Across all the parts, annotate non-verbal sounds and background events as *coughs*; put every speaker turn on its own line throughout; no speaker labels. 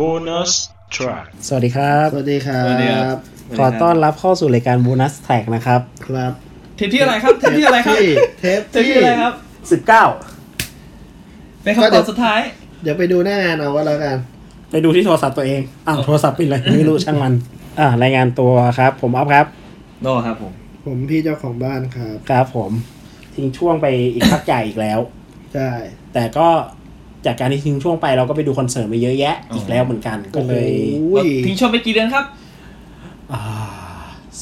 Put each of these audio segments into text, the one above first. bonus track
สวัสดีครับ
สวัสดีครับ
สวัสดีครับ
ขอต้อนรับเข้าสู่รายการ Bonus Track นะครั
ครับ
เทปที่อะไรครับเทปที่อะไรครับ
ที่เทป
เทปที่อะไรครับ
บ 19
เป็นคำตอบสุดท้าย
เดี๋ยวไปดูหน้างานเอาก็แล้วกัน
ไปดูที่โทรศัพท์ตัวเอง อ้าว โทรศัพท์ปิดเลย ไม่รู้ช่างมัน อ่ารายงานตัวครับ ผมอัพครับ
โนครับผม
ผมพี่เจ้าของบ้านครับ
ครับผม ทิ้งช่วงไปอีกพักใหญ่อีกแล้ว
ใช่
แต่ก็จากการที่ทิ้งช่วงไปเราก็ไปดูคอนเสิร์ตมาเยอะแยะ
อ๋ออี
อีกแล้วเหมือนกัน ก็เลย
โอ้ย
ทิ้งช่วงไปกี่เดือนครับ
อ่า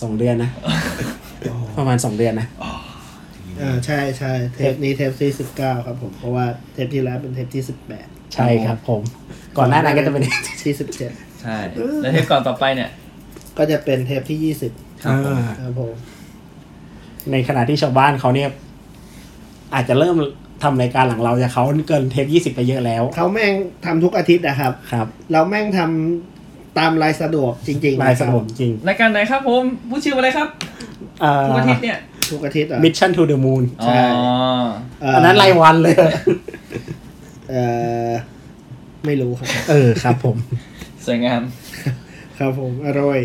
สองเดือนนะ ประมาณสองเดือนนะ
อ่าใช่ใช่เทปนี้เทปที่สิบเก้าครับผม เพราะว่าเทปที่แล้วเป็นเทปที่สิบแปด
ใช่ครับผม ก่อนหน้านั้นก็จะเป็น
ที่สิบเจ็ด
ใช่ แล้วเทปก่อนต่อไปเนี่ย
ก็จะเป็นเทปที่ยี่สิบ
ครับผม
อ่า
ครับผม
ในขณะที่ชาวบ้านเขาเนี่ย อาจจะเริ่มทำรายการหลังเราจากเขาเกินเทปยี่สิบไปเยอะแล้ว
เขาแม่งทำทุกอาทิตย์นะครับ
ครับ
เราแม่งทำตามลายสะดวกจริงๆ
ลายสนมจริง
รายการไหนครับผม ผู้ชื่ออะไรครับทุกอาทิตย์เนี่ย
ทุกอาทิตย์อ่ะ
มิชชั่นทูเดอะมูน
อ๋
ใช่
อ
อันนั้นรายวันเลย
เออไม่รู้ครับ
เออครับผม
สวยงาม
ครับผม อร่อย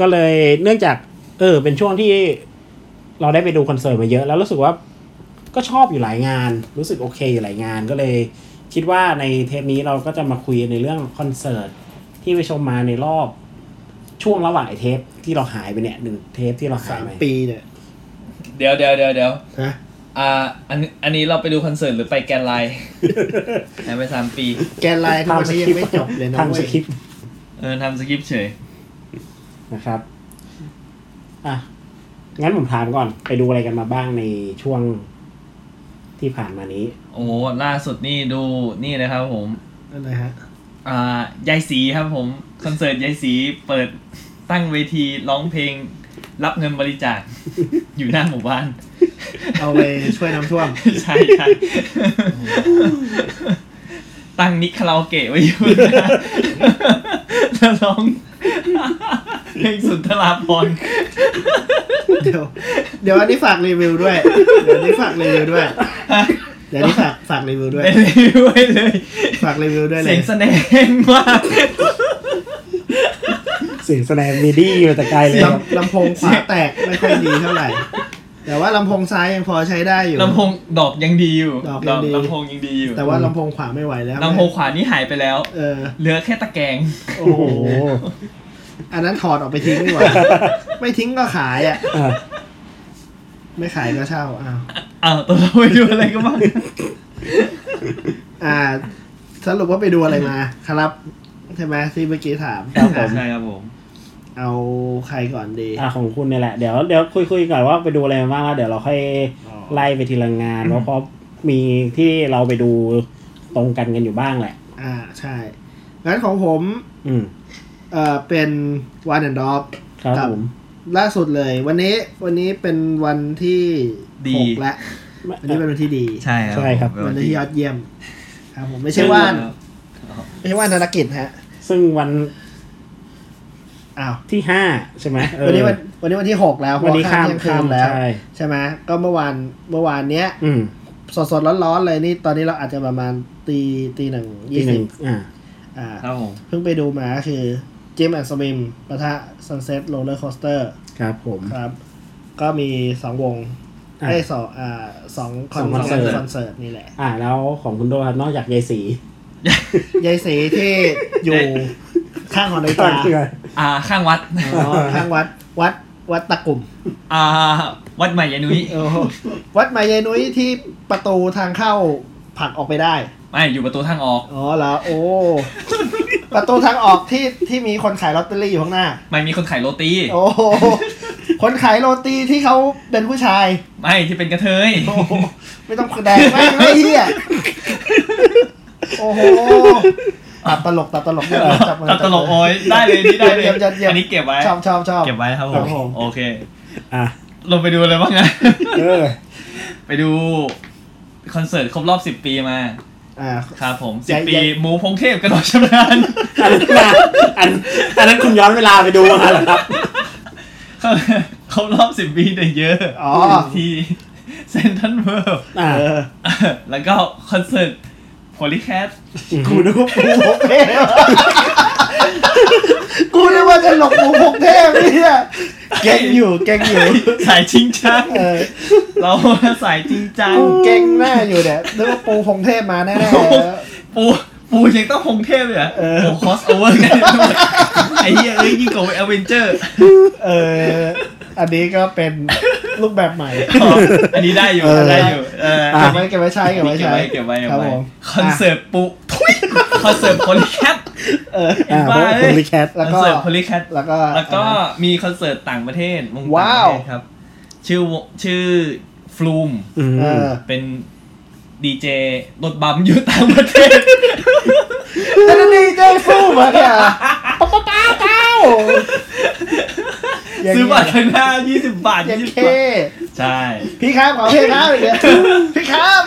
ก็เลยเนื่องจาก เออ เป็นช่วงที่เราได้ไปดูคอนเสิร์ตมาเยอะ แล้วรู้สึกว่าก็ชอบอยู่หลายงาน รู้สึกโอเคอยู่หลายงานก็เลย คิดว่าในเทปนี้เราก็จะมาคุยในเรื่องคอนเสิร์ตที่ไปชมมาในรอบ ช่วงระหว่างไอ้เทปที่เราหายไปเนี่ยหนึ่งเทปที่เราหา
สาย ม
ไป
ปีเนี่ย
เดี๋ยวเดี๋ยวเดี๋ยวเดี๋ยว
ฮะ
อ่า อันนี้อันนี้เราไปดูคอนเสิร์ตหรือไปแกนไล *laughs* น์หายไปสามปี
แกนไลน์ทุก
ตาม
วัน
ส
นี้ยั
คริ
ง
ป
ไม่
ต์
จบเลยนะ
ตามส
เว้ย
คริปต์
เออทำสคริปต์เฉย
นะครับอ่ะงั้นผมถามก่อน ไปดูอะไรกันมาบ้างในช่วงที่ผ่านมานี้
โอ้โหล่าสุดนี่ดูนี่นะครับผม
นั่นอะไรฮะ
อ่ายายสีครับผม คอนเสิร์ตยายสีเปิดตั้งเวทีร้องเพลง รับเงินบริจาค *laughs* อยู่หน้าหมู่บ้าน *laughs*
เอาไปช่วยน้ำท่วม
ใช่ใช่ *laughs* ตั้งนิกคาราโอเกะไว้อยู่นะ *laughs* แล้วร้อง *laughs* เพลงสุนทราภรณ์ *laughs*
เดี๋ยว เดี๋ยวอันนี้ฝากรีวิวด้วย เดี๋ยวอันนี้ฝากรีวิวด้วย เดี๋ยวอันนี้ฝากฝากรีวิวด้วย
ไปเลยไว้เลย
ฝากรีวิวด้วยเล
เสีย
ย
งแสดงมาก *laughs*
เสียงแสดงมีดี้มาแต่ไกลเลย
ลำลำโพงขวาแตกไม่ค่อยดีเท่าไหร่ แต่ว่าลำโพงซ้ายยังพอใช้ได้อยู่
ลำโพงดอกยังดีอยู่
ดอกยังดี
ลำโพงยังดีอยู่
แต่ว่าลำโพงขวาไม่ไหวแล้ว
ลำโพงขวานี่หายไปแล้ว
เออ
เหลือแค่ตะแกรง
โอ้
โอ้โ
โห
ห
อันนั้นถอดออกไปทิ้งดีกว่า ไม่ทิ้งก็ขายอ่ะ
อ่ะ
ไม่ขายก็เช่าอ้าว
อ้าวตัวเราไปดูอะไรกันบ้าง
อ่า สรุปว่าไปดูอะไรมา ครับ ใช่ไหมที่เมื่อกี้ถาม
ครับผม
ใช่ครับผม
เอาใครก่อนดี
อ่ะของคุณเนี่ยแหละ เดี๋ยวเดี๋ยวคุยคุยก่อนว่าไปดูอะไรมาบ้างแล้วเดี๋ยวเราค่อย
อ๋อ
ไล่ไปทีละงาน เพราะเพราะมีที่เราไปดูตรงกันกันอยู่บ้างแหละ
อ่าใช่งั้นของผม
อืม
เอ่อเป็นวันแอนด์ดอฟ
ครับ
ครับ
ผม
ล่าสุดเลย วันนี้วันนี้เป็นวันที่หกและวันนี้เป็นวันที่ดี
ใช่ครับ
ใช่ครับ
วันที่ยอดเยี่ยมครับผมไม่ใช่ว่านไม่ใช่ว่านธนกิจฮะ
ซึ่งวัน
อ้าว
ที่ห้าใช่ไหมเออ
วันนี้วันวันนี้วันที่หกแล้ว
วันนี้ข้าม
เพระว่เที่ยงคื
ข้าม
นแล้ว
ใช่
ใช่ไหมก็เมื่อวานเมื่อวานเนี้ย
อืม
สดสดร้อนร้อนๆเลยนี่ตอนนี้เราอาจจะประมาณตีตีหนึ่ง
ที
ยี่
ห
สิ
นึ่
บ
งอ่า
อ่า
ครับผม
เพิ่งไปดูมาก็คือเจมส์แอนด์สวิมปะทะซันเซ็ตโรลเลอร์คอสเตอร์
ครับผม
ครับ ก็มีสองวง
อ่ะ
ไอ้ยสองอ่าสองคอน
สองคอน
เสิ
เสิร์ต
ร์ตคอนเสิร์ตนี่แหละ
อ่าแล้วของคุณโดครับนอกจากยายสี
ยายสีที่
*laughs*
อยู่ข้างของนาฬิกา
เชื่อ
อ่าข้างวัด *laughs*
อ๋อข้างวัดวัดวัดตะกลุ่ม
อ่า วัดใหม่ยายนุ้ย
โอ้โหวัดไมายายนุ้ยที่ประตูทางเข้าผลักออกไปได้
ไม่อยู่ประตูทางออก
อ๋อเหรอโอ้ ประตูทางออกที่ที่มีคนขายลอตเตอรี่อยู่ข้างหน้า
ไม่มีคนขายโรตี
โอ้โหคนขายโรตีที่เขาเป็นผู้ชาย
ไม่ที่เป็นกระเทย
โอ้โหไม่ต้องแดงมากเลยเฮียโอ้โห ตัดตลกตัดตลกจับมือ
ตัดตลก
มื
โอ้ยได้เลยนี่ได้เลย
เยี่ยมยอดเยี่ยม
อันนี้เก็บไว้
ชอบชอบชอบ
เก็บไว้ครับ
ครับผ
ผม ม โอเค
อ่ะ
ลงไปดูเลยบ้างนะ *laughs*
เออ
ไปดู คอนเสิร์ตครบรอบ 10 ปีมา
อ่า
ครับผม
ใหญ่
10 ปี
ใหญ่
หมูพงเทพกระโดดชำนาญ *laughs*
อันนั้นมาอันอันนั้นคุณย้อนเวลาไปดูมาเหรอครับ
ครบรอบ 10 ปีแต่เยอะ
อ๋อ
*laughs* ที่เซนทันเวิร์
อ่า
เออ
*laughs* แล้วก็คอนเสิร์ต โพลิแคส
กูนึกว่าปูพกเทพกูนึกว่าจะหลบปูพกเทพเนี่ยเก่งอยู่เก่งอยู่
สายจริงจัง
*laughs* เออ
เราสายจริงจัง
กูเก่งแน่อยู่เนี่ยนึกว่าปูพงเทพมาแน่ๆ
ปูปูยังต้องพงเทพเลยเหรอ
เออ
โอ้คอสโอเวอร์กันทั้งหมด *laughs* ไอ้เหี้ยเอ้ยยิ่งกว่าเอเวนเจอร์
เอออันนี้ก็เป็นรูปแบบใหม่
อันนี้ได้อยู่
เออ
ได้อยู่เออ
เก็บไว้เก็บไว้ใช้เก็บไว้
เก็บ
ใช้
ไว้เก็บไว้เก็บ
ครับ
ไว้
ผม
คอนเสิร์ตปูทุยคอนเสิร์ตโพลิแคส
เออ
อ่า
บ้า
เพราะว่าผมรีแคท
ค
แล้
อ
วน ก็
เสิร์ตโพลิแคส
แล้วก็
แล้วก็
อ่า
มีคอนเสิร์ตต่างประเทศวง
ว้า
ต่าง
ว
ประเทศครับ ชื่อวงชื่อฟลูม
อืม
เออ
เป็นดีเจรถบัมอยู่ต่างประเทศ
แต่นั่นนี่ได้สู้มาเนี่ยป๊าป๊าป๊าเป้า
ซื้อบัตรข้างหน้า 20 บาท
เย็น
20
เค
บาท ใช่ *laughs*
พี่ครับขอพี่ครับอีกเนี่ยพี่ครับ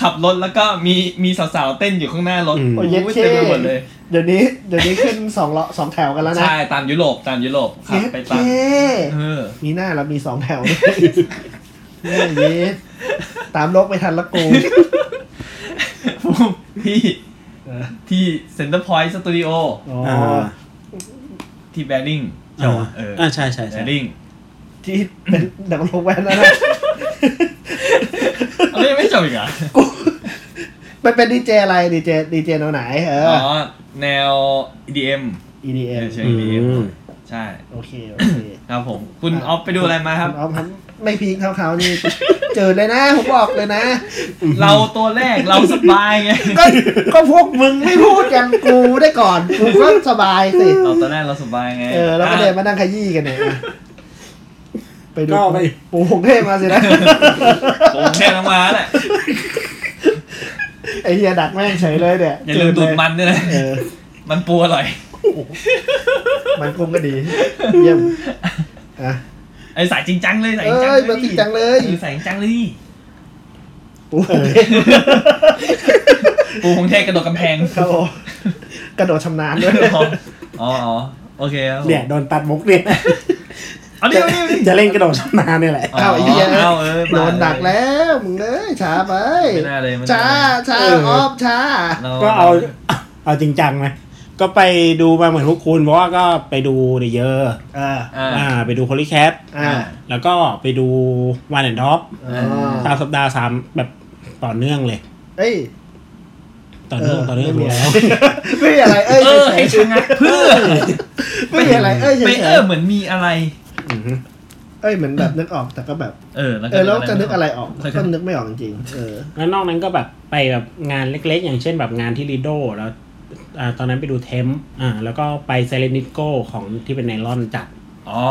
ขับรถแล้วก็มีมีสาวๆ เต้นอยู่ข้างหน้ารถ
โอ้
โอ้
ย
ย
เย็ดเข้
เต็มไปหมดเลย
เดี๋ยวนี้เดี๋ยวนี้ขึ้นสองเลาะสองแถวกันแล้วนะ
ใช่ ตามยุโรปตามยุโรปขับ
เย็ด
ไป
เค
ตามเอ
*laughs*
อ
มีหน้าเรามีสองแถวด้วยเนี่ยเย็ดตามโลกไม่ทันละกู
ที่
เออ
ที่เซ็นเตอร์พอยต์สตูดิโอ
อ๋อ
อ่า
ที่แบริ่งใช่
อ่า
ปะเออ
อ่าใช่ใช่
แบ
ใช่
ริ่ง
ที่เป็นดักลงแวนแล้วนะ
เอาไม่ไม่จบอีกเหรอ
มันเป็นดีเจอะไรดีเจดีเจแนวไหนเอ
อ๋
อ
อ แนว EDM
EDM
ใช่
อื
EDM
ม
ใช่
โอเคโอเค
ครับผม คุณออฟไปดูอะไรมาครับ
เอาครับไม่พีคเท่าเขานี่ *laughs* เจอเลยนะผมบอกเลยนะ
เราตัวแรกเราสบายไง
ก็ก็พวกมึงไม่พูดกันกูได้ก่อนกูก็สบายสิ
เราตัวแรกเราสบายไง
เออแล้วก็เดิน
อ่ะ
มานั่งขยี้กันเนี่ยอ่ะไปดู
ก็ไป
ปูหงเทพมาสินะ *laughs*
ผมแค่น้องมาแหละ
ไอ้เหี้ยดักแม่งเฉยเลยเนี่ย
อย่าลืมดูดมันด้วยนะ
เออ
มันปูอร่อย
มันกุ้งก็ดีเยี่ยมอ่ะ
ไอ้สายจริงจังเลยสายจริงจัง
เอ้ยมาจริงจังเลย
ออสายจริงจังเลย
ปูหงเทพ
ปูของเทศกระโดดกำแพง
*laughs* ครับผมกระโดดชำนาญด้วย
อ๋ออ๋อโอเคครับผม
เนี่ยโดนตัดมุก *laughs* เนี่ย
เอาดิเอาดิเอาดิ
จะเล่นกระโดดชำนาญเนี่ยแหละ
เอาไอ้เหี้ย
เอาเออ
โดนดักแล้วมึงเลยช้าไป
ไม่น่าเลยไม่น่
ช้าช้า
เออ
ออฟช้า
เรา
ก็เอาเอาจริงจังไหมก็ไปดูมาเหมือนพวกคุณเพราะว่าก็ไปดูเดเยอะ
อ่า
อ่า
อ่า ไปดูโคลิแคท
อ่า
แล้วก็ไปดูวันแอนท็อป
อ่า
ตามสัปดาห์สามแบบต่อเนื่องเลย
เอ้ย
ต่อเนื่องต่อเนื่องดูแล้ว
ไม่มีอะไร เอ้ย
เออ
เฉ
ให้
ย
ชะงักเพื่อ
ๆไม่มีอะไร เอ้ยเฉ
ไป
ย
เออเหมือนมีอะไร
อือฮึ
ๆเอ้ยเหมือนแบบนึกออกแต่ก็แบบ
เออแล้ว
เออแล้วจะนึกอะไรออก
แล้ว
ก็นึกไม่ออกจริงๆเออ
แล้วนอกนั้นก็แบบไปแบบงานเล็กๆ อย่างเช่นแบบงานที่ลีโดแล้วอ่าตอนนั้นไปดูเทมป์อ่า แล้วก็ไปเซเลนิโกของที่เป็นไนลอนจัด
อ๋อ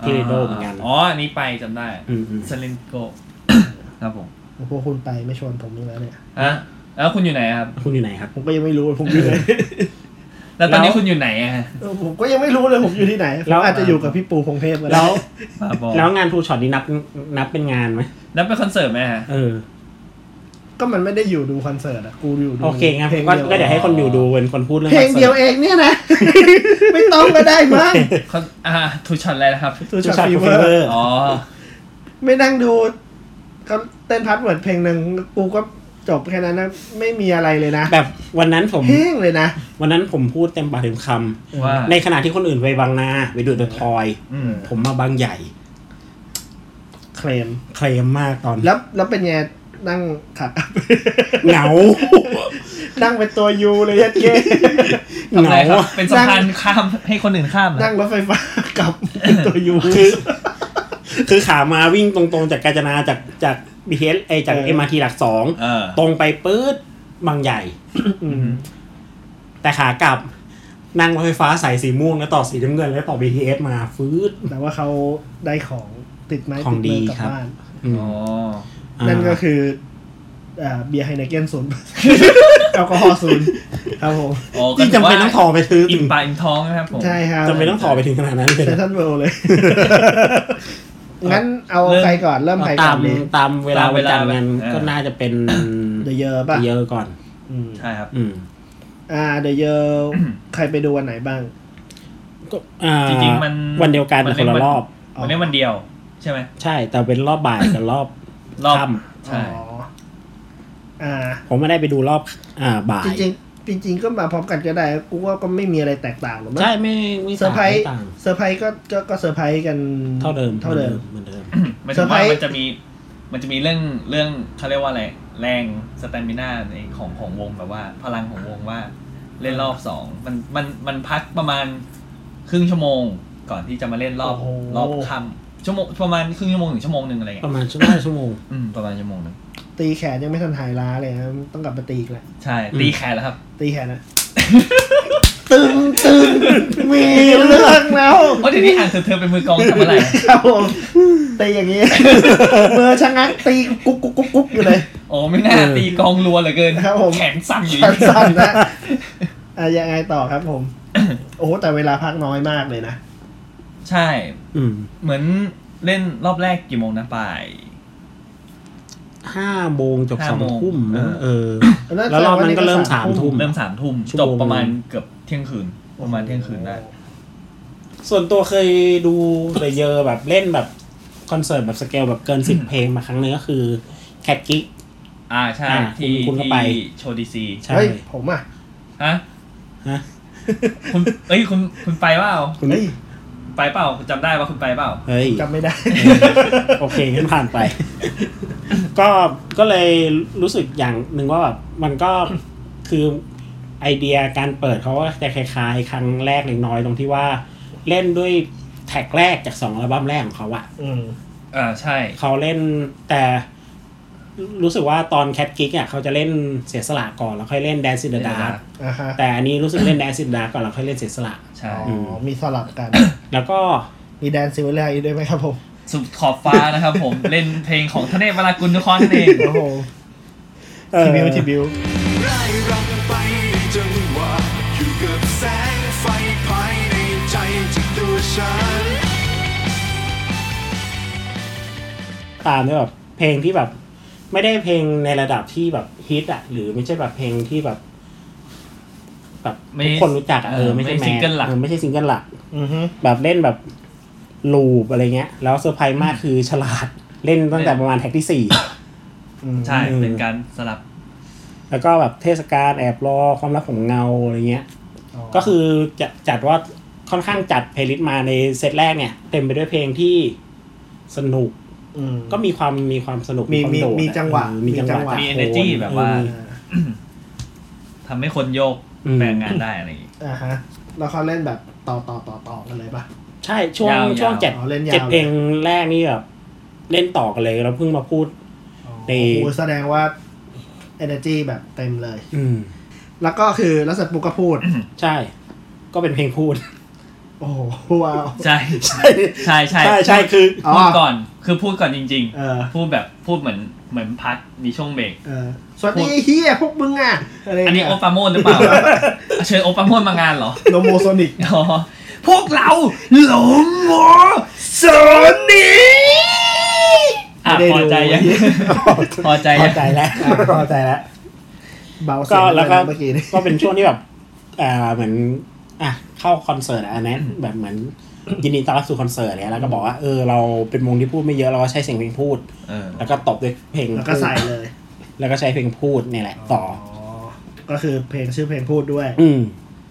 ที่เรโดเหมือนกัน
อ๋ออันนี้ไปจำได้
อืมอืม
เซเลนโก ครับผม
พวกคุณไปไม่ชวนผมนี่แล้วเนี่ย
ฮะแล้วคุณอยู่ไหนครับ
คุณอยู่ไหนครับ
ผมก็ยังไม่รู้ว่าผมอยู่ไหน
แล้วตอ
แล้
น
ว
นี้คุณอยู่ไหนอะ
เออผมก็ยังไม่รู้เลยผมอยู่ที่ไหนผ
แล้
ม
ว
อาจจะอยู่กับพี่ปูพงเทพก็ได้
แล้ว
บาบอ
แล้วงานทูช็อตนี้นับนับเป็นงานไหม
แล้วไปคอนเสิร์ตไหมฮะ
เออ
ก็มันไม่ได้อยู่ดูคอนเสิร์ตอะกูอยู่ดู
โอเคงั้น
เพลง
ก็
เดียว
ก็เดี๋ยวให้คนอยู่ดูเป็นคนพูดเรื่อง
เพลงเดียว
คอนสิร์ต
เองเนี่ยนะ *laughs* ไม่ต้องก็ได้มั้ง
คอนอ่าทูชอนอะไรนะครับ
ดู
ทู
ช็อต
ช็อต
ฟี
ฟี
เวอร์
เวอร์
อ๋อ
ไม่นั่งดูเขาเต้นพัดเวิร์ดเพลงหนึ่งกูก็จบแค่นั้นนะไม่มีอะไรเลยนะ
แบบวันนั้นผม
เฮ้งเลยนะ
วันนั้นผมพูดเต็มปากเต็มค
ว่า
ำในขณะที่คนอื่นไปบางนา ไปดูเดอะทอย
อืม
ผมมาบางใหญ่
เคลม
เคลมมากตอน
แล้วแล้วเป็นไงนั่งขับ *laughs*
เหงา
นั่งเป็นตัวยูเลยยัด
*laughs*
เก
เห
ทำอะไร
งา
ครับ
อะ
เป็นสะพานข้ามให้คนอื่นข้ามเหรอ
นั่งรถไฟฟ้ากลับเป็นตัวยู
คือ
*laughs*
คือขามาวิ่งตรงๆจากกาญจนาจากจาก BTS ไอยจาก
เออ
MRT หลักสอง
เออ
ตรงไปปื๊ดบางใหญ่
อืม
แต่ขากลับ นั่งรถไฟฟ้าสายสีม่วงแล้วต่อสีน้ำเงินแล้วต่อ BTS มาฟืด
แต่ว่าเขาได้ของติดไม้
ของ
ติด
ดี
มือกลับ
ครับ
บ้าน
อืม
อ๋อ
นั่นก็
า
คืออ่าเบียร์ไฮเนเกนศูนย์ *laughs* แอลกอฮอล์ศูนย์ครับผม
อ๋อก็
ที่
ถื
จำเป็นต้องถอไปซื้อถึ
อิ่ม
ง
ปากอิ่มท้องนะครับผม
ใช่ครับ
จำเป็นต้องถอไปถึงขนาดนั้นเลย
เซน
นะ
ทันเวลเลย งั้นเอา
เริ่ม
ใครก่อนเริ่มใคร
ตา
ก่อ
ม
นดี
ตามเวลา
ตาม
วั
เวน ลา
จันทร์งาน
เออ
ก็น่าจะเป็น
เดเยอร์ป่ะ
เยอะก่อน
อืม
ใช่ครับ
อืม
อ่าเดเย
*coughs*
อร์ใครไปดูวันไหนบ้าง
ก็อ่า
จริงๆมัน
วันเดียวกัน
มัน
คนละ
เป็นวัน
รอบ
วันนี้วันเดียว ใช่ไหม
ใช่ แต่เป็นรอบบ่ายกับรอบ
รอบ
ค่ำ
ใช่
อ๋อ อ่า
ผมไม่ได้ไปดูรอบอ่าบ่าย
จริงๆจริง ๆ ก็มาพร้อมกันก็ได้ กูว่าก็ไม่มีอะไรแตกต่างหรอกมั้ง
ใช่ไม่ไม่
เซอ
ต่าง
ร์ไพรส์
ไม่ต่าง
เซอร์ไพรส์ก็ก็ก็เซอร์ไพรส์กัน
เท่าเดิม
เท่าเดิม
เหมือนเดิม
*coughs* หมัน
เซ
ถึงว่า
อร์ไพรส์
มันจะมีมันจะมีเรื่องเรื่องเขาเรียกว่าอะไรแรงสแตมินาในของของวงแบบว่า พลังของวงว่าเล่นรอบสองมันมันมันพักประมาณครึ่งชั่วโมง ก่อนที่จะมาเล่นรอบ
โอ้โห
รอบคำชั่วโมงประมาณครึ่งชั่วโมงถึงชั่วโมงหนึ่งอะไร
ป
เงี้ย
ระมาณชั่วโมงชั่วโมง
อืมประมาณชั่วโมงหนึ่ง
ตีแขนยังไม่ทันหายล้าเลยนะต้องกลับมาตีอีกแหละ
ใช่
อืม
ตีแขนแล้วครับ
ตีแขนนะ ตึงตึงมีเรื่องแล้ว
เพราะเดี๋ยวนี้อ่านเธอเธอเป็นมือกลองทำอะไร
ครับผมตีอย่าง
*laughs*
นี้ มือชะงักตีกุ๊กกุ๊กกุ๊กกุ๊กอยู่เลย
โอ้ไม่น่า
เออ
ตีกลองรัวเหลือเกิน
ครับผม
แขนสั่นอยู่
สั้นๆ
*laughs*
นะอ่ะยังไงต่อครับผม โอ้โหแต่เวลาพักน้อยมากเลยนะ
ใช่
อืม
เหมือนเล่นรอบแรกกี่โมงนะป่าย
ห้าโมงจบส
ห้า
อง
โมง
ทุ่ม
เออ
เออ แล้วรอบนั้นก็เริ่มสามทุ่ม
เริ่มสามทุ่ม
ชั่ว
จ
โมง
บประมาณเกือบเที่ยงคืนประมาณเที่ยงคืนได้
ส่วนตัวเคยดูแต่เยอะแบบเล่นแบบคอนเสิร์ตแบบสเกลแบบเกินสิบเพลงมาครั้งหนึงก็คือแคทกิ
อ่าใช่
อ่า
ที่
คุณก็
ที่
ไป
โชว์ดีซี
ใช่
เฮ้ย ผมอ่ะ
ฮะ
ฮะ
คุณเอ้ยคุณคุณไปเปล่า
คุณ
เฮ้ย
ไปเปล่าคุณจำได้ว่าคุณไปเปล่า
เฮ้ย
จำไม่ได้
โอเคงั้นผ่านไป ก็ ก็เลยรู้สึกอย่างหนึ่งว่าแบบมันก็คือไอเดียการเปิดเขาก็จะคล้ายๆ ครั้งแรกเล็กน้อยตรงที่ว่า เล่นด้วยแท็กแรกจากสองอัลบั้มแรกของเขาอะ
อืม
อ่าใช่
เขาเล่นแต่รู้สึกว่าตอนแคทกิกอะเขาจะเล่นเสียสละก่อนแล้วค่อยเล่นแดนซิเดอร์ดาร์
อ่าฮะ
แต่อันนี้รู้สึกเล่นแดนซิเดอร์ดาร์ก่อนแล้วค่อยเล่นเสียสละ
ใช่
อ๋อ มีสลับกัน
แล้วก็
มีแดนซิลเวอร์ไลท์ด้วยไหมครับผม
สุดขอบฟ้านะครับ
*laughs*
ผม เล่นเพลงของทเนศวรากุลทุกคนนั่นเอง
โอ้โห
เอ่อ
ทีบิวทีบิว
ไล่รำไปจังหวะอยู่กับแสงไฟภายในใจจากตัวฉัน
ตามด้วยแบบเพลงที่แบบไม่ได้เพลงในระดับที่แบบฮิตอ่ะ หรือไม่ใช่แบบเพลงที่แบบ แบบ
ไม่
ทุกคนรู้จักอ่ะเออไม่ใช่แม
ซิงเกิลหลัก
ออไม่ใช่ซิงเกิลหลัก
อือฮึ
แบบเล่นแบบลูปอะไรเงี้ย แล้วเซอร์ไพรส์มากคือฉลาดเล่นตั้งแต่ประมาณแท็กที่สี่
อืม
ใช่
อืม
เป็นการสลับ
แล้วก็แบบเทศกาลแอบรอความรักของเงาอะไรเงี้ย ก็คือจะจัดว่าค่อนข้างจัดเพลย์ลิสต์มาในเซตแรกเนี่ย เต็มไปด้วยเพลงที่สนุก
ม
ก็มีความมีความสนุก
มี
ความโดด
มีมีจังหวะ
เออมีจังหวะ
มี
มี
โทน
energy แบบว่า
อ่า
ทำให้คนโยก
อืม
แปลงงานได้อะไรอย่างงี้
อ่าฮะ แล้วเขาเล่นแบบต่อต่อต่อต่อกันเลยป่ะ
ใช่ ช่วง
ยาวๆ
ช่วงเจ็ด
อ๋อเล่นยาว
เจ็ดเพลงแรกนี่แบบเล่นต่อกันเลยแล้วเพิ่งมาพูด นี่
โอ้โหแสดงว่า energy แบบเต็มเลย
อืม
แล้วก็คือแล้วเสร็จปุ๊กก็พูด
ใช่ ก็เป็นเพลงพูด
โอ้โหว้าว
ใช่
ใช่
ใช่ใช่
ใช่ใช่คือ
อ๋อ
พูดก่อนคือพูดก่อนจริง
เออ
ๆ พูดแบบพูดเหมือนเหมือนพัดมีช่วงเบรก
เออ สวัสดีไอ้เฮียพวกมึงอ่ะ อะไร
อันนี้
เงี้ย
โอปาโมนหรือเปล่า เชิญโอปาโมนมางานเหรอ
โนโมโซ
*laughs*
นิก
อ๋อพวกเราหลงหมอ
โซนิก
อ่ะ
ไม่ได้
พอใจยัง
ดู
*laughs* พอใจ
พ
ยั
อง ใจแล้วพอใจแล้ว
เบาเสี
ก็
ยง
แล้วก็
เมื่อกี้นี่
ก็เป็นช่วงที่แบบอ่าเหมือน อ่ะเข้าคอนเสิร์ตอันนั้นแบบเหมือนยินดีต้อนรับสู่คอนเสิร์ตเนี่ยแล้วก็บอกว่าเออเราเป็นวงที่พูดไม่เยอะเราก็ใช้เสียงเพลงพูด
เออ
แล้วก็ตบด้วยเพลง
แล้วก็ใส่เลย
แล้วก็ใช้เพลงพูดเนี่ยแหละ ต่อ
ก็คือเพลงชื่อเพลงพูดด้วย
อืม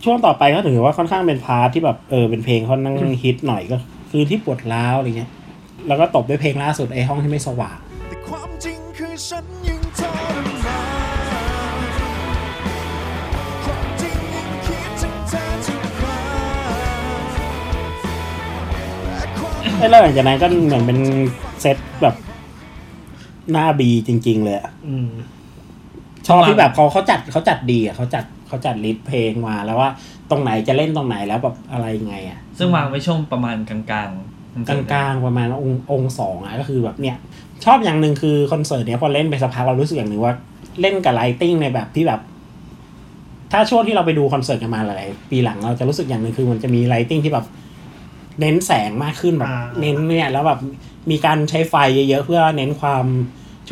ช่วงต่อไปก็ถือว่าค่อนข้างเป็นพาร์ทที่แบบเออเป็นเพลงค่อนข้างฮิตหน่อยก็คือที่ปวดร้าวอะไรเงี้ย แล้วก็ตบด้วยเพลงล่าสุดไอ้ห้องที่ไม่สว่าง
แต่ความจริงคือฉันยังทรมานความจริงยังคิดถึงเธอทุกครั้งและความ
ไอ้แล้วหลังจากนั้นก็เหมือนเป็นเซตแบบหน้าบีจริง ๆ เลยอะ
อืม
ชอบที่แบบเขาเขาจัดเขาจัดดีอ่ะเขาจัดเขาจัดลิสต์เพลงมาแล้วว่าตรงไหนจะเล่นตรงไหนแล้วแบบอะไรยังไงอ่ะ
ซึ่งวางไว้ช่วงประมาณกลางๆกลาง
กลางๆประมาณองค์องค์สองอ่ะก็คือแบบเนี่ย ชอบอย่างหนึ่งคือคอนเสิร์ตเนี้ยพอเล่นไปสักพักเรารู้สึกอย่างหนึ่งว่าเล่นกับไลติ้งในแบบที่แบบ ถ้าช่วงที่เราไปดูคอนเสิร์ตกันมาหลายๆปีหลังเราจะรู้สึกอย่างหนึ่งคือมันจะมีไลติ้งที่แบบ เน้นแสงมากขึ้นแบบ
อ่า
เน้นเนี่ยแล้วแบบมีการใช้ไฟเยอะๆเพื่อเน้นความ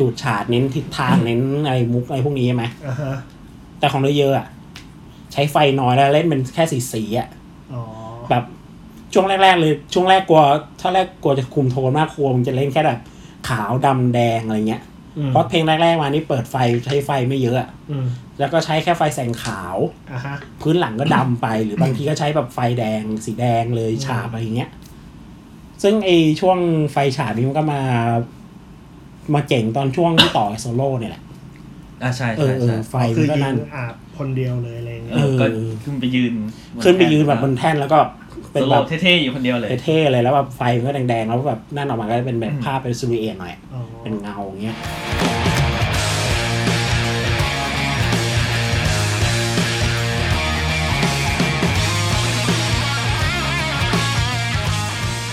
ฉูดฉาดเน้นทิศทางเน้นอะไรมุกอะไรพวกนี้ใช่ไหม
อ่าฮะ
แต่ของเราเยอะอะใช้ไฟน้อยแล้วเล่นเป็นแค่สีสีๆอะ
อ๋อ
แบบช่วงแรกๆเลยช่วงแรกกลัวถ้าแรกกลัวจะคุมโทนมากกลัวมันจะเล่นแค่แบบขาวดำแดงอะไรเงี้ย
อืม
เพราะเพลงแรกๆมานี่เปิดไฟใช้ไฟไม่เยอะอะ
อืม
แล้วก็ใช้แค่ไฟแสงขาว
อ่ะฮะ
พื้นหลังก็ดำไป หรือบางทีก็ใช้แบบไฟแดง สีแดงเลย
อืม
ฉาบอะไรอย่างเงี้ย ซึ่งไอช่วงไฟฉาบนี้มันก็มา มาเจ๋งตอนช่วงที่ต่อกับโซโล่เนี่ยแหละ
อ่าใช่
เอ
ใช่
อเอ
ใช่
อไฟ
คื
มั
อน
ก็
ยิ
นั่
ง
น
อาบคนเดียวเลยอะไรอย่าง
เอ
เงี้ย
อ
ก็ขึ้นไปยืน
ขึ้นไปยืนแบบบนแท่นแล้วก็เป็น
โซ
แบ
โล่
บ
เท่ๆอยู่คนเดียวเลย
เท่ๆเลยแล้วแบบไฟมันก็แดงๆ แล้วแบบนั่นออกมาก็เป็นแบบ
อืม
ภาพเป็นซูริเอทหน่อย
อ๋อ
เป็นเงาอย่างเงี้ย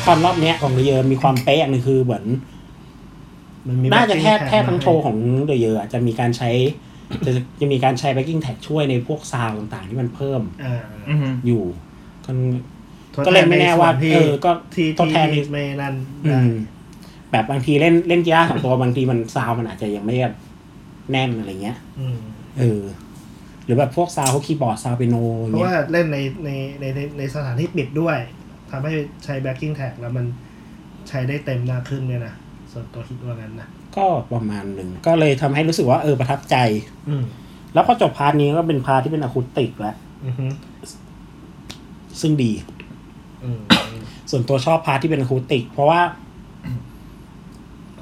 ความรอบเนี้ยของเดอะเยอมีความเป๊ะอันหนึงคือเหมือน
มันมี
น่าจะแค่
backing track
แค่ทั้งโชว์ของเดอะเยอจะมีการใช้ จะจะมีการใช้แบ็กกิ้งแท็กช่วยในพวกซาวด์ต่างๆ ที่มันเพิ่ม
อ่า
อือฮึ
อยู่ก็
ทดท
ก็เลยไม่แน่ว่า
ที่
เออ ก็
ที่
ทดแทน
ที่ไม่นั่น
อื
ได้
มแบบบางทีเล่นเล่นกีฬาร์สองตัวบางทีมันซาวมันอาจจะยังไม่แบบแน่นอะไรเงี้ย
อืม
เออหรือแบบพวกซาวพวกคีย์บอร์ดซาวเปยโนอย่า
เพ
ง
ราะ
เงี้
ว่าย เล่นในในในในในสถานที่ปิดด้วยทำให้ใช้ backing track แล้วมันใช้ได้เต็มหน้ากขึ้นเนี่ยนะ ส่วนตัวคิดว่างั้นนะ
ก็ประมาณหนึ่ง ก็เลยทำให้รู้สึกว่าเออประทับใจ
อืม
แล้วพอจบพาร์ทนี้ก็เป็นพาร์ทที่เป็นอะคูสติกแล้ว
อือฮึ
ซึ่งดี
อืม
ส่วนตัวชอบพาร์ทที่เป็นอะคูสติก เพราะว่า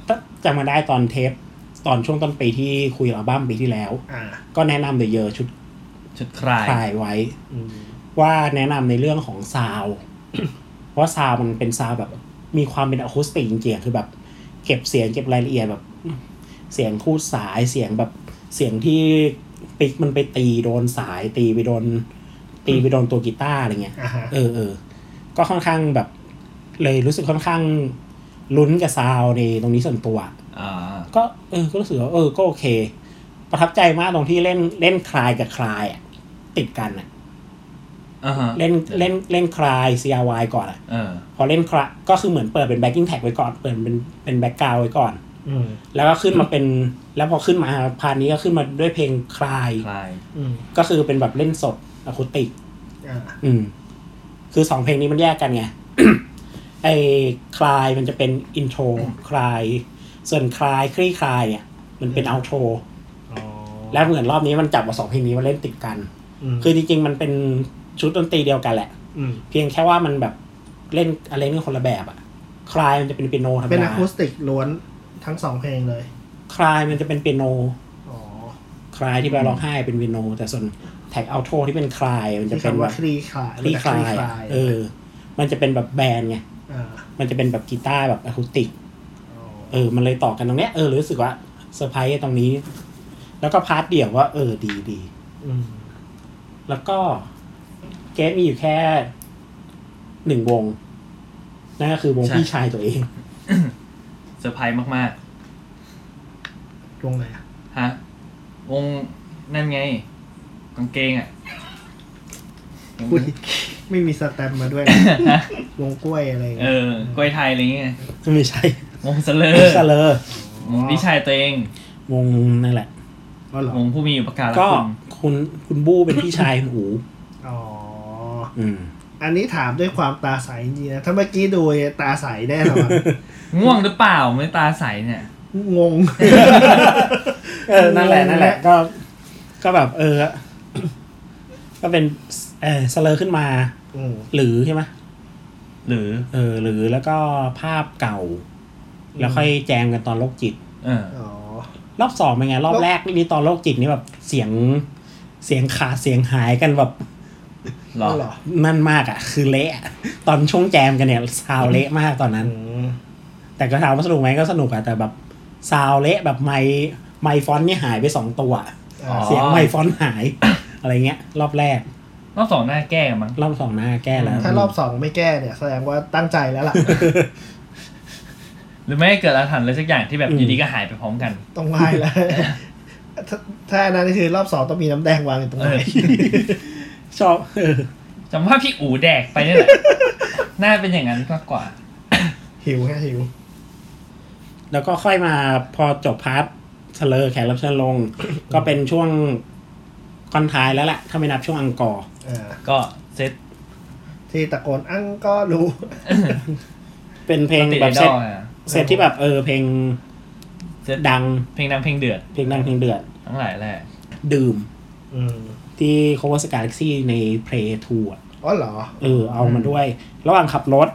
ถ้าจำมาได้ตอนเทป ตอนช่วงต้นปีที่คุยอัลบั้มปีที่แล้ว
อ่า
ก็แนะนำเดอะเยอชุด
ชุดคลาย
คลายไว้
อืม
ว่าแนะนำในเรื่องของซาวด์ *coughs* เพราะซาวด์มันเป็นซาวด์แบบมีความเป็นอะคูสติกจริงๆคือแบบ เก็บเสียงเก็บรายละเอียดแบบ เสียงคู่สายเสียงแบบเสียงที่ปิกมันไปตีโดนสาย ตีไปโดน ตีไปโดนตัวกีตาร์อะไรเงี้ย
อ่าฮะ
เออเออ ก็ค่อนข้างแบบ เลยรู้สึกค่อนข้างลุ้นกับซาวด์ในตรงนี้ส่วนตัว
อ่า
ก็เออก็รู้สึกว่าเออก็โอเค ประทับใจมากตรงที่เล่นเล่นคลายกับคลายอะติดกันอะ
อ่าฮะ
เล่นเล่นเล่นคลาย CRY ก่อนอะ
เออ
พอเล่นคลายก็คือเหมือนเปิดเป็น backing track ไว้ก่อนเปิดเป็นเป็น back ground ไว้ก่อน
อืม
แล้วก็ขึ้นมาเป็น แล้วพอขึ้นมาพานนี้ก็ขึ้นมาด้วยเพลงคลาย
คลาย
อืม
ก็คือเป็นแบบเล่นสดอะคูติก
อ่า
อืม คือสองเพลงนี้มันแยกกันไง *coughs* ไอ้คลายมันจะเป็นอินโทรคลาย ส่วนคลายคลี่คลายเนี่ยมันเป็นเอาโทร
อ๋อ
แล้วเหมือนรอบนี้มันจับมาสองเพลงนี้มาเล่นติดกัน
ม
คือจริงๆมันเป็นชุดดนตรีเดียวกันแหละ
ม
เพียงแค่ว่ามันแบบเล่นอะไรเล่นคนละแบบอะคลายมันจะเป็นเปียโนธรรม
เป็นอะ
ดา
คูสติกล้วนทั้งสองเพลงเลย
คลายมันจะเป็นเปียโน
อ๋อ
คลายที่ไปร้องไห้เป็นเปียโน แต่ส่วนแท็กเอาโทที่เป็นคลายมันจะ
ที่
เป็น
คำ
แบ
ว่า
บ
คลีคลาย
คลี่คลายอะเออ มันจะเป็นแบบแบนไง
อ่า
มันจะเป็นแบบกีตาร์แบบอะคูติก
อ๋อ
เออ มันเลยต่อกันตรงเนี้ยเออรู้สึกว่าเซอร์ไพรส์ตรงนี้ แล้วก็พาร์ทเดี่ยวว่า เออดีดี
อืม
แล้วก็เกสมีอยู่แค่หนึ่งวงนั่นก็คือวง
ใช่
พี่ชายตัวเอง *laughs*
เซอร์ไพรส์มาก
วงไหนอะ *laughs*
ๆ ฮะ วงนั่นไง กางเกงอ่ะ
อุ๊ยไม่มีสแตมป์มา *laughs* ด้วยนะ
ฮะ
วงกล้วยอะไรอย่าง
เอ
เงี้ย
อกล้วยไทยอะไรเงี้ย
ไม่ใช่
วงเสลอ
ไม่ใช่เลย
วงพี่ชายตัวเอง
วงนั่นแหละ
อ๋อเหรอ
วงผู้มีอุปการะ
ก็
คุณ
คุณคุณบู้เป็นพี่ชายคุณอู
อ๋อ
อืม
อันนี้ถามด้วยความตาใสจริงๆนะ ถ้าเมื่อกี้ดูเนี่ยตาใสแน่นอน
*laughs*
ง่วงหรือเปล่าไม่ตาใสเนี่ย
งง
เออ นั่นแหละ นั่นแหละ ก็ ก็แบบ เอ *coughs* อ ก็เป็น เออสเลอขึ้นมา
อืม
หรือใช่ไหม
หรือ
เออ หรือแล้วก็ภาพเก่า แล้วค่อยแจมกันตอนโรคจิต
เออ
อ๋อ
รอบสองเป็นไง รอบแรกนี่ตอนโรคจิตนี่แบบเสียง เสียงขาดเสียงหายกันแบบ
หรอ
เหรอ
นั่นมากอ่ะ คือเละอะตอนช่วงแจมกันเนี่ยซาวเละมากตอนนั้น
อืม
แต่ก็ถามว่าสนุกไหมก็สนุกอะแต่แบบซาวเละแบบไมค์ไมค์ฟอนต์นี่หายไปสองตัวอะ
อ่า
อ๋อ
เสียงไมค์ฟอนต์หาย อะไรเงี้ย รอบแรก
รอบสองหน้าแก้มั้ง
รอบสองหน้าแก้แล้ว
ถ้ารอบสองไม่แก้เนี่ย แสดงว่าตั้งใจแล้ว
*laughs*
ล่ะ
หรือไม่เกิดอาถรรพ์อะไรสักอย่างที่แบบอยู่ดีก็หายไปพร้อมกัน
ต้องไหว้แล้ว *laughs* ถ้าถ้าอันนั้นคือรอบสองต้องมีน้ำแดงวางอยู่ตรงไหน
*laughs*
เออ
ชอบ *laughs* เออ
จำว่าพี่อูแดกไปนี่แหละ *laughs* น่าเป็นอย่างนั้นมากกว่า
หิวแค่หิว
แล้วก็ค่อยมาพอจบพาร์ทเฉลยแขกรับเชิญลง ก็เป็นช่วงคอนท้ายแล้วแหละถ้าไม่นับช่วงอังกอร์
อ่า
ก็เซต
ที่ตะโกนอังก็รู้
เป็นเพลง
ติด
แบ
ไอบด
เซ
อ
ต
ลอะ
เซตที่แบบเออเพลง
เสีย
ดัง
เพลงดังเพลงเดือด
เพลงดังเพลงเดือด
ทั้งหลายแหละ
ดื่ม
อืม
ที่ cover s กา a ล็กซี่ใน Play 2อ่ะ
อ๋อเหรอ
เออเอามาด้วย ระหว่างขับรถ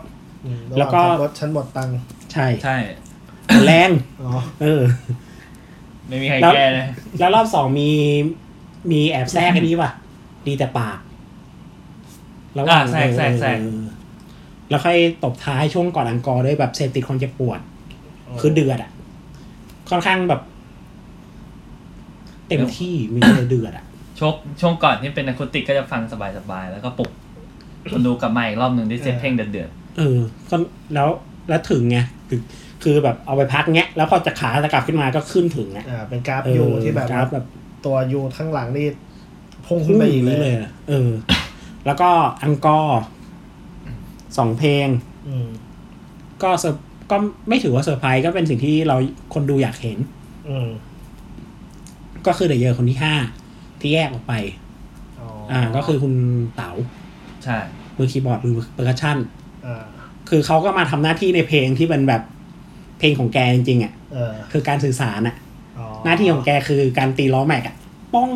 อืม
แล้
แล้ว ว
ก็
ก็รถฉันหมดตังค์
ใช่
ใช่
แรง
อ๋อ
เออ
ไม่มีใคร
แล้ว
แก้นะ
แล้วรอบสองมีมีแอบแทรกอันนี้ป่ะ ดีแต่ปากห
อ่ะ
ว่าง
แทรกแทรกแทรก
เออแล้วค่อยตบท้ายช่วงก่อนอังกอร์ด้วยแบบเสพติดคนเจ็บปวด คือเดือดอ่ะ ค่อนข้างแบบ เต็มที่มีเลยเดือดอ่ะ
ช่วงช่วงก่อนที่เป็นอะคูติกก็จะฟังสบายๆ แล้วก็ปลุกคนดูกลับมาอีกรอบหนึ่งด้วยเซตเพลงเดือด
เออก็แล้วแล้วถึงไงคือคือแบบเอาไปพักเงี้ย แล้วพอจะขาจะกลับขึ้นมาก็ขึ้นถึงอ่ะ
อ่าเป็นกราฟ
เออ
ยูที่แบบ
กราฟแบบ
ตัวยูข้างหลังนี่พุ่งขึ้นไปอีก
พุ่ง
เลย
อะเออ *coughs* แล้วก็อังกอร์สองเพลง
อืม
ก็เซอร์ก็ไม่ถือว่าเซอร์ไพรส์ก็เป็นสิ่งที่เราคนดูอยากเห็น
อืม
ก็คือเดอะเยอคนที่ห้าที่แยกออกไป
อ๋อ
อ่า ก็คือคุณเต๋า
ๆ ใช่
มือคีย์บอร์ดมือเปอร์คัชชั่น
อ่า
คือเขาก็มาทำหน้าที่ในเพลงที่เป็นแบบเพลงของแกจริงๆอ่ะ
เออ
คือการสื่อสารอ่ะ
อ๋อ
หน้าที่ของแกคือการตีล้อแม็กอะป้อง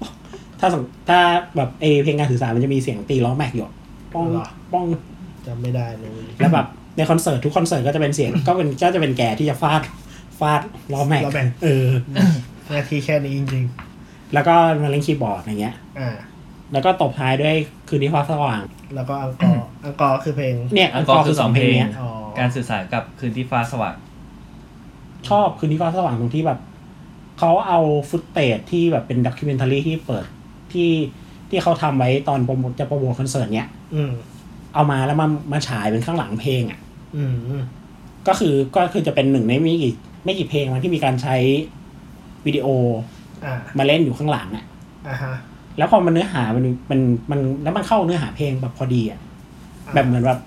ป้องถ้าสมถ้าแบบเอเพลงการสื่อสารมันจะมีเสียงตีล้อแม็กอยู่อะป้องป้อง
จำไม่ได้เลย
แล้วแบบในคอนเสิร์ตทุกคอนเสิร์ตก็จะเป็นเสียง ก็เป็นก็จะเป็นแกที่จะฟาดฟาดล้อแม็ก
เราแบ่ง
เออ
หน้าที่แค่นี้จริง
แล้วก็มาเล่นคีย์บอร์ดอย่างเงี้ย
ๆ อ่า
แล้วก็ตบท้ายด้วยคืนนี้ฟ้าสว่าง
แล้วก็อังกอ *coughs* ร์ อังกอร์คือเพลง
เนี่ย
อันก่อนคือสองเพลง
เนี้ย
อ๋อ
การสื่อสารกับคืนที่ฟ้าสว่าง
ชอบคืนนี้ฟ้าสว่างตรงที่แบบเขาเอาฟุตเตจที่แบบเป็นด็อกิเมนทารีที่เปิดที่ที่เขาทำไว้ตอนโปรโมทจะโปรโมทคอนเสิร์ตเนี้ย
อืม
เอามาแล้วมามาฉายเป็นข้างหลังเพลงอ่ะ
อืมอืม
ก็คือก็คือจะเป็นหนึ่งในไม่กี่ไม่กี่เพลงมั้งที่มีการใช้วิดีโอ
อ่า
มาเล่นอยู่ข้างหลังอ่ะ
อ่าฮะ
แล้วพอมันเนื้อหามันมันมันแล้วมันเข้าเนื้อหาเพลงแบบพอดีอ่ะแบบเหมือนแบบ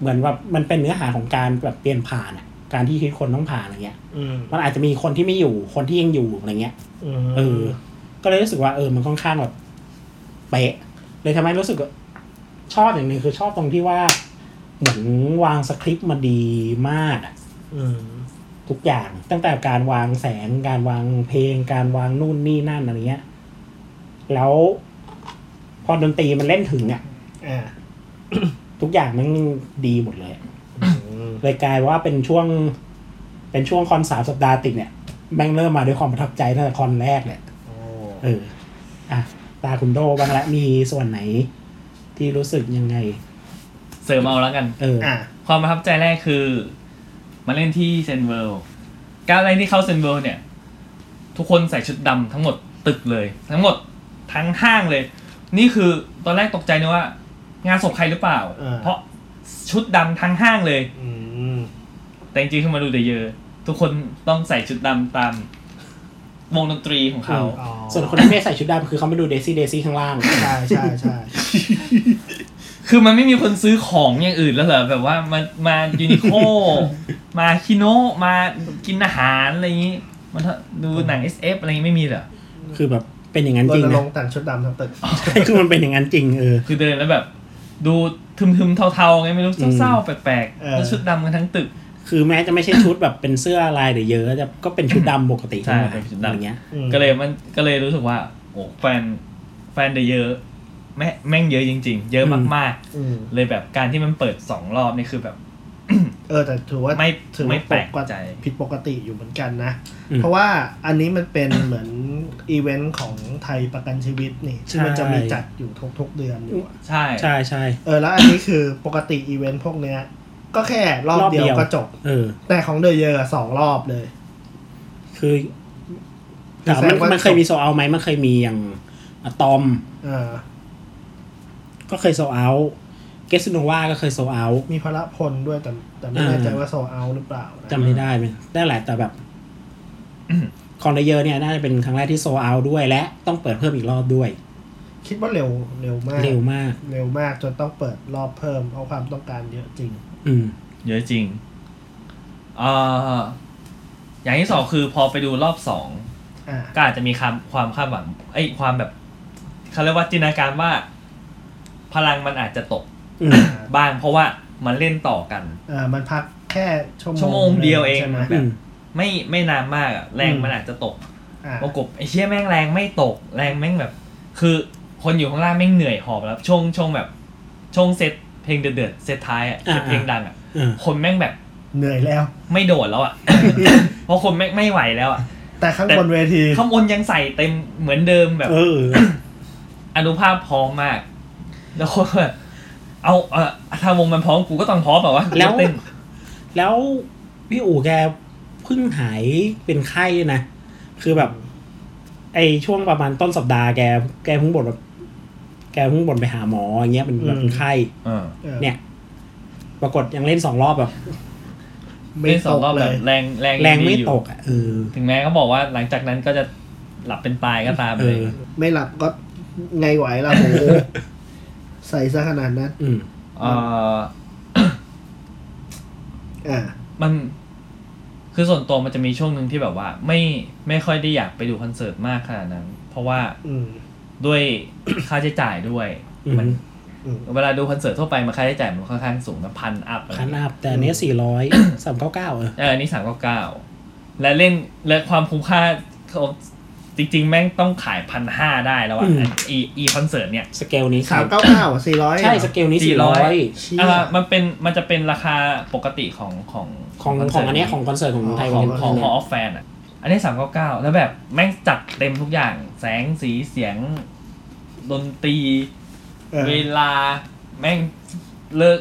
เหมือนแบบมันเป็นเนื้อหาของการแบบเปลี่ยนผ่านอ่ะ การที่คนต้องผ่านอะไรเงี้ย
อืม
มันอาจจะมีคนที่ไม่อยู่คนที่ยังอยู่อะไรเงี้ย
ม
เออ ก็เลยรู้สึกว่าเออมันค่อนข้างแบบเป๊ะเลยทำให้รู้สึกว่าชอบอย่างหนึ่งคือชอบตรงที่ว่า เหมือนวางสคริปต์มาดีมากอะ
อืม
ทุกอย่างตั้งแต่การวางแสงการวางเพลง การวางนู่นนี่นั่นอะไรเงี้ย แล้วพอดนตรีมันเล่นถึงอ่ะ
อ่า
ทุกอย่างมันดีหมดเลย
อืม
เลยกลายว่าเป็นช่วง เป็นช่วงคอนสามสัปดาห์ติดเนี่ยแม่งเริ่มมาด้วยความประทับใจตั้งแต่คอนแรกเลย
โอ้
เอออ่ะตาคุณโดบ้างละมีส่วนไหน ที่รู้สึกยังไง
เสริมเอาแล้วกัน
เออ
อ่า
ความประทับใจแรกคือ มาเล่นที่เซนเวิลด์ก้าวแรกที่เข้าเซนเวิลด์เนี่ย ทุกคนใส่ชุดดำทั้งหมดตึกเลย ทั้งหมดทั้งห้างเลย นี่คือตอนแรกตกใจนะว่า งานศพใครหรือเปล่า เพราะชุดดำทั้งห้างเลย
อืม
แต่จริงๆคือมาดูเดอะเยอทุกคนต้องใส่ชุดดำตามวงดนตรีของเขา
อ๋อ
ส่วนคนที่ไม่ได้ใส่ชุดดำคือเขามาดูเดซี่เดซี่ข้างล่าง
ใช่ใช่ใช่
คือมันไม่มีคนซื้อของอย่างอื่นแล้วเหรอแบบว่ามามายูนิโค *laughs* มาคิโนะมากินอาหารอะไรอย่างนี้มันดูหนัง SF อะไรอย่างงี้ไม่มีเหรอ
คือแบบเป็นอย่างนั้น
ร
จริง
ณร
นะ
งค์แต่งชุดดำทั้งตึก
ใช่ *laughs* คือมันเป็นอย่างนั้นจริงเออ
คือเดินแล้วแบบ ดูทึมๆเทาๆไงไม่รู้เศร้าๆแปลก
เอ
ๆ
อ
แล้วชุดดำกันทั้งตึก
คือแม้จะไม่ใช่ชุดแบบเป็นเสื้อลายหรือเยอะจะก็เป็นชุดดำปกติ
ใช่
ทั่วไป
เป็นชุดดำ
อะไรเงี้ย
อืม
ก็เลยมันก็เลยรู้สึกว่า โอ้แฟนแฟนเดอะเยอะแม่แม่งเยอะจริง ๆ เยอะมาก
อืม
ๆ เลยแบบการที่มันเปิดสองรอบนี่คือแบบ
เออแต่ถือว่า
ไม่
ถือ
ไม่
ว่า
แปลกใจ
ผิดปกติอยู่เหมือนกันนะ
อืม
เพราะว่าอันนี้มันเป็น *coughs* เหมือนอีเวนต์ของไทยประกันชีวิตนี่ที่มัน
ใช่
จะมีจัดอยู่ทุกๆเดือนอยู่อะ
ใช่
ใช่ใช่
เออแล้วอันนี้คือปกติอีเวนต์พวกเนี้ย ก็แค่รอบเดียวก็จบ
เออ
แต่ของเดอะเยอร์สองรอบเลย
คือ
คือ
ถามมัน
แสดงว่า
มันเคย
จบ
มีโซเอาไหมมันเคยมีอย่างอะตอม
เออ
ก็เคยโซเอาเกสโนวาก็เคยโซเอา
มีพระพลด้วยแต่แต่ไม่แน่ใจ
อ่า
ว่าโซเอาหรือเปล่านะ
จำไม่ได้ไหมได้แหละแต่แบบคอนเดเยอร์เนี่ยน่าจะเป็นครั้งแรกที่โซเอาด้วยและต้องเปิดเพิ่มอีกรอบด้วย
คิดว่าเร็วเร็วมาก
เร็วมาก
เร็วมากจนต้องเปิดรอบเพิ่มเพราะความต้องการเยอะจริง
อืม
เยอะจริงเอ่ออย่างที่สองคือพอไปดูรอบสอง
อ่า
ก็อาจจะมีความความคาดหวังไอ้ยความแบบเขาเรียกว่าจินตนาการว่า พลังมันอาจจะตก
อืม
บ้าง เพราะว่ามันเล่นต่อกัน
เออมันพัก
แค่ชั่วโมง
ชั่วโมงเดียวเอง
ใช่ไหม
แบบไม่ไม่นานมากอะแรง
อืม
มันอาจจะตก
อ่า
ประกบไอ้เชี่ยแม่งแรงไม่ตกแรงแม่งแบบ คือคนอยู่ข้างล่างแม่งเหนื่อยหอบแล้วช่วงช่วงแบบช่วงเซตเพลงเดือดๆเซตท้ายอะเซตเพลงดังอะ
อ่า
คนแม่งแบบ
เหนื่อยแล้ว
ไม่โดดแล้วอะ *coughs* เพราะคนแม่งไม่ไหวแล้วอะ
แต่ข้าง
แต่
บนเวที
ข้างบนยังใส่เต็มเหมือนเดิมแบบ
เออ
อนุภาพพร้อมมาก แล้วก็แบบเอาเออถ้าวงมันพร้อมกูก็ต้องพร้อมแบบว่า
แล้ว
เต้น
แล้วพี่อู๋แกเพิ่งหายเป็นไข้ด้วยนะ คือแบบ ไอช่วงประมาณต้นสัปดาห์แก แกเพิ่งบ่นแบบแกเพิ่งบ่นไปหาหมออย่างเงี้ยเป็นแบบเป็นไข้
เออ
เออ
เนี่ย ปรากฏยังเล่นสองรอบแบบ
ไม่
เล่นส
ต
อง
ก
รอบ
เล
แบบ
ย
แรงแรง
แรงไม่
ดีอยู่
ตกอ่ะเออ
ถึงแม้เขาบอกว่าหลังจากนั้นก็จะหลับเป็นตายก็ตาม
เอ
เลย
อ
ไม่หลับก็ไงไหว
*laughs*
ล่ะโห ใส่ซะขนาดนั้น
อืม
เออ
อ่า
มัน คือส่วนตัวมันจะมีช่วงหนึ่งที่แบบว่า ไม่ไม่ค่อยได้อยากไปดูคอนเสิร์ตมากขนาดนั้น เพราะว่า
อืม
ด้วย ค่าใช้จ่ายด้วย
อืม
มัน
อืม
เวลาดูคอนเสิร์ตทั่วไปมันค่าใช้จ่ายมันค่อนข้างสูงนะพันอัพ
คันอับแต่อันเนี้ยสี่ร้อย *coughs* สามเก้าเก้าเออ
เอออันนี้สามเก้าเก้าและเล่นและความคุ้มค่าของจริง ๆ แม่งต้องขายพันห้าได้แล้วอ่ะ
อืม
อีอีคอนเสิร์ตเนี่ย
สเกลนี้
สามเก้าเก้าสี่ร้อย
ใช่สเกลนี้สี่ร้อย
400
เชี่ย
อ่ามันเป็นมันจะเป็นราคาปกติของของ
ของ
ค
ของ
สิร์ต
อันเนี้ยของคอนเสิร์ตของไทย
ข
วั
อง
น
ของ
นี้
ออฟแฟนอ่ะ อันนี้สามเก้าเก้าแล้วแบบแม่งจัดเต็มทุกอย่าง แสงสีเสียง ดนตรี
เออ
เวลาแม่งเลิก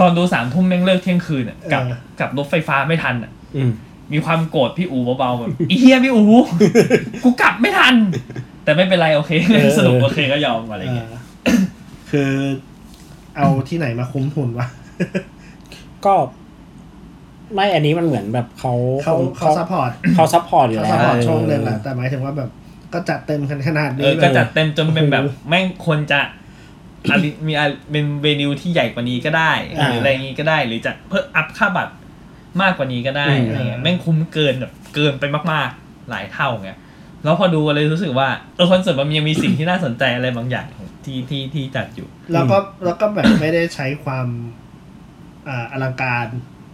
ตอนดูสามทุ่มแม่งเลิกเที่ยงคืนอ่ะกลับ
เออ
กลับรถไฟฟ้าไม่ทันอ่ะ
อืม *laughs*
มีความโกรธพี่อูเบาๆแบบ อีเฮียพี่อู กูกลับไม่ทัน แต่ไม่เป็นไรโอเค *laughs*
เออ
สนุกโอเคก็ยอมอะไรเงี้ย
เออคือเอาที่ไหนมาคุ้มทุนวะ
ก็ ไม่อันนี้มันเหมือนแบบเขา
เขาเขาซัพพอร์ต
เขาซัพพอร์ตอยู่
เขาซัพ
แล้ว
พอร์ต
เออ
ช่วงหนึงแหละแต่หมายถึงว่าแบบก็จัดเต็มขนาด
เอ
นี้
อ
แบ
ก็
บ
จัดเต็มจนเป็นแบบ
โอ้โห
แม่งควรจะอาจ *coughs* มีอาจเป็นเวนิวที่ใหญ่กว่านี้ก็ได้
อ่า
หรืออะไรอย่างงี้ก็ได้ หรือจะเพิ่มอัพค่าบัตรมากกว่านี้ก็ได้
อืม
อะไรเงี้ยแม่งคุ้มเกินแบบเกินไปมากๆหลายเท่าเงี้ยแล้วพอดูก็เลยรู้สึกว่าเออคอนเสิร์ตมันยังมีสิ่งที่น่าสนใจอะไรบางอย่างของที่ที่ที่จัดอยู่
แล้วก็แล้วก็แบบไม่ได้ใช้ความอ่าอลังการ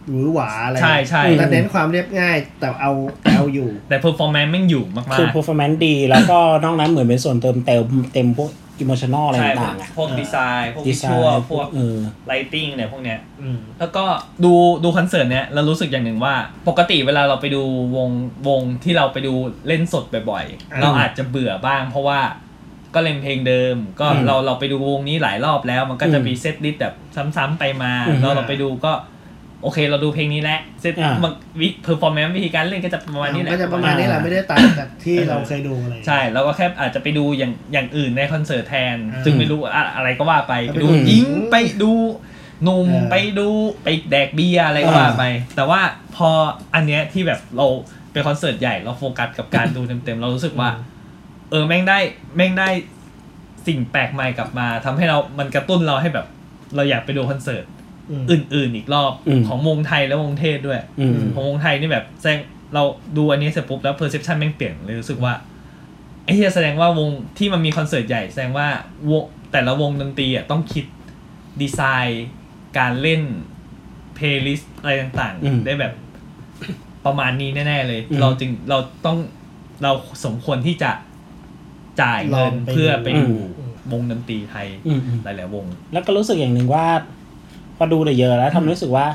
หวือหวาอะไร
ใช่ใช่
แต่เน้นความเรียบง่าย แต่เอาแต่เอาอยู่
แต่เพอร์ฟอร์แมนซ์แม่งอยู่มากๆ
คือ performance ดี แล้วก็นอกนั้นเหมือนเป็นส่วนเติมเต็มเต็มพวก emotional อะไร
ใช่พว
ต่าก งๆอ่ะ
พวกดีไซน์พวก
ดี
วิ
ไซ
ชวล
น์
พวก
เออ
ไลติ้งเนี่ยพวกเนี้ย
อืม
แล้วก็ดูดูคอนเสิร์ตเนี้ยเรารู้สึกอย่างหนึ่งว่า ปกติเวลาเราไปดูวงวงที่เราไปดูเล่นสดบ่อย
อืม
ๆ เราอาจจะเบื่อบ้าง เพราะว่าก็เล่นเพลงเดิม ก็
อืม
เราเราไปดูวงนี้หลายรอบแล้ว มันก็จะ
อืม
มีเซตลิสต์แบบซ้ำๆไปมา
อืม
เราเราไปดูก็ โอเคเราดูเพลงนี้แล้วเซต
อ่ามั
มันวิเพอร์ฟอร์แมนซ์วิธีการเล่นก็จะประมาณนี้แหละ
ก็จะประมาณนี้แหละไม่ได้ต่างจากที่เราเคยดูอะไร
ใช่แล้วก็แค่อาจจะไปดูอย่างอย่างอื่นในคอนเสิร์ตแทน
อ่า
ซึ่งไม่รู้อะอะไรก็ว่าไป
ไป
ไป
ดู
ดู
หญิง
ยิงไปดูหนุ่ม
เออ
ไปดูไปแดกเบียร์อะไรก็
อ่า
ว่าไป แต่ว่าพออันเนี้ยที่แบบเราเป็นคอนเสิร์ตใหญ่เราโฟกัสกับการดูเต็มๆ เรารู้สึกว่า เออแม่งได้แม่งได้สิ่งแปลกใหม่กลับมาทำให้เรามันกระตุ้นเราให้แบบ เราอยากไปดูคอนเสิร์ต
ม
อื่น ๆ อีกรอบ
อืม
ของวงไทยและวงเทศด้วย
อืม
ของวงไทยนี่แบบแสดงเราดูอันนี้เสร็จปุ๊บแล้วเพอร์เซพชันแม่งเปลี่ยนเลยรู้สึกว่าไอ้ที่แสดงว่าวงที่มันมีคอนเสิร์ตใหญ่แสดงว่าวงแต่ละวงดนตรีอ่ะต้องคิดดีไซน์การเล่นเพลย์ลิสต์อะไรต่าง
อืม
ๆ ได้แบบประมาณนี้แน่ ๆ เลย
อืม
เราจึงเราต้องเราสมควรที่จะจ่ายเงิน
ลองไป
เพื่อไปดู
อืม
วงดนตรีไทย
อืมอืม
หลายๆวง
แล้วก็รู้สึกอย่างหนึ่งว่า พอดูแต่เยอะแล้วทำให้รู้สึกว่า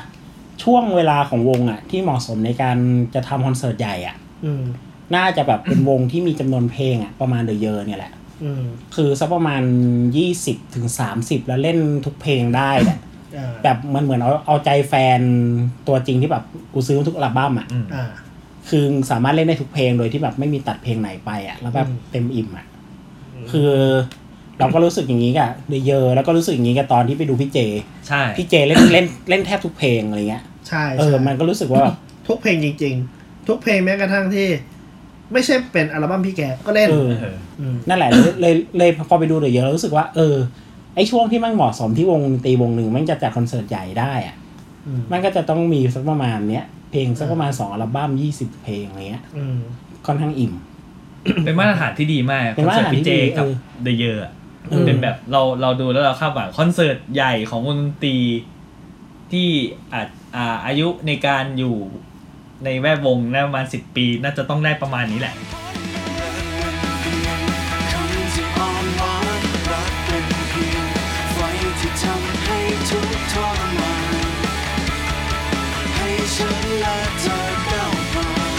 ช่วงเวลาของวงอ่ะ ที่เหมาะสมในการจะทำคอนเสิร์ตใหญ่อ่ะ
อืม
น่าจะแบบเป็นวงที่มีจำนวนเพลงอ่ะ ประมาณเดอะเยอะเนี่ยแหละ
อืม
คือสักประมาณยี่สิบถึงสามสิบแล้วเล่นทุกเพลงได้แหละ
อ่า
แบบมันเหมือนเอาเอาใจแฟนตัวจริงที่แบบกูซื้อทุกอัลบั้มอ่ะ
อืม
อ่า
คือสามารถเล่นได้ทุกเพลงโดยที่แบบไม่มีตัดเพลงไหนไปอ่ะ แล้วแบบ
อืม
เต็มอิ่มอ่ะ คือเราก็รู้สึกอย่างนี้กับเดอะเยอะแล้วก็รู้สึกอย่างนี้กับตอนที่ไปดูพี่เจ
ใช่
พี่เจเล่นเล่น *coughs* เล่นแทบทุกเพลงอะไรเงี้ย
ใช่
เออ
ใช่
มันก็รู้สึกว่าแบบ
ทุกเพลงจริง ๆ ทุกเพลงแม้กระทั่งที่ ไม่ใช่เป็นอัลบั้มพี่แกก็เล่น
เออ
เออ
ม
นั่นแหละเลยเลยเลยพอไปดูเดี๋ยวเยอะแล้วรู้สึกว่า เออ ไอช่วงที่มันเหมาะสมที่วงดนตรีวงหนึ่งมันจะจัดคอนเสิร์ตใหญ่ได้อะ
อืม
มันก็จะต้องมีสักประมาณเนี้ย เพลงสักประมาณสองอัลบั้มยี่สิบเพลงอะไรเงี้ย
อืม
ค่อนข้างอิ่ม
เป็นมาตรฐานที่ดีมากคอนเสิร์ตพี่เจกับ
เป็นมาตรฐานที่ดี
เดอะเยอะ
ออ
เป็นแบบเราเราดูแล้วเราคาดหวังคอนเสิร์ตใหญ่ของวงดนตรี ที่อาจอ่าอายุในการอยู่ในแวดวงน่าประมาณสิบปี น่าจะต้องได้ประมาณนี้แหละ
คำที่อ้อนวอนรักเป็นเพียงไฟที่ทำให้ทุกข์ทรมานให้ฉันและเธอก้าวผ่าน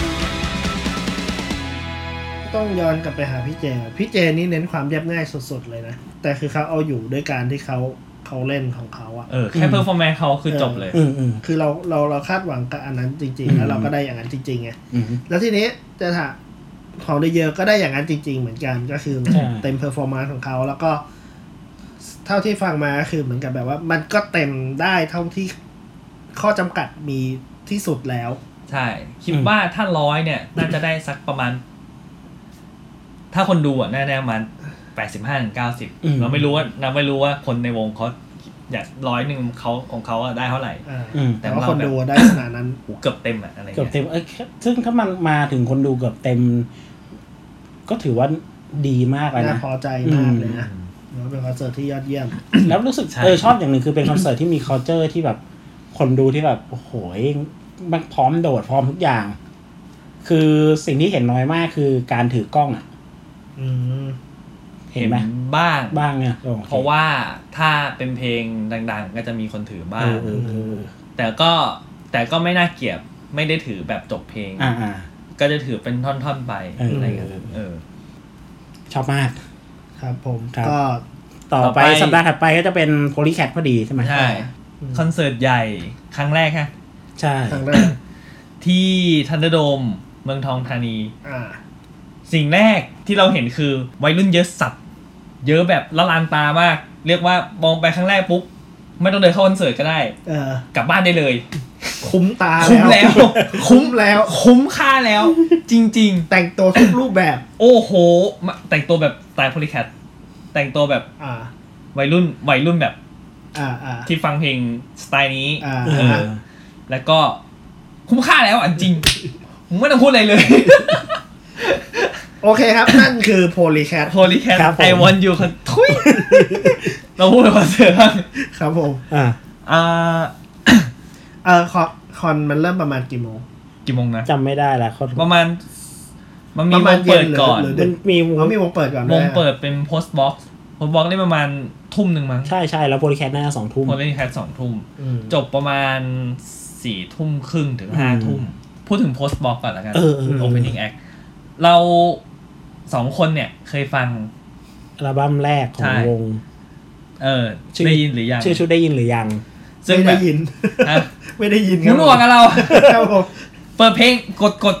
ต้องย้อนกลับไปหาพี่เจอะพี่เจนี่เน้นความเรียบง่ายสุดๆเลยนะ แต่คือเขาเอาอยู่ด้วยการที่เขาเขาเล่นของเขาอะ
เออ แค่เพอร์ฟอร์แมนเขาคือ
เออ
จบเลย
อืมอืม
คือเราเราเราคาดหวังกับอันนั้นจริง
อื
ๆ
ม
แล้วเราก็ได้อย่างนั้นจริงๆไง
อืม
แล้วทีนี้จะถามของเดเยอร์ก็ได้อย่างนั้นจริง ๆ เหมือนกันก็คือ
ใช่
เต็มเพอร์ฟอร์มานซ์ของเขาแล้วก็เท่าที่ฟังมาก็คือเหมือนกับแบบว่า มันก็เต็มได้เท่าที่ข้อจำกัดมีที่สุดแล้ว
ใช่ คิดว่าถ้าร้อยเนี่ย น่าจะได้สักประมาณ ถ้าคนดูอ่ะ น่าจะประมาณแปดสิบห้าถึงเก้าสิบ
อืม
เราไม่รู้ว่าเราไม่รู้ว่าคนในวงเขาอยากร้อยหนึ่งเขาของเขาอะได้เท่าไหร่
อ่า
อืม
แต่ว่าคนดูได้ขนาดนั้น
โหูเกือบเต็มอะอะไร
เกื
เงี้
อบเต็
ย
มเอ้ยซึ่งถ้ามันมาถึงคนดูเกือบเต็ม ก็ถือว่าดีมากแล้ว
น่า
นะ
พอใจมากเลย
อื
นะ
ม
แล้วเป็นคอนเสิร์ตที่ยอดเยี่ยม
*coughs* แล้วรู้สึก
ใช่
เออชอบอย่างหนึ่งคือเป็นคอนเสิร์ตที่มี c u เจอร์ที่แบบ คนดูที่แบบโอ้โหยมันพร้อมโดดพร้อมทุกอย่าง คือสิ่งที่เห็นน้อยมากคือการถือกล้องอ่ะ
อืม
เห็นไหม
บ้าง
บ้างเนี่ยโอค
เพราะว่าถ้าเป็นเพลงดัง ๆ ก็จะมีคนถือบ้า
เอง อเออเออ
แต่ก็แต่ก็ไม่น่าเกลียดไม่ได้ถือแบบจบเพลง
อ่าอ่า
ก็จะถือเป็นท่อน ๆ ไป
เอออ
อะไรเงี้ยเออ
ชอบมาก
ครับผม
ครับ
ก็
ต่อ
ต่อ
ไป
ไป
สัปดาห์ถัดไปก็จะเป็นโพลีแคทพอดีใช่ไหม
ใช่
อืม
คอนเสิร์ตใหญ่ครั้งแรกฮะ
ใช่
ครั้งแรก
ที่ทันเดอร์โดมเมืองทองธานี
อ่า
สิ่งแรกที่เราเห็นคือวัยรุ่นเยอะสับเยอะแบบละลานตามาก เรียกว่ามองไปครั้งแรกปุ๊บไม่ต้องเดินเข้าคอนเสิร์ตก็ได้
เออ
กลับบ้านได้เลย
คุ้มตา
คุ้มแล้ว
คุ้มแล้ว
คุ้มค่าแล้ว จริง
*laughs* แต่งตัวทุกรูปแบบ
ๆ โอ้โหมาแต่งตัวแบบสไตล์โพลิแคทแต่งตัวแบบ
อ่า
วัยรุ่นวัยรุ่นแบบ
อ่าอ่า
ที่ฟังเพลงสไตล์นี้
อ่า
เออ
แล้วก็คุ้มค่าแล้วอ่ะจริงผมไม่ต้องพูดอะไรเลย
โอเคครับ นั่นคือโพลีแคท
Holy cat
ครับผม
I want you คนทุย เราพูดไปคอนเสิร์ตบ้าง
ครับผม
อ่า
อ่า
เออคอนคอนมันเริ่มประมาณกี่โมง
กี่โมงนะ
จำไม่ได้ละคน
ประมาณ มันมี
ประ
ว
มาณ
งเปิด
เย็นหรือ
ก่อน
หรือ
มันมี
เขามีวงเปิดก่อน
ว
ด้วย
ง
นะ
เปิดเป็น post box post box ได้ประมาณทุ่มหนึ่งมั้ง
ใช่ใช่แล้วโพลีแคทน่าจะสองทุ่ม
พอเล่นแคสสองทุ่ม
อืม
จบประมาณสี่ทุ่มครึ่งถึง
อืม
ห้าทุ่ม พูดถึงโพสต์บล็อกก่อนละกัน
เออเออเออ
opening act เราสองคนเนี่ยเคยฟัง
อัลบั้มแรกขอ
ใช่
งวง
เออ
ชื่อ
ได้ยินหรือยัง
ชื่อชุดได้ยินหรือยัง
ซึ่ง
ไม่
แบ
ได้
บ
ยิน
ฮะ
*laughs* ไม่ได้ยินค
มึ
รั
ง
บ
หลวงกับเรา *laughs*
ครับผม
เปิดเพลงกดกด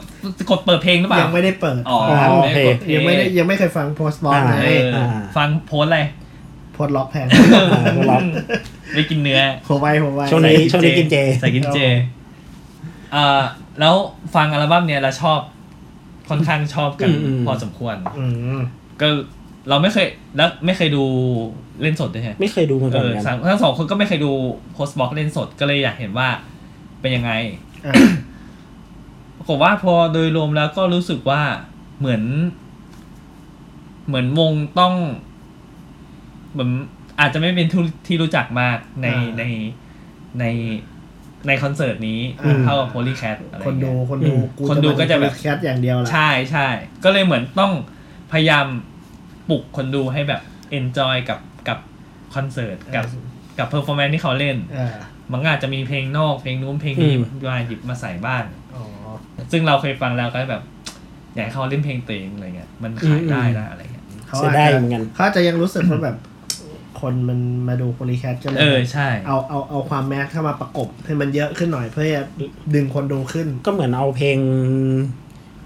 กดเปิดเพลงหรือเปล่า
ยังไม่ได้เปิด
อ๋อ
ครับ
โอ
ไม่
เค
ได้กดเพล
ยังไม่ได้ยังไม่เคยฟังโพสต์บล็อก
อ่า
นะ
เออ
อ่า
ฟังโพสต์อะไร
โพสต์ล็อกแพ
*laughs*
ง
โพสต์ล็อก
ไม่กินเนื้อ
หัวไวหัวไว
ช่วงนี้
ใส่
กินเจ
ใส่กินเจ
ครับ
เอ่อแล้วฟังอัลบั้มเนี่ยเราชอบค่อนข้างชอบกันพอสมควร
อืม
ก็เราไม่เคยแล้วไม่เคยดูเล่นสดด้วยใช่ไหม
ไม่เคยดูมาก่
เอ
อนเหมือ
อ
นกั
สานมทั้งสองคนก็ไม่เคยดูโพสบ็อกเล่นสดก็เลยอยากเห็นว่าเป็นยังไง
อ่า
ปรากฏว่าพอโดยรวมแล้วก็รู้สึกว่าเหมือน เหมือนวงต้อง เหมือนอาจจะไม่เป็นที่ที่รู้จักมากใน
อ่า
ในในในคอนเสิร์ตนี้
อืม
เท่ากับโพลีแคทอะไร
คนดู
เงี้ย
คนดู
คนดูก็จะแบบ
แคทอย่างเดียวละ
ใช่ใช่ก็เลยเหมือนต้องพยายามปลุกคนดูให้แบบเอนจอยกับกับคอนเสิร์ตกับกับเพอร์ฟอร์แมนที่เขาเล่น
อ่า
มันก็อาจจะมีเพลงนอกเพลงนู้นเพลงนี้
อืม
มาหยิบมาใส่บ้าง
อ๋อ
ซึ่งเราเคยฟังแล้วก็แบบ อยากให้เขาเล่นเพลงตัวเองอะไรเงี้ยมันขายได้นะอะไรเงี้ย
เขา
เสีย
อาจจะ
ดายเหมือนกัน
เขาอาจจะยังรู้สึกว่าแบบ *coughs* คนมันมาดูโพลีแคทก็เลย
เออใช่
เอาเอาเอาความแมสเข้ามาประกบให้มันเยอะขึ้นหน่อยเพื่อจะดึงคนดูขึ้น
ก็เหมือนเอาเพลง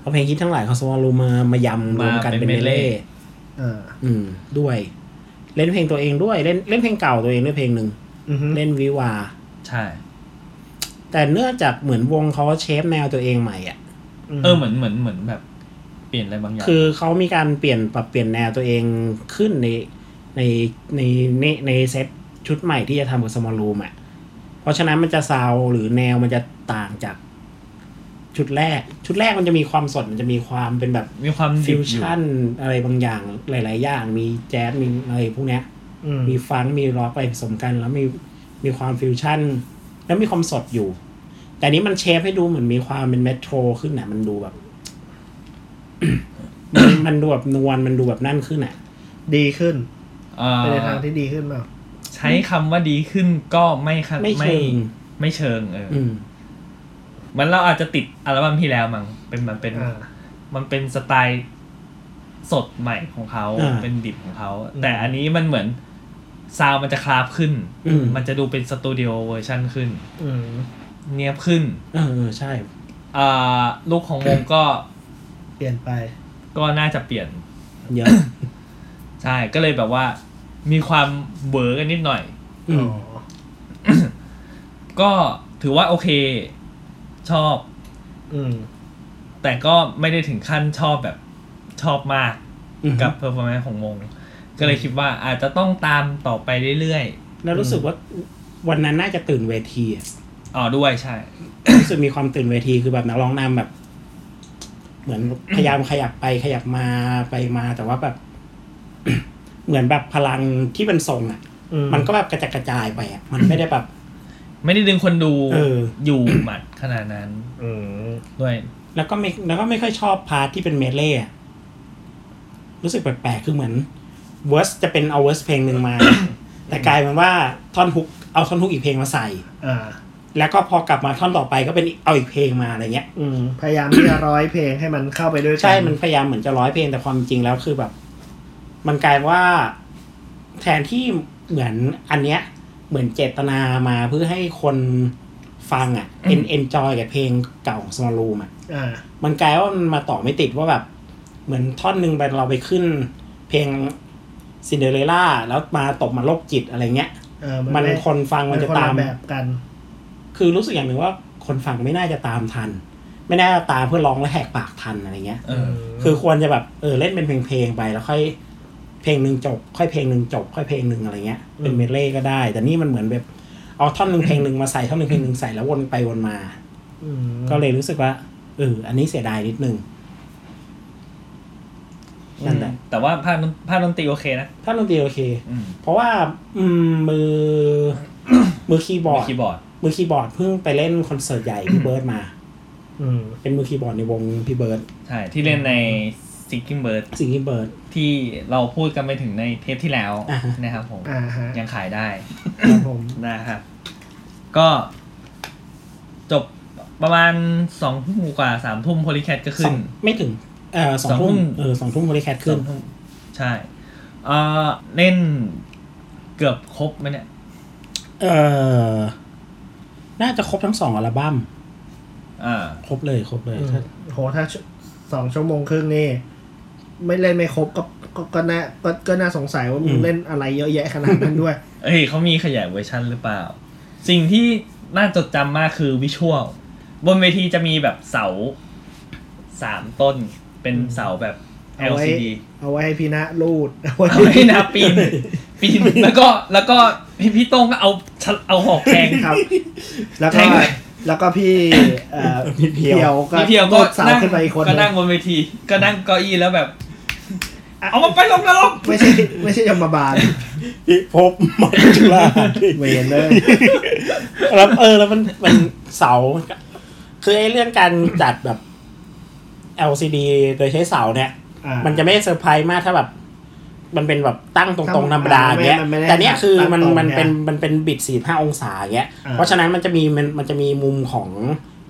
เอาเพลงคิดทั้งหลายของสวอลูมามายำรวมกัน
มาเป็
เป็น
น
เมเล่
medley
เออ
อืม ด้วย เล่นเพลงตัวเองด้วยเล่นเล่นเพลงเก่าตัวเองด้วยเพลงหนึ่ง
อือฮึ
เล่นวิวา
ใช่
แต่เนื่องจากเหมือนวงเขาเชฟแนวตัวเองใหม่อ่ะ
เออเหมือนเหมือนเหมือนแบบเปลี่ยนอะไรบางอย่าง
คือเขามีการเปลี่ยนปรับเปลี่ยนแนวตัวเองขึ้นในในในในในเซตชุดใหม่ที่จะทำกับสมอลรูมอ่ะ เพราะฉะนั้นมันจะซาวด์หรือแนวมันจะต่างจากชุดแรก ชุดแรกมันจะมีความสดมันจะมีความเป็นแบบ
มีความ
ฟิ
ดิบ
ว
อยู่
ชั่นอะไรบางอย่างหลาย ๆ อย่าง มีแจ๊สมีอะไรพวกเนี้ย
อืม
มีฟังก์มีร็อกอะไรผสมกัน แล้วมีมีความฟิวชั่นใน แล้วมีความสดอยู่ แต่นี้มันเชฟให้ดูเหมือนมีความเป็นเมโทรขึ้นน่ะ มันดูแบบ *coughs* มันมันดูแบบนวลมันดูแบบนั่นขึ้นน่ะ
ดีขึ้น
อ่า
ไปในทางที่ดีขึ้นเปล่า
ใช้คำว่าดีขึ้นก็ไม่ค่ะ
ไม่เชิง
ไม่เชิงเอออ
อืม
มันเราอาจจะติดอัลบั้มที่แล้วมั้งเป็นมันเป็น
อ่า
มันเป็นสไตล์สดใหม่ของเขา
อ่า
เป็นดิบของเขา
อืม
แต่อันนี้มันเหมือนซาวด์มันจะคลาฟขึ้น
อืม
มันจะดูเป็นสตูดิโอเวอร์ชันขึ้น
อืม
เนียบขึ้น
เออเออใช่
อ่าลูกของวงก็
เปลี่ยนไป
ก็น่าจะเปลี่ยน
เย *coughs* อะ
ใช่ ก็เลยแบบว่า มีความเบอร์กันนิดหน่อย
อืม
ก็ถือว่าโอเค ชอบ
อืม
แต่ก็ไม่ได้ถึงขั้นชอบแบบชอบมาก
อืม
กับเพอร์ฟอร์แมนซ์ของวง ก็เลยคิดว่าอาจจะต้องตามต่อไปเรื่อย
แล้วรู้สึกว่าวันนั้นน่าจะตื่นเวทีอะ
ๆอ๋อด้วยใช่
รู้สึกมีความตื่นเวทีคือแบบนักร้องนำแบบ เหมือนพยายามขยับไปขยับมาไปมาแต่ว่าแบบ *coughs* เหมือนแบบพลังที่มันส่งอ่ะ
อืม
มันก็แบบกระจัดกระจายไปอ่ะ มันไม่ได้แบบ
ไม่ได้ดึงคนดู
เออ
อยู่หมัดขนาดนั้น
อืม
ด้วย
แล้วก็ไม่แล้วก็ไม่ค่อยชอบพาร์ทที่เป็นเมดเล่อะรู้สึกแปลกๆคือเหมือนเวอร์สจะเป็นเอาเวอร์สเพลงหนึ่งมา *coughs* แต่กลายเป็นว่าท่อนฮุกเอาท่อนฮุกอีกเพลงมาใส่
อ่า
แล้วก็พอกลับมาท่อนต่อไปก็เป็นเอาอีกเพลงมาอะไรเงี้ย
อืม พยายามที่จะร้อยเพลงให้มันเข้าไปด้วยกั
ใช่ มันพยายามเหมือนจะร้อยเพลงแต่ความจริงแล้วคือแบบ มันกลายว่า แทนที่เหมือนอันเนี้ย เหมือนเจตนามาเพื่อให้คนฟังอ่ะเอ็นเอนจอยกับเพลงเก่าของสมอลรูมอ่ะ
อ่า
มันกลายว่ามันมาต่อไม่ติดว่าแบบ เหมือนท่อนหนึ่งไปเราไปขึ้น เพลงซินเดอเรลล่าแล้วมาตบมาโลกจิตอะไรเงี้ย
เออ
มัน
ไ
คนฟังมันจะ
คล
ตาม
แบบกัน
คือรู้สึกอย่างหนึ่งว่าคนฟังไม่น่าจะตามทัน ไม่น่าจะตามเพื่อร้องและแหกปากทันอะไรเงี้ย
เออ
คือควรจะแบบเออเล่นเป็นเพลงๆไปแล้วค่อยเพลงหนึ่งจบ ค่อยเพลงหนึ่งจบ ค่อยเพลงหนึ่งอะไรเงี้ย
อืม
เป็นเมดเล่ก็ได้ แต่นี่มันเหมือนแบบเอาท่อนหนึ่งเพลงหนึ่งมาใส่ท่อนหนึ่งเพลงหนึ่งใส่แล้ววนไปวนมา
ม
ก็เลยรู้สึกว่าเอออันนี้เสียดายนิดนึง นั่นแหละ
แต่ว่าภาคดนภาคดนตรีโอเคนะ
ถ้าดนตรีโอเค
อืม
เพราะว่า อืมมือ มือคีย์บอร์ด
มีคีย์บอร์ด
มือคีย์บอร์ดเพิ่งไปเล่นคอนเสิร์ตใหญ่พี่เบิร์ดมา
อืม
เป็นมือคีย์บอร์ดในวงพี่เบิร์ด
ใช่ ที่เล่นใน Singing Bird
สิงคีเบิร์ด
ที่เราพูดกันไปถึงในเทปที่แล้ว
อ่าฮะ
นะครับผม
อ่าฮะ
ยังขายได้
ครับผม
นะครับ ก็จบประมาณสองทุ่มกว่าสามทุ่มโพลิแคทก็
ส
ขึ้
อน งไม่ถึงเออสอง
สองทุ่
ทุ่ม
ม
เออสองทุ่มบริแคทขึ้น
สองทุ่มใช่เอ่อเล่นเกือบครบไหมเนี่ย
เออน่าจะครบทั้งสองอัลบั้ม
อ่า
ครบเลยครบเลยถ้า
โหถ้าสองชั่วโมงครึ่งนี่ ไม่เล่นไม่ครบก็ก็ก็น่าก็ก็น่าสงสัยว่ามึงเล่นอะไรเยอะแยะขนาดนั้นด้วย
เอ้ยเขามีขยายเวอร์ชันหรือเปล่า สิ่งที่น่าจดจำมากคือวิชวลบนเวทีจะมีแบบเสาสามต้น เป็นเสาแบบ
เอาไว้
LCD
เอาไว้ให้พี่ณรูดเอาไว้
เอาไว้นะปีน ปีน แล้วก็แล้วก็พี่พี่โต้งก็เอาชะเอาหอกแทง
*laughs*
ครับ แล้ว
แท
ก็
งไว้
แล้วก็พี่เอ่อ
พี่เพีย
เพียว วก็
พี่เพียวก็
โดดเสาว
นั่ง
ขึ้นไปอีกคนห
ก็
นึ่ง
นั่งบนเวที ก็นั่งเก้าอี้แล้วแบบ เอามาไปลงนรก
ไม่ *laughs* ใช่ไม่ใช่ยมบาล
พิภพมัจจุราช
เวนเลย
แล้วเออ แล้วมันมันเสา คือไอ้เรื่องการจัดแบบ LCD โดยใช้เสาเนี่ย
อ่า
มันจะไม่เซอร์ไพรส์มากถ้าแบบ มันเป็นแบบตั้งตรงๆธรรมดาอย่างเงี้ย
มันไม่ได้
แต่เนี้ยคือมัน
ตั้งตรง
มันเป็น
เนี่ย
มันเป็นบิดสี่ห้าองศาอย่างเงี้ย
อ่า
เพราะฉะนั้นมันจะมีมันมันจะมีมุมของ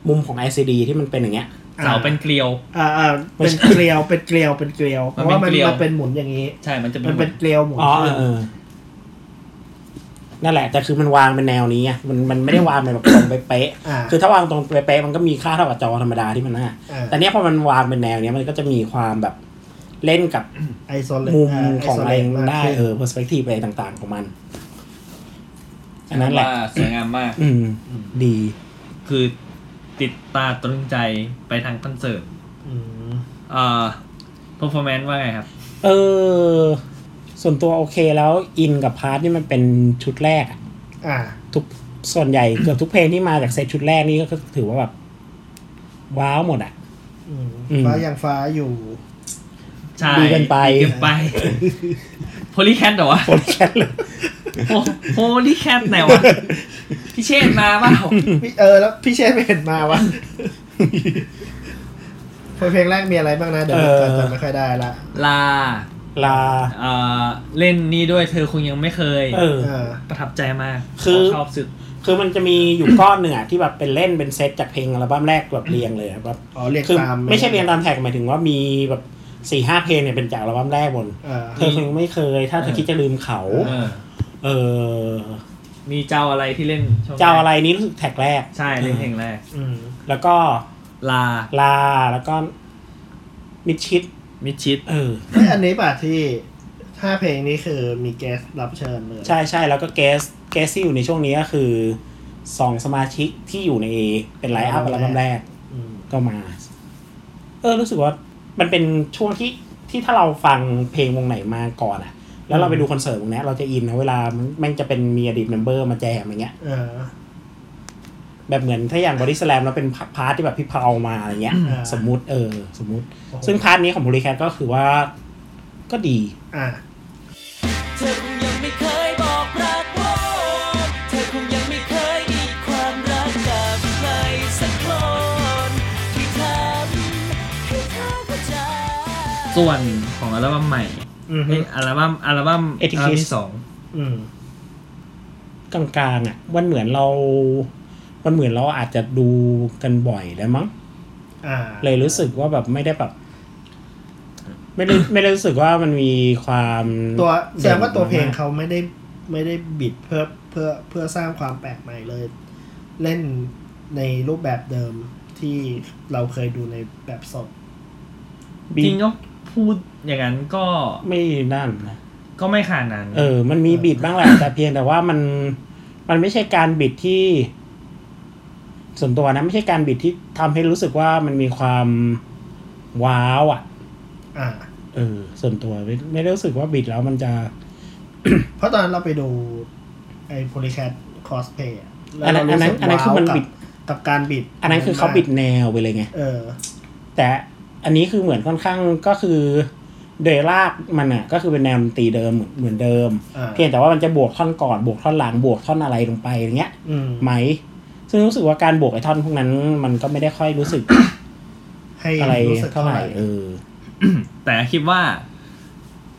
มุมของ LCD ที่มันเป็นอย่างเงี้ย
เสาเป็นเกลียว
อ่าอ่าเป็นเกลียวเป็นเกลียวเป็นเกลียวเพราะว่า
มั
มันน
เป็นเกลียว
มันเป็นหมุนอย่างนี้
ใช่มันจะเป็
มัน นเป็นเกลียวหมุน
อ๋อเออเออ นั่นแหละ แต่คือมันวางเป็นแนวนี้ไงมันมันไม่ได้วางเป็นแบบตรงไปเป๊ะ
อ่า
คือถ้าวางตรงไปเป๊ะมันก็มีค่าเท่ากับจอธรรมดาที่มันน่ะ
อ่า
แต่เนี้ยพอมันวางเป็นแนวเนี้ยมันก็จะมีความแบบเล่นกับ
ไอโซเลต
มุม
า
ของอะไร
โซเลตมาก
ได้
ขึ้น
เออ perspective อะไรต่างๆของมัน อันนั้นแหละ
ว่าสวยงามมาก
อืม ดี
คือติดตาตรึงใจไปทางคอนเสิร์ต
ม
อ่าเพอร์ฟอร์แมนซ์ว่าไงครับ
เออ ส่วนตัวโอเคแล้วอินกับพาร์ทนี่มันเป็นชุดแรกอะ
อ่า
ทุกส่วนใหญ่เกือบทุกเพลงที่มาจากเซตชุดแรกนี่ก็ถือว่าแบบ ว้าวหมดอ่ะ
อืม
อืม
ฟ้ายังฟ้าอยู่
ใช่
ดีเกินไป
ดีเกินไป
*laughs*
โพลีแคทเหรอวะ
คนแค่เลย
โพลีแคทไหนวะ พี่เชษฐ์มาเปล่า
พี่เออแล้วพี่เชษฐ์ไม่เห็น
*laughs*
มาวะ เพลงแรกมีอะไรบ้างนะ เดี๋ยว
เออ
จำไม่ค่อยได้ละ
ลา
ลา
เอ่อเล่นนี่ด้วยเธอคงยังไม่เคย
เออ
เออ
ประทับใจมาก
คือ
ชอบสุด
คือมันจะมีอยู่ก้อนหนึ่งอะที่แบบเป็นเล่นเป็นเซตจากเพลงอัลบั้มแรกแบบเรียงเลยอะแบบ
อ๋อเรียก
คือ
ตาม
ไม่ใช่เรียงตามแท็กหมายถึงว่ามีแบบสี่ห้าเพลงเนี่ยเป็นจากอัลบั้มแรกหมด
เออ
เธอคงไม่เคย ถ้าเธอ
เออ
คิดจะลืมเขา
เออ
เออ
มีเจ้าอะไรที่เล่นช่วงแก
เจ้าอะไรนี้รู้สึกแท็กแรก
ใช่เล่นเพลงแรก
อืม
แล้วก็
ลา
ลาแล้วก็มิดชิด
มิดชิด
เออ
เอ้ยอันนี้ป่ะที่ถ้าเพลงนี้คือมีแกสรับเชิญเลย
ใช่ใช่แล้วก็แกสแกสที่อยู่ในช่วงนี้ก็คือสองสมาชิกที่อยู่ในเป็นไลฟ์อัพอัลบั้มแรก
อืม
ก็มา เออ รู้สึกว่ามันเป็นช่วงที่ที่ถ้าเราฟังเพลงวงไหนมาก่อนอะแล้วเราไปดูคอนเสิร์ตวงเนี้ยเราจะอินนะเวลามันแม่งจะเป็นมีอดีตเมมเบอร์มาแจมอย่างเงี้ย
เออ
แบบเหมือนถ้าอย่างบอดี้สแลมเราเป็นพาร์ทที่แบบพี่เพามาอะไรเงี้ย
อ่า
สมมุติเออ สมมุติ
โอ้โห
ซึ่งพาร์ทนี้ของบริแคทก็คือว่าก็ดี
อ่ะ
เธอคงยังไม่เคยบอกรักว่าเธอคงยังไม่เคยมีความรักจากใครสักคนที่ทำให้เธอเข้าใจ
ส่วนของอัลบั้มใหม่
อืม
เอ้ยอัลบั้มอัลบั้ม
Etiquette
อัลบั้มที่สอง
อืม
กลางๆอะมันเหมือนเรา มันเหมือนเราอาจจะดูกันบ่อยแล้วมั้ง
อ่า
เลยรู้สึกว่าแบบไม่ได้แบบ ไม่ได้ไม่ได้รู้สึกว่ามันมีความ
ตัวแสดงว่าตัวเพล
ด่
ง
นมก
เขาไม่ได้ไม่ได้บิดเพื่อเพื่อเพื่อสร้างความแปลกใหม่เลย เล่นในรูปแบบเดิมที่เราเคยดูในแบบสด
จริงก็พูดอย่างนั้นก็
ไม่นั่นนะ
ก็ไม่ขนาดนั้น
เออ มันมีบิดบ้างแหละ แต่เพียงแต่ว่ามัน มันไม่ใช่การบิดที่ ส่วนตัวนะ ไม่ใช่การบิดที่ทำให้รู้สึกว่ามันมีความว้าวอ่ะ
อ่า
เออ ส่วนตัวไม่ไม่ได้รู้สึกว่าบิดแล้วมันจะ
เพราะตอนนั้นเราไปดูไอ้ Polycat cosplay ะแล้ว
อันนั้
เรา
น
รู้สึก
อันนั้นอันนั้นคือมัน
ว้าว
บิด
กับกับการบิด
อันนั้นคือเขาบิดแนวไปเลยไง
เออ
แต่อันนี้คือเหมือนค่อนข้างก็คือโดยรากมันอ่ะ ก็คือเป็นแนวดนตรีเดิมเหมือนเหมือนเดิม
อ่า
เพียงแต่ว่ามันจะบวกท่อนก่อนบวกท่อนหลังบวกท่อนอะไรลงไปอย่างเงี้ย
อืม
ไหม ซึ่งรู้สึกว่าการบวกไอท่อนพวกนั้น มันก็ไม่ได้ค่อยรู้สึ
*coughs*
ก
ให้
อะไร
รู้สึก
เท่า
เท่า
ไห
ไห
ร่
ร่
เออ
แต่คิดว่า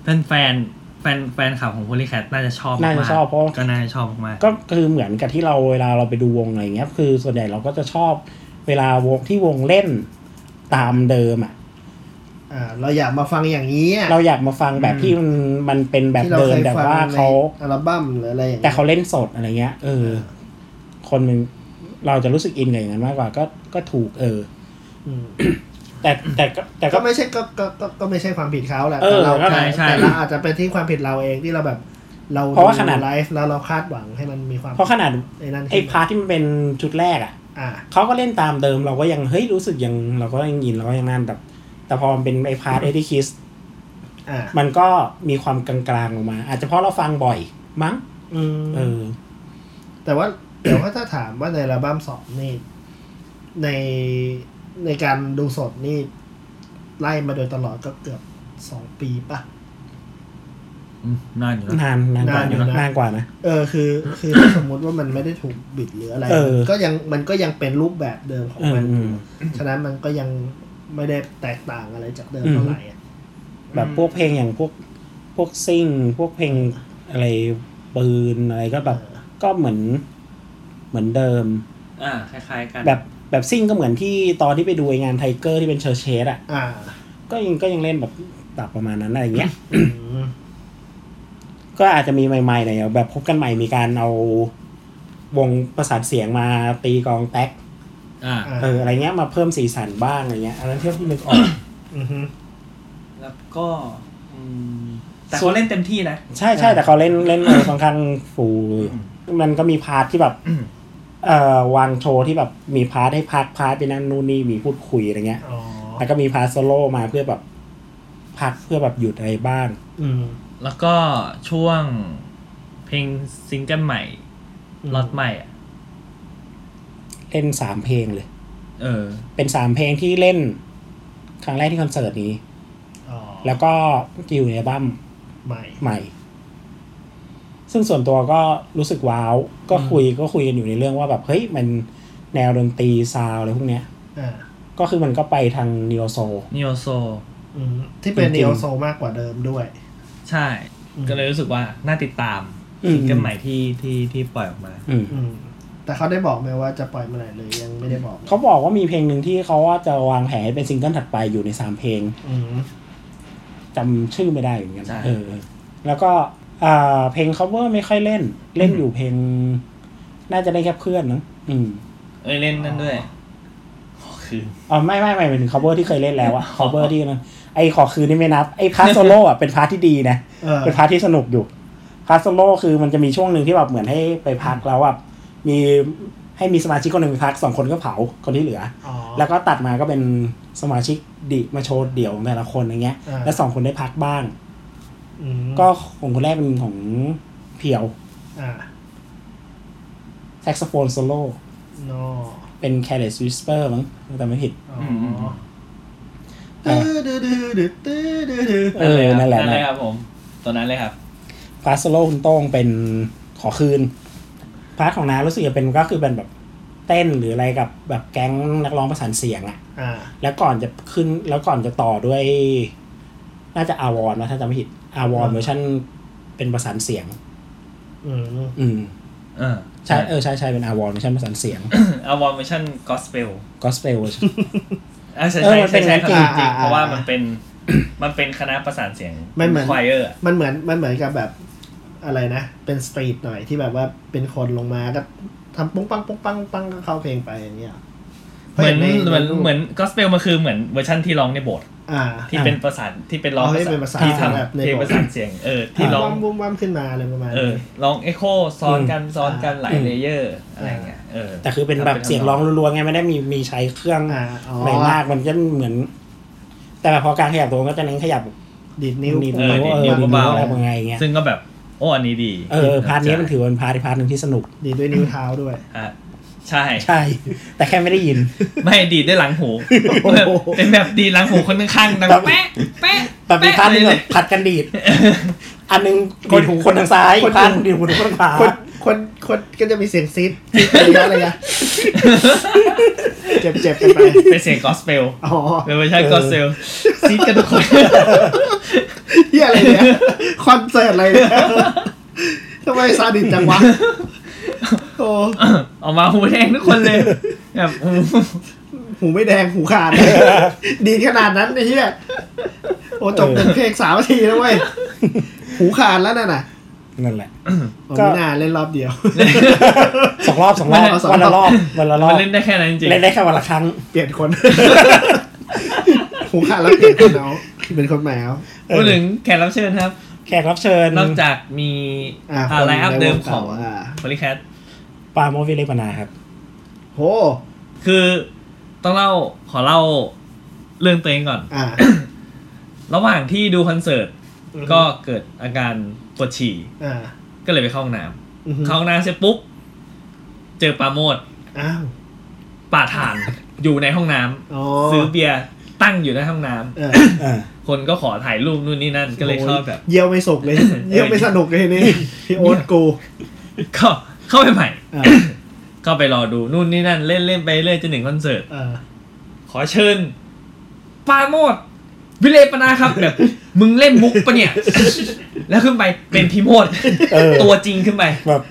แฟนแฟนๆแฟนแฟนข่าวของโพลีแคทน่าจะชอบมกๆ
น่าจะชอบเพราะ
ก็น่าจะชอบมากๆ
ก็คือเหมือนกับที่เราเวลาเราไปดูวงอะไรเงี้ย คือส่วนใหญ่เราก็จะชอบเวลาวงที่วงเล่นตามเดิมอ่ะ
อ่าเราอยากมาฟังอย่างนี้อะ
เราอยากมาฟังแบบที่มันมันเป็นแบบ
ที่เรา
เดิม
เคย
แต่
ฟัง
ว่า
ใน
เขา
อัลบั้มหรืออะไรอย่าง
แต่
เงี้ย
เขาเล่นสดอะไรเงี้ย เออ คนมันเราจะรู้สึกอินกับอย่างนั้นมากกว่าก็ก็ถูก เออ
อืม
แต่แต่ก็แต่
แต่
ก็
ก็ไม่ใช่ก็ก็ก็ก็ไม่ใช่ความผิดเขาแหละ
เอ
แต่
อ
เรา
ก็ไม่
ใช่
แต่เราอาจจะเป็นที่ความผิดเราเองที่เราแบบ เรา
เพราะว่าขนาด
ไลฟ์แล้วเราคาดหวังให้มันมีความ
เพราะขนาด
ไอ้นั่น
ไอ้
ขึ้น
พาร์ทที่มันเป็นชุดแรกอ่ะ
อ่า
เขาก็เล่นตามเดิมเราก็ยังเฮ้ยรู้สึกยังเราก็ยังยินเราก็ยังนั่นแต่แต่พอมันเป็นไอพาร์ทเอทิคิส
อ่า
มันก็มีความกลางๆลงมา อาจจะเพราะเราฟังบ่อยมั้ง
อืม
เออ
แต่ว่าแต่ว่าถ้าถามว่าในอัลบั้มสองนี่ในในการดูสดนี่ ไล่มาโดยตลอดก็เกือบสองปีป่ะ
อืมนานอยู่นะ
นานนานกว่า
านอยู่นะ
นานกว่านะ
เออคือคือ *coughs* ถ้าสมมุติว่ามันไม่ได้ถูกบิดหรืออะไร
เออ
มันก็ยังมันก็ยังเป็นรูปแบบเดิมของมัน
อื
อ
ม
ยู่ฉะนั้นมันก็ยังไม่ได้แตกต่างอะไรจากเดิม
อืม
เท่าไหร่อะ
แบบพวกเพลงอย่างพวกพวกซิ่ง พวกเพลงอะไรปืนอะไรก็แบบก็เหมือนเหมือนเดิม
อ่าคล้ายๆกัน
แบบแบบซิ่งก็เหมือนที่ตอนที่ไปดูไอ้งานไทเกอร์ที่เป็นเชอร์เชสอ่ะ
อ่า
ก็ยังก็ยังเล่นแบบตับประมาณนั้นอะไรอย่างเงี้ย
อืม
ก็อาจจะมีใหม่ๆหน่อยแบบพบกันใหม่มีการเอาวงประสานเสียงมาตีกลองแท็ก
อ่า
อ่า
เอออะไรเงี้ยมาเพิ่มสีสันบ้างอะไรเงี้ยอันนั้นเที่ยวที่นึกออก
อือฮึ
แล้วก็อืมแต่
ส่วน
เขาเล่นเต็มที่นะ
ใช่ใช่แต่เขาเล่น *coughs* เล่นอะไรค่อนข้างฟูมันก็มีพาร์ทที่แบบเอ่อวางโชว์ที่แบบมีพาร์ทให้พักพาร์ทไปนั่นนู่นนี่มีพูดคุยอะไรเงี้ย
อ๋อ
แล้วก็มีพาร์ทโซโล่มาเพื่อแบบพักเพื่อแบบหยุดอะไรบ้าง
อืม
แล้วก็ช่วงเพลงซิงเกิลใหม่ล็อตใหม่อ่ะ
เล่นสามเพลงเลย
เออ
เป็นสามเพลงที่เล่น ครั้งแรกที่คอนเสิร์ตนี้
อ๋อ
แล้วก็จะอยู่ในอัลบั้ม
ใหม่
ใหม่ ซึ่งส่วนตัวก็รู้สึกว้าว ก็คุยก็คุยกันอยู่ในเรื่องว่าแบบเฮ้ยมันแนวดนตรีซาวอะไรพวกเนี้ย
อ่า
ก็คือมันก็ไปทางนิโอโซ
นิโอโซ
อืมที่เป็น
จริ
เน
งๆ
โอโซมากกว่าเดิมด้วย
ใช่
อืม
ก็เลยรู้สึกว่าน่าติดตาม
อืม
ซิงเกิลใหม่ที่ที่ที่ปล่อยออกมา
อืม
อืม แต่เขาได้บอกไหมว่าจะปล่อยเมื่อไหร่เลยยังไม่ได้บอก
เขาบอกว่ามีเพลงหนึ่งที่เขาว่าจะวางแผนให้เป็นซิงเกิลถัดไปอยู่ในสามเพลง
อืม
จำชื่อไม่ได้เหมือนกัน
ใช่
เออ แล้วก็อ่าเพลง cover ไม่ค่อยเล่น เล่นอยู่เพลง น่าจะได้แค่เพื่อนนะอืม
เอ้ยเล่นนั่นด้วยขอคืน
อ๋อไม่ไม่ไม่เป็น cover ที่เคยเล่นแล้วอะ *laughs* cover ที่นั้นไอขอคืนนี่ไม่นับ ไอพ *laughs* าร์ทโซโล่อะเป็นพาร์ทที่ดีนะ
เออ
เป็นพาร์ทที่สนุกอยู่ พาร์ทโซโล่คือมันจะมีช่วงหนึ่งที่แบบเหมือนให้ไปพักแล้วแบบมีให้มีสมาชิกคนหนึ่งไปพักสองคนก็เผาคนที่เหลือ
อ๋อ
แล้วก็ตัดมาก็เป็นสมาชิกดิมาโชว์เดี่ยวของแต่ละคนอย่างเงี้ย
อ่า
และสองคนได้พักบ้าง
อืม
ก็ของคนแรกเป็นของเพียว
อ่า
แซกโซโฟนโซโล่
โน
เป็น Careless Whisper มั้งถ้าจำไม่ผิด
อ๋อ
ม
เอ
ตื้
อ
อดื้อดื้อดื้อตื้อดื้อดื้อ
เออนั่นแหละ
นั่นเลยครับผมตัวนั้นเลยครับ
พาร์ทโซโล่คุณโต้งเป็นขอคืน พาร์ทของน้ารู้สึกจะเป็นก็คือเป็นแบบเต้นหรืออะไรกับแบบแก๊งนักร้องประสานเสียงอะ
อ่า
แล้วก่อนจะขึ้นแล้วก่อนจะต่อด้วย น่าจะอาวอนนะถ้าจำไม่ผิดอาวอนเวอร์ชันเป็นประสานเสียง
อืม
อืม
เออ
ใช่เออใช่ใช่เป็นอาวอนเวอร์ชันประสานเสียง
อาวอร์เวอร์ชันกอสเปล
ก็สเป *laughs* ล
อ่ะใช่
เออ
ใช่
มันเป็น
ใช่ใช่
งั้น
ค
จริ
รั
ง
บจริงเพราะว่ามันเป็นมันเป็นคณะประสานเสียง
มันเหมือน
ควายเออร์
มันเหมือนมันเหมือนกับแบบอะไรนะ เป็นสตรีทหน่อยที่แบบว่าเป็นคนลงมาก็ทำปุ้งปังปุ้งปังปุ้งปังก็เข้าเพลงไปอย่างเงี้ย
เหมือน
ใ
เหมือน
รูป
เหมือนกอสเปลมันคือเหมือนเวอร์ชันที่ร้องในโบสถ์
อ่า
ที่เป็นประสานที่เป็นร้อง
อ๋อที่เป็นประสาน
ที่ทำ
แบบใน
เพลง
โบสถ์
ประสานเสียงเออที่ร้อง
บุ้มบ้ามขึ้นมาอะไรประมาณ
เอ
นี้
อร้องเอ็กโคซ้อนกันซ้อนกัน
อ่า
หลายเลเยอร์อะไรเงี้ยเออ
แต่คือเป็นแบบเสียงร้องรัวๆไงไม่ได้มีมีใช้เครื่อง
อ่าอ๋อ
อะไรมากมันจะเหมือน แต่พอการขยับตัวมันก็จะเน้นขยับ
ดีดนิ้ว
มี
เออ
นิ้วเอ
ดี
อ
ดี
มีนิ้ว
เบา
อะไรยังไงเงี้ย
ซึ่งก็แบบโอ้อันนี้ดี
เออพาร์ทนี้มันถือว่าเป็นพาร์ทพาร์ทหนึ่งที่สนุก
ดีดด้วยนิ้วเท้าด้วย
อ่ะใช่
ใช่ แต่แค่ไม่ได้ยิน
ไม่ดีดด้วยหลังหู
โอ้โห
เป็นแบบดีดหลังหูคนข้างๆดัง
แบบ
แป๊ะแป๊ะ
แต่มีพาร์ทหนึงแบบผัดกันดีด อันหนึงคนหูคนทางซ้าย
คน
พาร์ทหนึ่งดีดหูคนทางขวา
คนคนคนก็จะมีเสียงซีดซีดเป็นระยะระยะ
*laughs*
เจ็บเจ็บกันไป
เป็นเสียงกอสเปล
อ๋อ
เป็นเวอร์ชันกอสเปลซีดกันทุกคน
เฮียอะไรเนี่ย คอนเสิร์ตอะไรเนี่ยทำไมซาดิสจังวะ โอ้
ออกมาหูแดงทุกคนเลยแบบโอ้โห
หูไม่แดงหูขาด *laughs* ดีดขนาดนั้นไอ้เฮียโอ้จบหนึ่งเพลงสามนาทีแล้วเว้ย หูขาดแล้วน่ะน่ะ
นั่นแหละ
ผม
ก็
ไม่น่าเล่นรอบเดียว *laughs*
สองรอบสองรอบ
เอาสอง
วันละ
ร
ร
อ
อบ บวันละรอ
มัน
บ
เล่นได้แค่นั้นจริง
เล่นได้แค่วันละครั้ง
เปลี่ยนคน *laughs* หูขาดแล้วเปลี่ยนคนเอาเป็นคนใหม่เอา
เออ
พูดถึงแขกรับเชิญครับ
แขกรับเชิญ
นอกจากมี
อ่า
อ่าไลน์อัพเดิมของ
อ่า
บริแคท
ปาโมวิเลปนาครับ
โห
คือต้องเล่าขอเล่าเรื่องตัวเองก่อน
อ่า
ระหว่างที่ดูคอนเสิร์ตก็เกิดอาการปวดฉี่
อ่า
ก็เลยไปเข้าห้องน้
อือฮึ
ำเข้าห้องน้ำเสร็จปุ๊บ เจอปราโมด
อ้าว
ป่า
*laughs*
ฐาน อยู่ในห้องน้ำ
อ๋อ
ซื้อเบียร์ตั้งอยู่ในห้องน้ำ
เออ
อ่า
คนก็ขอถ่ายรูปนู่นนี่นั่นก็เลยเข้าแบบ
เยี่ยวไม่สุก
*laughs*
เลย เยี่ยวไม่สนุกเลยนี่ พี่โอ๊ตกู
เข้าเข้าไปใหม่
อ่า
เข้าไปรอดูนู่นนี่นั่นเล่นเล่นไปเรื่อยจนถึงคอนเสิร์ต
เออ
ขอเชิญปราโมดวิเลปนาครับแบบ *laughs* มึงเล่นมุกปะเนี่ย *laughs* แล้วขึ้นไปเป็นพิโมด
เออ
ตัวจริงขึ้นไป
แบบ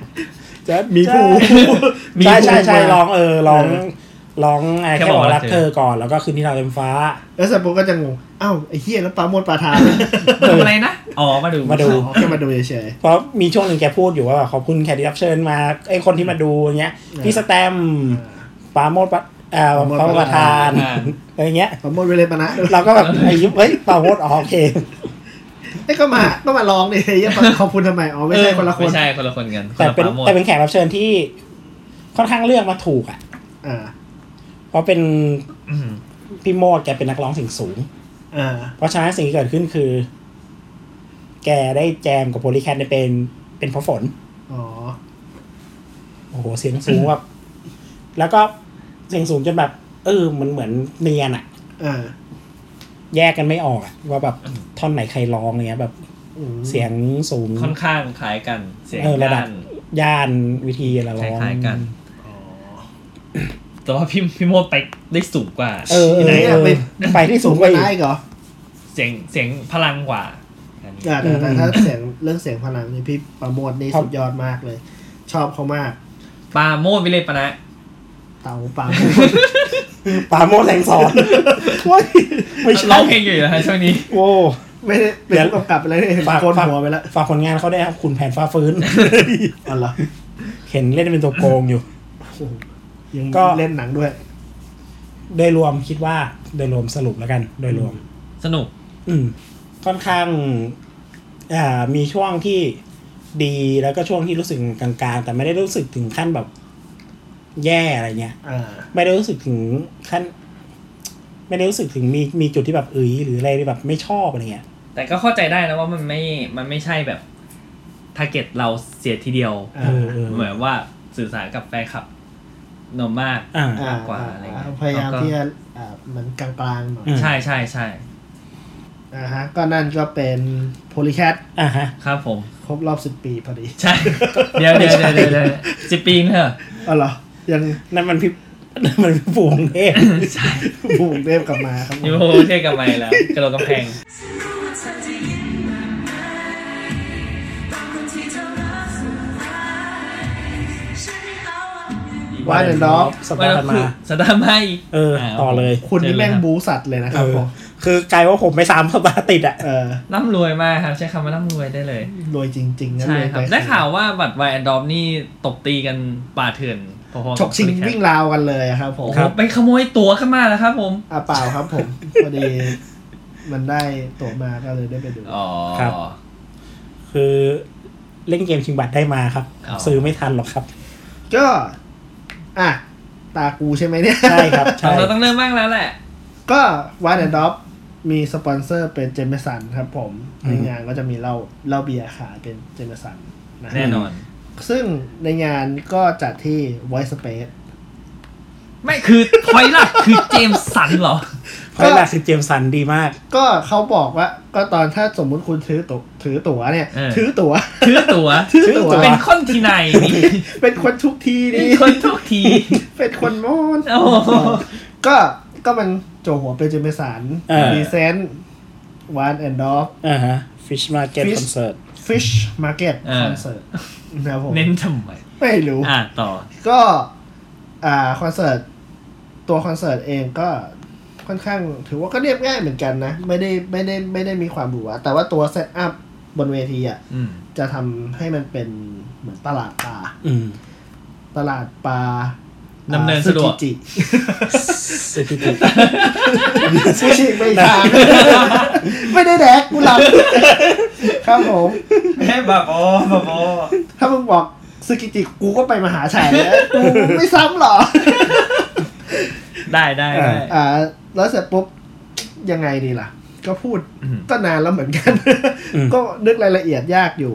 จะ
มีผู้ *laughs*
มี
ใช่
ผู้
ใช่ใช่
มา
ร้องเออร้อง
เออ
ร้องไอ้
แค่
แค่
บบอ
อก ก
ว่ารั
รั
ก
ก
เธ
เธ
อ
อก่อนแล้วก็คืนที่เราเต็มฟ้า
แล้วสับปะก็จะงงอ้าวไอ้เฮียแล้วปราโมดปลาทาน
มาดูอะไรนะ อ๋อ มาดู
มาดู
อ๋อแค่มาดูเฉย
เพราะมีช่วงหนึ่งแกพูดอยู่ว่าแบบขอบคุณแขกที่รับเชิญมาไอ้คนที่มาดูอย่างเงี้ย
อืม
พี่สแตมป์ปราโมดปะเอ่อ
ปรา
ปรา
โมท
โมทประธาน
อ่า
อะไรเงี้ย
ๆปราโมดเวเลปนะ
เราก็แบบไอ้ยุบเฮ้ยปราโมดอ๋อโอเค
ไอ้ยก็มาก็มาลองดิไอ้เฮีย
*laughs*
ปลาขอบคุณทำไม อ๋อไม่ใช่คนละคน
ไม่ใช่คนละคนกันคน
แต่
ละ
เป็น
ปราโมด
แต่เป็นแขกรับเชิญที่ค่อนข้างเลือกมาถูกอ่ะ
อ่า
เพราะเป็น
อืม
พี่โมดแกเป็นนักร้องเสียงสูง
อ่า
เพราะฉะนั้นสิ่งที่เกิดขึ้นคือ แกได้แจมกับโพลีแคทเป็นเป็นเพราะฝน
อ๋อ
โอ้โหเสียงสูงแบบ แล้วก็เสียงสูงจนแบบ เออมันเหมือนเนียนอะ
อ่า
แยกกันไม่ออกอะว่าแบบท่อนไหนใครร้องอะไรเงี้ยแบบ
อืม
เสียงสูง
ค่อนข้างคล้ายกัน เสียง
เออระดับ
ด้าน
ย่านวิธีอะไรร้อง
คล้ายๆกัน แต่ว่าพี่พี่โมดไปได้สูงกว่า
เออเออ
ไหน
เอ
อะ
อ
ไป
ไปที่สูงกว่าอีก
ได้เหรอ
เสียงเสียงพลังกว่าอันนี้
อ่ะแต่แต่
อืม
ถ้าเสียงเรื่องเสียงพลังนี่พี่ประโมทนี่
ครับ
สุดยอดมากเลย ชอบเขามาก
ปราโมดวิเลปนะ
เตาปัง
*laughs* ป่าโมดแสงส
*laughs*
อนโอ้ยไม่
ร้
ใช่
องเพลงอยู่นะฮะช่วงนี้
โอ้
ไม่ได้เป็นผู้กำกับอะไรเลยเห็น
ฝาก
โกน
ฝาก
หัวไปแล้ว
ฝากผลงานเขาได้วยครับคุณแผนฟ้าฟื้น *laughs*
อ๋อเหรอ
เห็นเล่นเป็นตัวโกงอยู่
โอ้โหยัง
ก็
เล่นหนังด้วย
โดยรวมคิดว่าโดยรวมสรุปแล้วกัน โดยรวม
สนุก
อืม ค่อนข้าง อ่า มีช่วงที่ดีแล้วก็ช่วงที่รู้สึกกลางๆ แต่ไม่ได้รู้สึกถึงขั้นแบบแย่อะไรเงี้ย
อ่า
ไม่ได้รู้สึกถึงขั้น ไม่ได้รู้สึกถึงมีมีจุดที่แบบเอ้ยหรืออะไรที่แบบไม่ชอบอะไรเงี้ย
แต่ก็เข้าใจได้นะว่ามันไม่ มันไม่ใช่แบบทาร์เก็ตเราเสียทีเดียว
เออเออ
เหมือนว่าสื่อสารกับแฟนคลับนมมาก
อ่า
อ่
มากกว่าอะไรเงี้ย
พยายามที่จะอ่าเหมือนกลางๆหน่อย
อืม
ใช่ใช่ใช่
อ่าฮะ ก็นั่นก็เป็นโพลิแค t
อ่าฮะ
ครับผม
ครบรอบสิบปีพอดี
ใช่ เดี๋ยวเดี๋ยวเดี๋ยวเดี๋ยวเดี๋ยวสิบปีเถอะ
อ๋อเหรอ ยัง
นั่นมันพี่ *laughs* นั่นมันพี่ฝูงเท่
ใช่
บุกเดฟกลับมาครับ
ยูเท่กับไม่แล้วกระโดดกำแพง
ว่าเดี๋ยวน้อง
สัปดาห์ถัดมา
สตาร์มาอีก
เออต่อเลย
คุณนี่แม่งบูสัตว์เลยนะครับ
เออ
ผม
คือกลายว่าผมไม่สามสัปดาห์ติดอ่ะ
เออ
ร่ำรวยมากครับ ใช้คำว่าร่ำรวยได้เลย
รวยจริงๆนะ
ใช่ครับ
วยป
ได้ข่าวว่าบัตรไวแอนดอมนี่ตบตีกันป่าเถื่อนพอๆ
ฉกชิงวิ่งราวกันเลยอะครับผ
โอ้
ม
โหไปขโมยตั๋วเข้ามาแล้วครับผม
อ่ะเปล่าครับผม พอดี มันได้ตั๋วมาก็เลยได้ไปดู
อ๋อ
ครับ คือเล่นเกมชิงบัตรได้มาครับ
อ๋อ
ซื้อไม่ทันหรอกครับ
ก็ อ่ะ ตากูใช่ไหมเนี่ย
ใช่ครับ ใช่
เราต้องเริ่มบ้างแล้วแหละ
ก็วันแอนด์ด็อปมีสปอนเซอร์เป็นเจมสันครับผม
อืม
ในงานก็จะมีเหล้าเหล้าเบียร์ขายเป็นเจมสันนะ
แน่นอน
ซึ่งในงานก็จัดที่ Voice Space
ไม่คือพอยหลัก *laughs* คือเจมส์สันเหรอ
เพราะหลักคือเจมสันดีมาก
ก็เขาบอกว่าก็ตอนถ้าสมมุติคุณถือตัวถือตั๋วเนี่ย
เออ
ถือตั๋ว *laughs*
ชื่อตั๋ว
ชื่อตั๋ว
เป็นคนที่ไหนนี่
เป็นคนทุกที
เป็น
นี่
คนทุกที
เป็นคนโม้น
โอ้โห
ก็ก็มันโจหัวเป็นเจมสัน
เออ
ดีเซนวันแอนด์ด็อป
อ่าฮะ Fish Market
Fish
Concert
Fish Market
เออ
Concert นะครับผม
เน้นทำไม
ไม่รู้
อ่าต่อ
ก็อ่าคอนเสิร์ตตัวคอนเสิร์ตเองก็ค่อนข้างถือว่าก็เรียบง่ายเหมือนกันนะ ไม่ได้ไม่ได้ไม่ได้มีความหรูหราแต่ว่าตัวเซตอัพบนเวทีอ่ะ
อืม
จะทำให้มันเป็นเหมือนตลาดปลา
อืม
ตลาดปลา
ดำเนินสะดวก
อ่าซูกิจิ
สถิติ
ไม่ใช่ไม่ *laughs* ทางไม่ได้แดกกูห *laughs* ลับครับผม
แม่บาบอบาบอ
ถ้ามึงบอกซึกิจิกูก็ไปมหาชัยแล้ว *laughs* กูไม่ซ้ำหรอ
ได้ได้ได้
อ่าแล้วเสร็จปุ๊บ ยังไงดีล่ะ ก็พูด
อืม
ก็นานแล้วเหมือนกัน ก็นึกรายละเอียดยากอยู่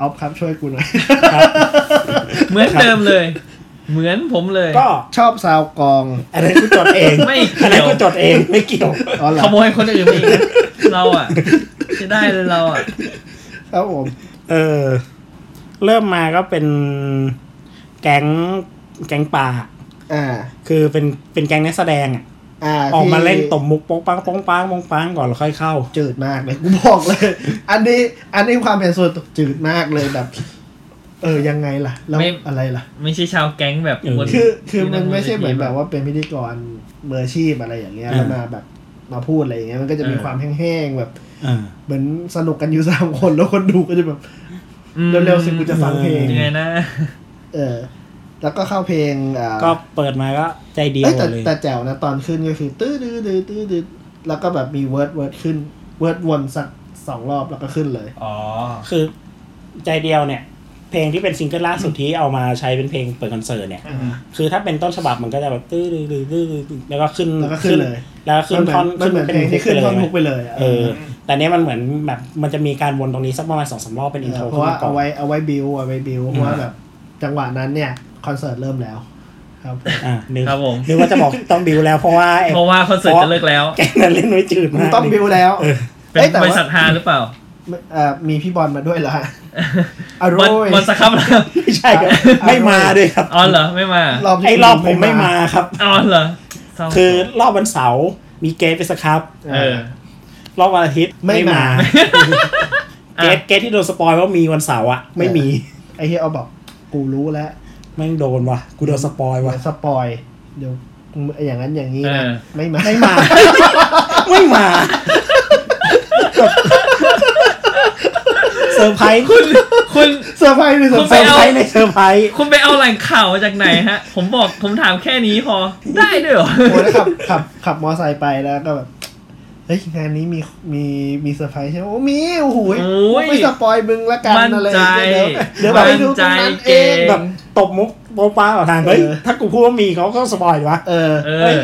ออฟครับช่วยกูหน่อย *laughs*
ครับ
เหมือนเดิมเลย เหมือนผมเลย
ก็
ชอบซาวกลอง
อันนั้นกูจดเอง
ไม่เกี่ยว
อันนั้นกูจดเองไม่เกี่ยว
อ๋อเหร
ข
อ
โมยคนอื่นอีกเราอ่ะจะได้เลยเราอ่ะ
ครับผม
เออ เริ่มมาก็เป็นแก๊งแก๊งป่า
อ่า
คือเป็นเป็นแก๊งนักแสดงอ่ะ
อ่า
ออกมา
ที่
เล่นตบมุกโป้งปังโป้งปังโป้งปังก่อนแล้วค่อยเข้า
จืดมากเลยกูบอกเลย อันนี้ อันนี้ความเป็นส่วนตัวจืดมากเลยแบบ เออยังไงล่ะ แล้ว
ไม่
อะไรล่ะ
ไม่ใช่ชาวแก๊งแบบ
เออ
วน
คือคือมันไม่ใช่เหมือนแบบว่าเป็นพิธีกรมืออาชีพอะไรอย่างเงี้ยแล้ว
อ่าม
มาแบบมาพูดอะไรอย่างเงี้ยมันก็จะมีความแห้งๆแบบ
อ่า
เหมือนสนุกกันอยู่ส *laughs* ามคนแล้วคนดูก็จะแบบ
อืม
เร็วๆสิกูจะฟังเพลง
ยังไงนะ
เออ แล้วก็เข้าเพลงอ่า
ก็เปิดมาก็ใจเดียว
เอ้ยแต่
เลย
แต่แจ๋วนะตอนขึ้นก็คือ ตื้อดื้อดื้อตื้อดื้อแล้วก็แบบมีเวิร์ดเวิร์ดขึ้น เวิร์ดวนสักสองรอบแล้วก็ขึ้นเลย
อ๋อ
คือใจเดียวเนี่ย เพลงที่เป็นซิงเกิลล่าสุดที่เอามาใช้เป็นเพลงเปิดคอนเสิร์ตเนี่ย คือถ้าเป็นต้นฉบับมันก็จะแบบตื้อดื้อดื้อดื้อดื้อแล้วก็ขึ้น
แล้วก็ขึ้นเลย
แล้วก็ขึ้น
มันเห
ท่อน น
มือมันเหมือนเพลงที่ขึ้นท่อนฮุก
ไป
ไป
เลย
เลยอะ
เออ แต่เนี้ยมันเหมือนแบบมันจะมีการวนตรงนี้สักประมาณสองสามรอบเป็น
เอ
อินโทร
อเพ
ขึ้น
ราะว่า
มาก่อ
เอา
น
ไว้เอาไว้บิวเอาไว้บิวเพราะว่า
อืม
แบบจังหวะนั้นเนี่ยคอนเสิร์ตเริ่มแล้ว ครับผม
อ่านึก
ครับผม
นึกว่าจะบอกต้องบิวแล้วเพราะว่าไอ้
เพราะว่าคอนเสิร์ตจะเลิกแล้ว
แกงนั้นเล่นไว้จืด
มึง
มาก
ต้องบิวแล้ว
เออ
เป็น
อ้ยแต่
บริษั
ว่า
ทฮาหรือเปล่า
เอ่อมีพี่บอลมาด้วยเหรอฮะอ
หมด
ร่อย
หมดสครับแล้วครับ
ไม่ใช่ครับ ไม่มาด้วยครับ
อ๋อเหรอไม่มาร
อบที่
ไอ้รอบผมไม่มาครับ
อ๋อเหรอเศร้า
คือรอบวันเสาร์มีเกสไปสครับ
เออ
รอบวันอาทิตย์
ไม่มา
เกสเกสที่โดนสปอยว่ามีวันเสาร์อะไม่มี
ไอ้เฮียเอาบอกกูรู้แล้ว
แม่งโดนว่ะกูโดนสปอย
เดี๋
ว่ะ
ยวสปอยเดี๋ยวอย่างนั้นอย่างนี้
เอ
นะ
อ
ไม่มา
ไม่มา ไม่มาเซอร์ไพรส์
คุณคุณ
เซอร์ไพรส์เลยเซอร์ไพ
เซ
ร
อ
ส์
ร์ไพรส์ในเซอร์ไพรส์
คุณไปเอาแหล่งข่าวมาจากไหนฮะ ผมบอกผมถามแค่นี้พอ ได้ด้วยเหรอ
โอ้แล้วขับขับขับมอไซค์ไปแล้วก็แบบเฮ้ยงานนี้มีมีมีเซอร์ไพรส์ใช่ไหมโอ้มีโอ้โห
โอ้ย
ไม่สปอยมึงละกันอะไรอย่างเงี้ย
มั่นใจ
เดี๋ยวเดี๋ยวแบบ
มั่
ให้
น
ดูต
ใจ
รงนั้น
เก่
เอง ง
แบบตบมุกโป๊ะป้าแบบทางเฮ้ยถ้ากูพูดว่ามีเขาก็สปอยดิวะ
เออ
เอ
เฮ้ย
อ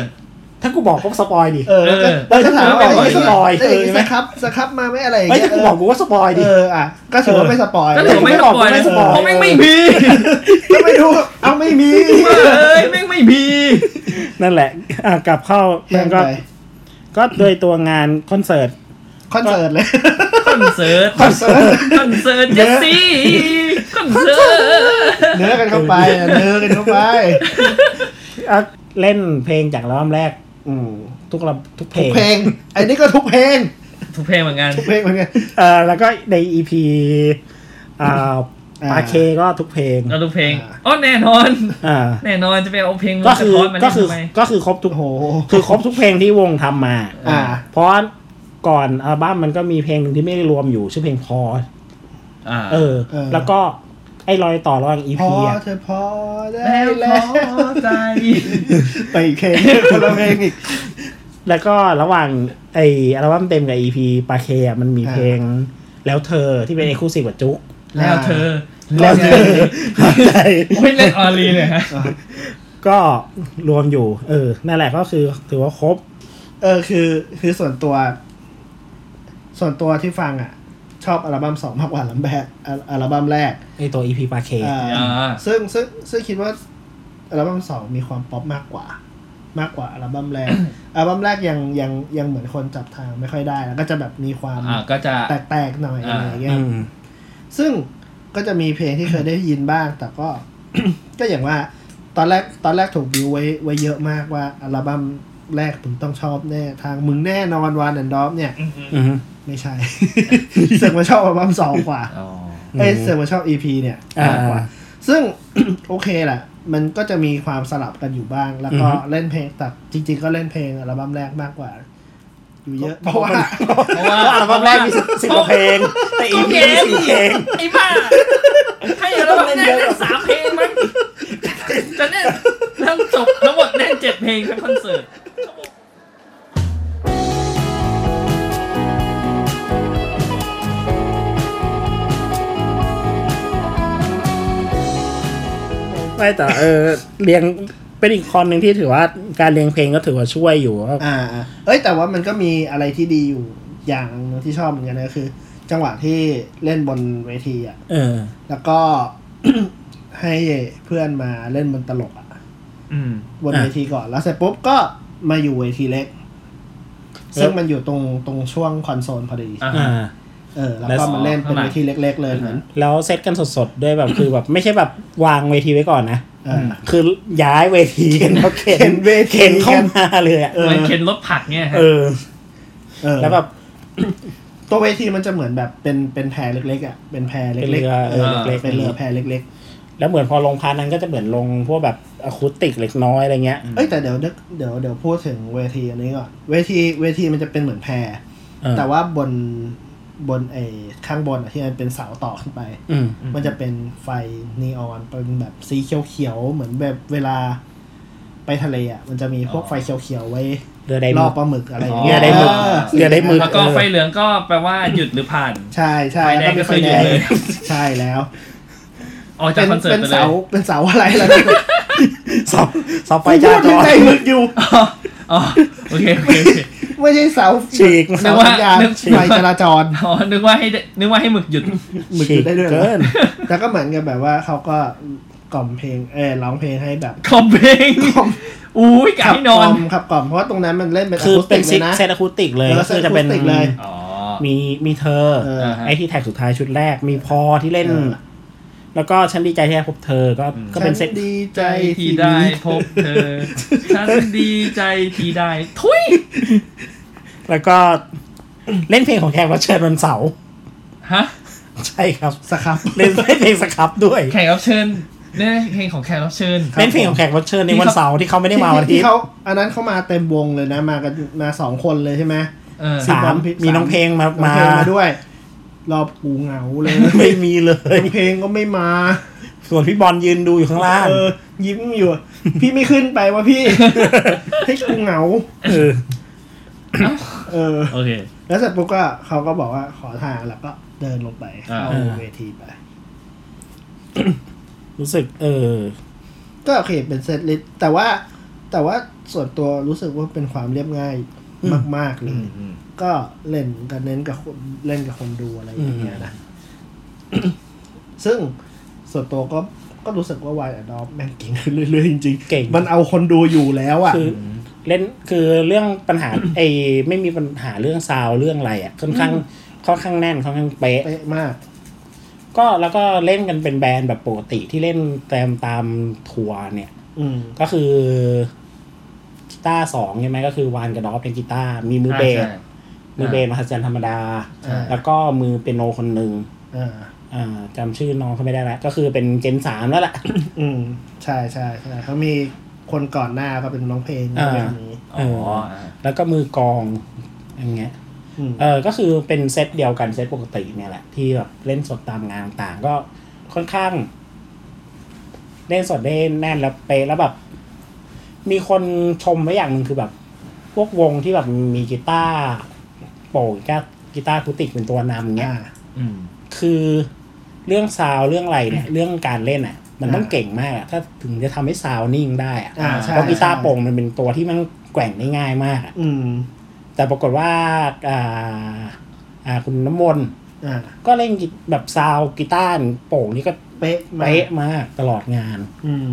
ถ้ากูบอกก็สปอยดิ
เออแล้วก็
เออ
แล้วก็ถามว่า
เออ
ไอ้
สปอย
เอ้ย
เออ
สครับสครับมาไหมอะไรอย่าง
เฮ้ย
เงี้
ถ้า
ย
กูบอกกูก็สปอยดิ
เอออ่ะก็ถือว่าไม่สปอย
ก็ถือว่าไม่สปอย
ไม่
นะ
สปอย
เพราะแม่งไม่มี
ก็ไม่ดูเอาไม่มี
เอ้ยแม่งไม่มี
นั่นแหละอ่ะกลับเข้า
แย่
แม่
ง
ง
ไป
ก็ก็โดยตัวงานคอนเสิร์ต
คอนเสิร์ตเลย
คอนเสิร์ต
คอนเสิร์ต
คอนเสิร์ตเจสซี่คอนเสิร์ต
เนื้อกันเข้าไปอ่ะเนื้อกันเข้าไป
อ่ะเล่นเพลงจากอัลบั้มแรก
อืม
ทุกลำทุกเพล
ทุก
ง
เพลงไอ้นี่ก็ทุกเพลง
ทุกเพลงเหมือนกัน
ทุกเพลงเหมือนกัน
เออแล้วก็ในอีพีอ่า
อ่า
ปาเคก็ทุกเพลง
เราทุกเพลงอ๋อแน่นอน
อ่า
แน่นอนจะไปเอาเพลง
ก็
สะ
คือ
ท้อนมา
ก็
ได้
คือ
ทำไม
ก็คือครบทุก
โอ้โห
คือครบทุกเพลงที่วงทำมา
อ่า
เพราะก่อนอัลบั้มมันก็มีเพลงหนึ่งที่ไม่ได้รวมอยู่ ชื่อเพลงพอ
อ่า
เออ
เออ
แล้วก็ไอ้รอยต่อระหว่างอี
พอ
พีอ่ะ
เธอพอได้
แล้วข
แล้
อ
ว
ใจ
ไปอีกเพลงคนละเพลงอีก
*laughs* แล้วก็ระหว่างไอ้อัลบั้มเต็มกับอีพีปาเคอ่ะมันมี
อ่า
เพลงแล้วเธอที่เป็นเอกคลูซีฟกับจุ๊ก
แล้วเธอ
แล้วเธอใช่
โอ้ยเล่นออรีเลยฮะ
ก็รวมอยู่ เออ นั่นแหละก็คือถือว่าครบ
เออคือคือส่วนตัว ส่วนตัวที่ฟังอ่ะ ชอบอัลบั้มสองมากกว่าอัลบั้มแรกอัลอัลบั้มแรก
ไอตัว EP ปาเค
อ่า
อ่า
ซึ่งซึ่งซึ่งคิดว่าอัลบั้มสองมีความป๊อปมากกว่า มากกว่าอัลบั้มแรก อัลบั้มแรกยังยังยังเหมือนคนจับทางไม่ค่อยได้ แล้วก็จะแบบมีความ
อ่าก็จะ
แตกๆหน่อยอะไรอย่างเงี้ย
อืม
ซึ่งก็จะมีเพลงที่เคยได้ยินบ้าง แต่ก็ *coughs* ก็อย่างว่า ตอนแรกตอนแรกถูกบิวไว้ไว้เยอะมากว่าอัลบั้มแรกมึงต้องชอบแน่ ทางมึงแน่นอนวานแอนด์ดอฟเนี่ย
อืม
ไม่ใช่ *laughs* เสือกมาชอบอัลบั้มสองกว่า
อ๋อ
เอ้ย
อืม
เสือกมาชอบอีพีเนี่ย
อ่า
มากกว่า ซึ่ง *coughs* โอเคแหละ มันก็จะมีความสลับกันอยู่บ้าง แล้วก็
อือฮึ
เล่นเพลงแต่จริง ๆ ก็เล่นเพลงอัลบั้มแรกมากกว่า อยู่เยอะ เพราะว่า
เพราะว่า
อัลบั้มแรกมีสิบสิบกว่าเพลง แต่
ก็
EP
เก
มี
ม
สี่เพลง
ไอ้บ้าให้เราแน่นสามเพลงมั้งจะแน่นทั้งจบทั้งหมดแน่นเจ็ดเพลงทั้งคอนเสิร์ต
ไม่แต่เออเรียงเป็นอีกคอนหนึ่งที่ถือว่าการเรียงเพลงก็ถือว่าช่วยอยู่ว่า
อ่าๆเอ้ยแต่ว่ามันก็มีอะไรที่ดีอยู่อย่างหนึงที่ชอบเหมือนกันนะก็คือ จังหวะที่เล่นบนเวทีอ่ะ
เออ
แล้วก็ *coughs* ให้เพื่อนมาเล่นบนตลกอ่ะ
อืม
บน
อ่ะ
เวทีก่อนแล้วเสร็จปุ๊บก็มาอยู่เวทีเล็ก
แล้ว
ซึ่งมันอยู่ตรงตรงช่วงคอนโซลพอดี
อ่ะ
อ่า
เออ แล้ว
แล้ว
ก็
สอง
มาเล่นเป็น
ข้างหลัง
เวทีเล็ก ๆ เลยเหมือน
แล้วเซตกันสดๆ ด้วยแบบ *coughs* คือแบบไม่ใช่แบบวางเวทีไว้ก่อนนะ
เออ
คือย้ายเวทีกันแล้วเข็น
เข็นเวที
เข็นเข้ามาเลยอ่ะ
เออ
เหมือนเข็นรถผักเนี่ยฮะ
เออ
เออ
แล้วแบบ
ตัวเวทีมันจะเหมือนแบบเป็นเป็นแพรเล็กๆอ่ะเป็นแพรเล็กๆ
เป็นเรือ
อ
เล็กๆ
เป็นเรือแพรเล็ก
แล้วเหมือนพอลงพาร์ทนั้นก็จะเหมือนลงพวกแบบอะคูสติกเล็กน้อยอะไรเงี้ย
เอ้ยแต่เดี๋ยวนึกเดี๋ยวเดี๋ยวพูดถึงเวทีอันนี้ก่อนเวทีเวทีมันจะเป็นเหมือนแพร
เออ
แต่ว่าบนบนไอ้ข้างบนอะที่มันเป็นเสาต่อขึ้นไป
อืม
มันจะเป็นไฟนีออนเป็นแบบสีเขียวๆเหมือนแบบเวลาไปทะเลอ่ะมันจะมีพวกไฟเขียวๆไว้
เรือใดห
ล่
มึ
อก ปลาหมึกอะไรอย่าง
เรื
เงี้ย
อได้หมึก
เออ
เรือได้หมึ
แล้วก็ไฟเหลืองก็แปลว่าหยุดหรือผ่าน
ใช่ใช่แล้วก็มีไฟ
ไฟ
แดง
แดงก็คือหยุดเลย
ใช่แล้ว
ออกจาก
เป็น
คอนเสิร์ต
เป็น
ไปเล
เสายเป็นเสาอะไรล่ะ
เสาเสาไฟ
ไป
จ
พู
รา
ด
จ
ถึง
ร
ไดหมึกอยู่
อ๋ออ๋อโอเคโอเคโอเค
ไม่ใช่เสา
ฉีก
เสาสัญญาณ
นึกว่า
ไฟจราจร
อ๋อนึกว่าให้ได้นึกว่าให้หมึกหยุด
หมึกอยู่ได้ด้วยเหรอ
เกิน
แต่ก็เหมือนกับแบบว่าเขาก็กล่อมเพลง เออร้องเพลงให้แบบ
คอมเพลงอุ้ยกะ
ขับ
ให้
ก
น
ล่
อ
อน มขับกล่อมเพราะว่าตรงนั้นมันเล่นเป็นอะ
คือ
คูส
เป็
ติ
นซิ
กเลย
ก
นะ
เซตอะคูติกเลย
เออ
ก็คือจะเป็น
เซตอะคูสติกเลย
อ๋อ
มีมีเธอ
เออ
อ่าฮะ
ไอที่แท็กสุดท้ายชุดแรก มีพอที่เล่น
เออ
แล้วก็ฉันดีใจที่ได้พบเธอก็
อืม
ก็เป็นเซ็ต
ฉัดีใจ
ใจที่ได้พบเธอ ฉันดีใจที่ได้ ทุย
แล้วก็ เล่นเพลงของแขกรับเชิญวันเสาร์
ฮะ
ใช่ครับ
สครับ
เล่นเล่นเพลงสครับด้วย
แขกรับเชิญเนี่ยเพลงของแขกรับเชิญ
เล่นเพลงของแขกรับเชิญในวันเสาร์ที่เขาไม่ได้มาวันอาทิต
ที่
ย์
เขาอันนั้นเขามาเต็มวงเลยนะ มากันมาสองคนเลยใช่ไหม
เออ
ที่
สา
บอ
ม
มพิษ
มีน้องเพลงมา
น้อง
มา
เพลงมาด้วย รอบกูเหงาเลย
ไม่มีเลย
น้องเพลงก็ไม่มา
ส่วนพี่บอลยืนดูอยู่ข้างล่าง
เออยิ้ม
*laughs*
อยู่ พี่ไม่ขึ้นไปวะพี่ *laughs* ให้กูเหงา
เออ
เออ
โอเค
แล้วเสร็จปุ๊บก็เขาก็บอกว่าขอทางแล้วก็เดินลงไป
อ่า
เข้าเวทีไป
รู้สึก เออ
ก็โอเคเป็นเซตลิสต์แต่ว่าแต่ว่าส่วนตัวรู้สึกว่าเป็นความเรียบง่าย
อืม
มาก ๆ เลย ก็เล่นกันเน้นกับคนเล่นกับคนดูอะไรอย่างเงี้ยนะ ซึ่งส่วนตัวก็ก็รู้สึกว่าวายอดอฟแม่งเก่งขึ้นเรื่อย ๆ จริง
เก่ง
ๆ มันเอาคนดูอยู่แล้วอ่ะ
คือเล่นคือเรื่องปัญหา *coughs* ไอ้ไม่มีปัญหาเรื่องซาวด์เรื่องอะไรอ่ะค่อนข้างค่อนข้างแน่นค่อนข้างเป๊ะ
เป๊ะมาก
ก็แล้วก็เล่นกันเป็นแบรนด์แบบปกติที่เล่นตามตามทัวร์เนี่ย
อืม
ก็คือกีตาร์สองใช่ไหมก็คือวานกับดอฟเป็นกีตาร์มีมือเบส
อ่าใช่
มือเบสมหัศจรรย์ธรรมดา
ใช่
แล้วก็มือเปียโนคนหนึ่ง
อ่า
อ่าจำชื่อน้องเขาไม่ได้ละก็คือเป็นเจนสามแล้วแหละ
อืม ใช่ใช่ใช่เขามีคนก่อนหน้าก็เป็นน้องเพลง
อ่า
เรื่องนี้
อ๋อ
แล้วก็มือกลองอย่างเงี้ย
อืม
เออ ก็คือเป็นเซตเดียวกันเซตปกติเนี่ยแหละ ที่แบบเล่นสดตามงานต่างๆ ก็ค่อนข้าง เล่นสดได้แน่นแล้วเป๊ะแล้วแบบ มีคนชมไว้อย่างหนึ่งคือแบบ พวกวงที่แบบมีกีตาร์โปร่งกีตาร์กีตาร์อะคูติกเป็นตัวนำเงี้ย
อ่า
อืม
คือเรื่องซาวด์เรื่องอะไร
*coughs*
เนี่ย เรื่องการเล่นอ่ะ มันต้อง
อ่า
เก่งมากอะถ้าถึงจะทำให้ซาวด์นิ่งได้อะ
อ่าใช่
เพราะกีตาร์
ใช่
โปร่งมันเป็นตัวที่มันแกว่งได้ง่ายมากอะ
อืม
แต่ปรากฏว่าอ่าอ่าคุณน้ำมนต์
อ่า
ก็เล่นกีแบบซาวกีตาร์โป่งนี่ก็
เป๊ะมาก
เป๊ะมากตลอดงาน
อืม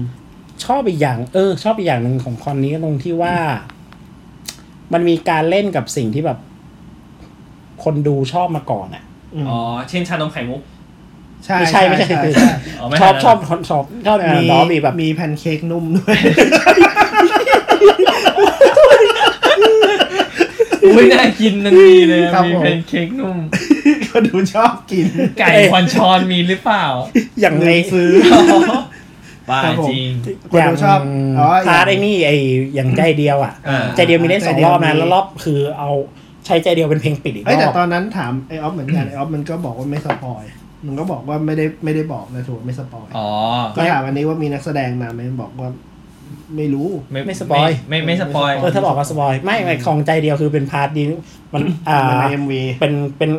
ชอบอีกอย่าง เออ ชอบอีกอย่างหนึ่งของคอนนี้ก็ตรงที่ว่า มันมีการเล่นกับสิ่งที่แบบ คนดูชอบมาก่อนอะ
อืม
อ๋อ เช่นชานมไข่มุก
ใช่
ไม่ใช่ไม่ใช่
ใช่
อ๋อไม่
ชอบ
ทันแล้ว
ชอบชอบชอบชอบมีดอบีแบบ
มีแพนเค้กนุ่มด้วย *laughs*
อุ้ยน่ากินนันดีเลย
ครับ
มี
ผม
เป็นเค้กนุ่ม
ก็ดูชอบกิน
ไก่ควันชอนมีหรือเปล่า
อย่างใน
เยซื้อ
บ้า
ครับผม
จริง
คนดูชอบอ๋อ
พาร์ทไอ้นี่ไอ้อย่างใจเดียวอะ
อ่า
ใจเดียวมีเล่นสองรอบนะ
ใจเดียวมี
แล้วรอบคือเอาใช้ใจเดียวเป็นเพลงปิดอีกร
เอ้ยแต่
อบ
ตอนนั้นถามไอออฟเหมือนกันไอออฟมันก็บอกว่าไม่สปอยมันก็บอกว่าไม่ได้ไม่ได้บอกนะถูกไม่สปอย
อ๋อ
ก็ถามอันนี้ว่ามีนักแสดงมาไหมมันบอกว่าไม่รู้
ไม่สปอย
ไม่ไม่สปอย
เออถ้าบอกว่าสปอยไม่ไม่ของใจเดียวคือเป็นพาร์ทดีมันอ่า
มันในเอ็มวี
เป็นเป็น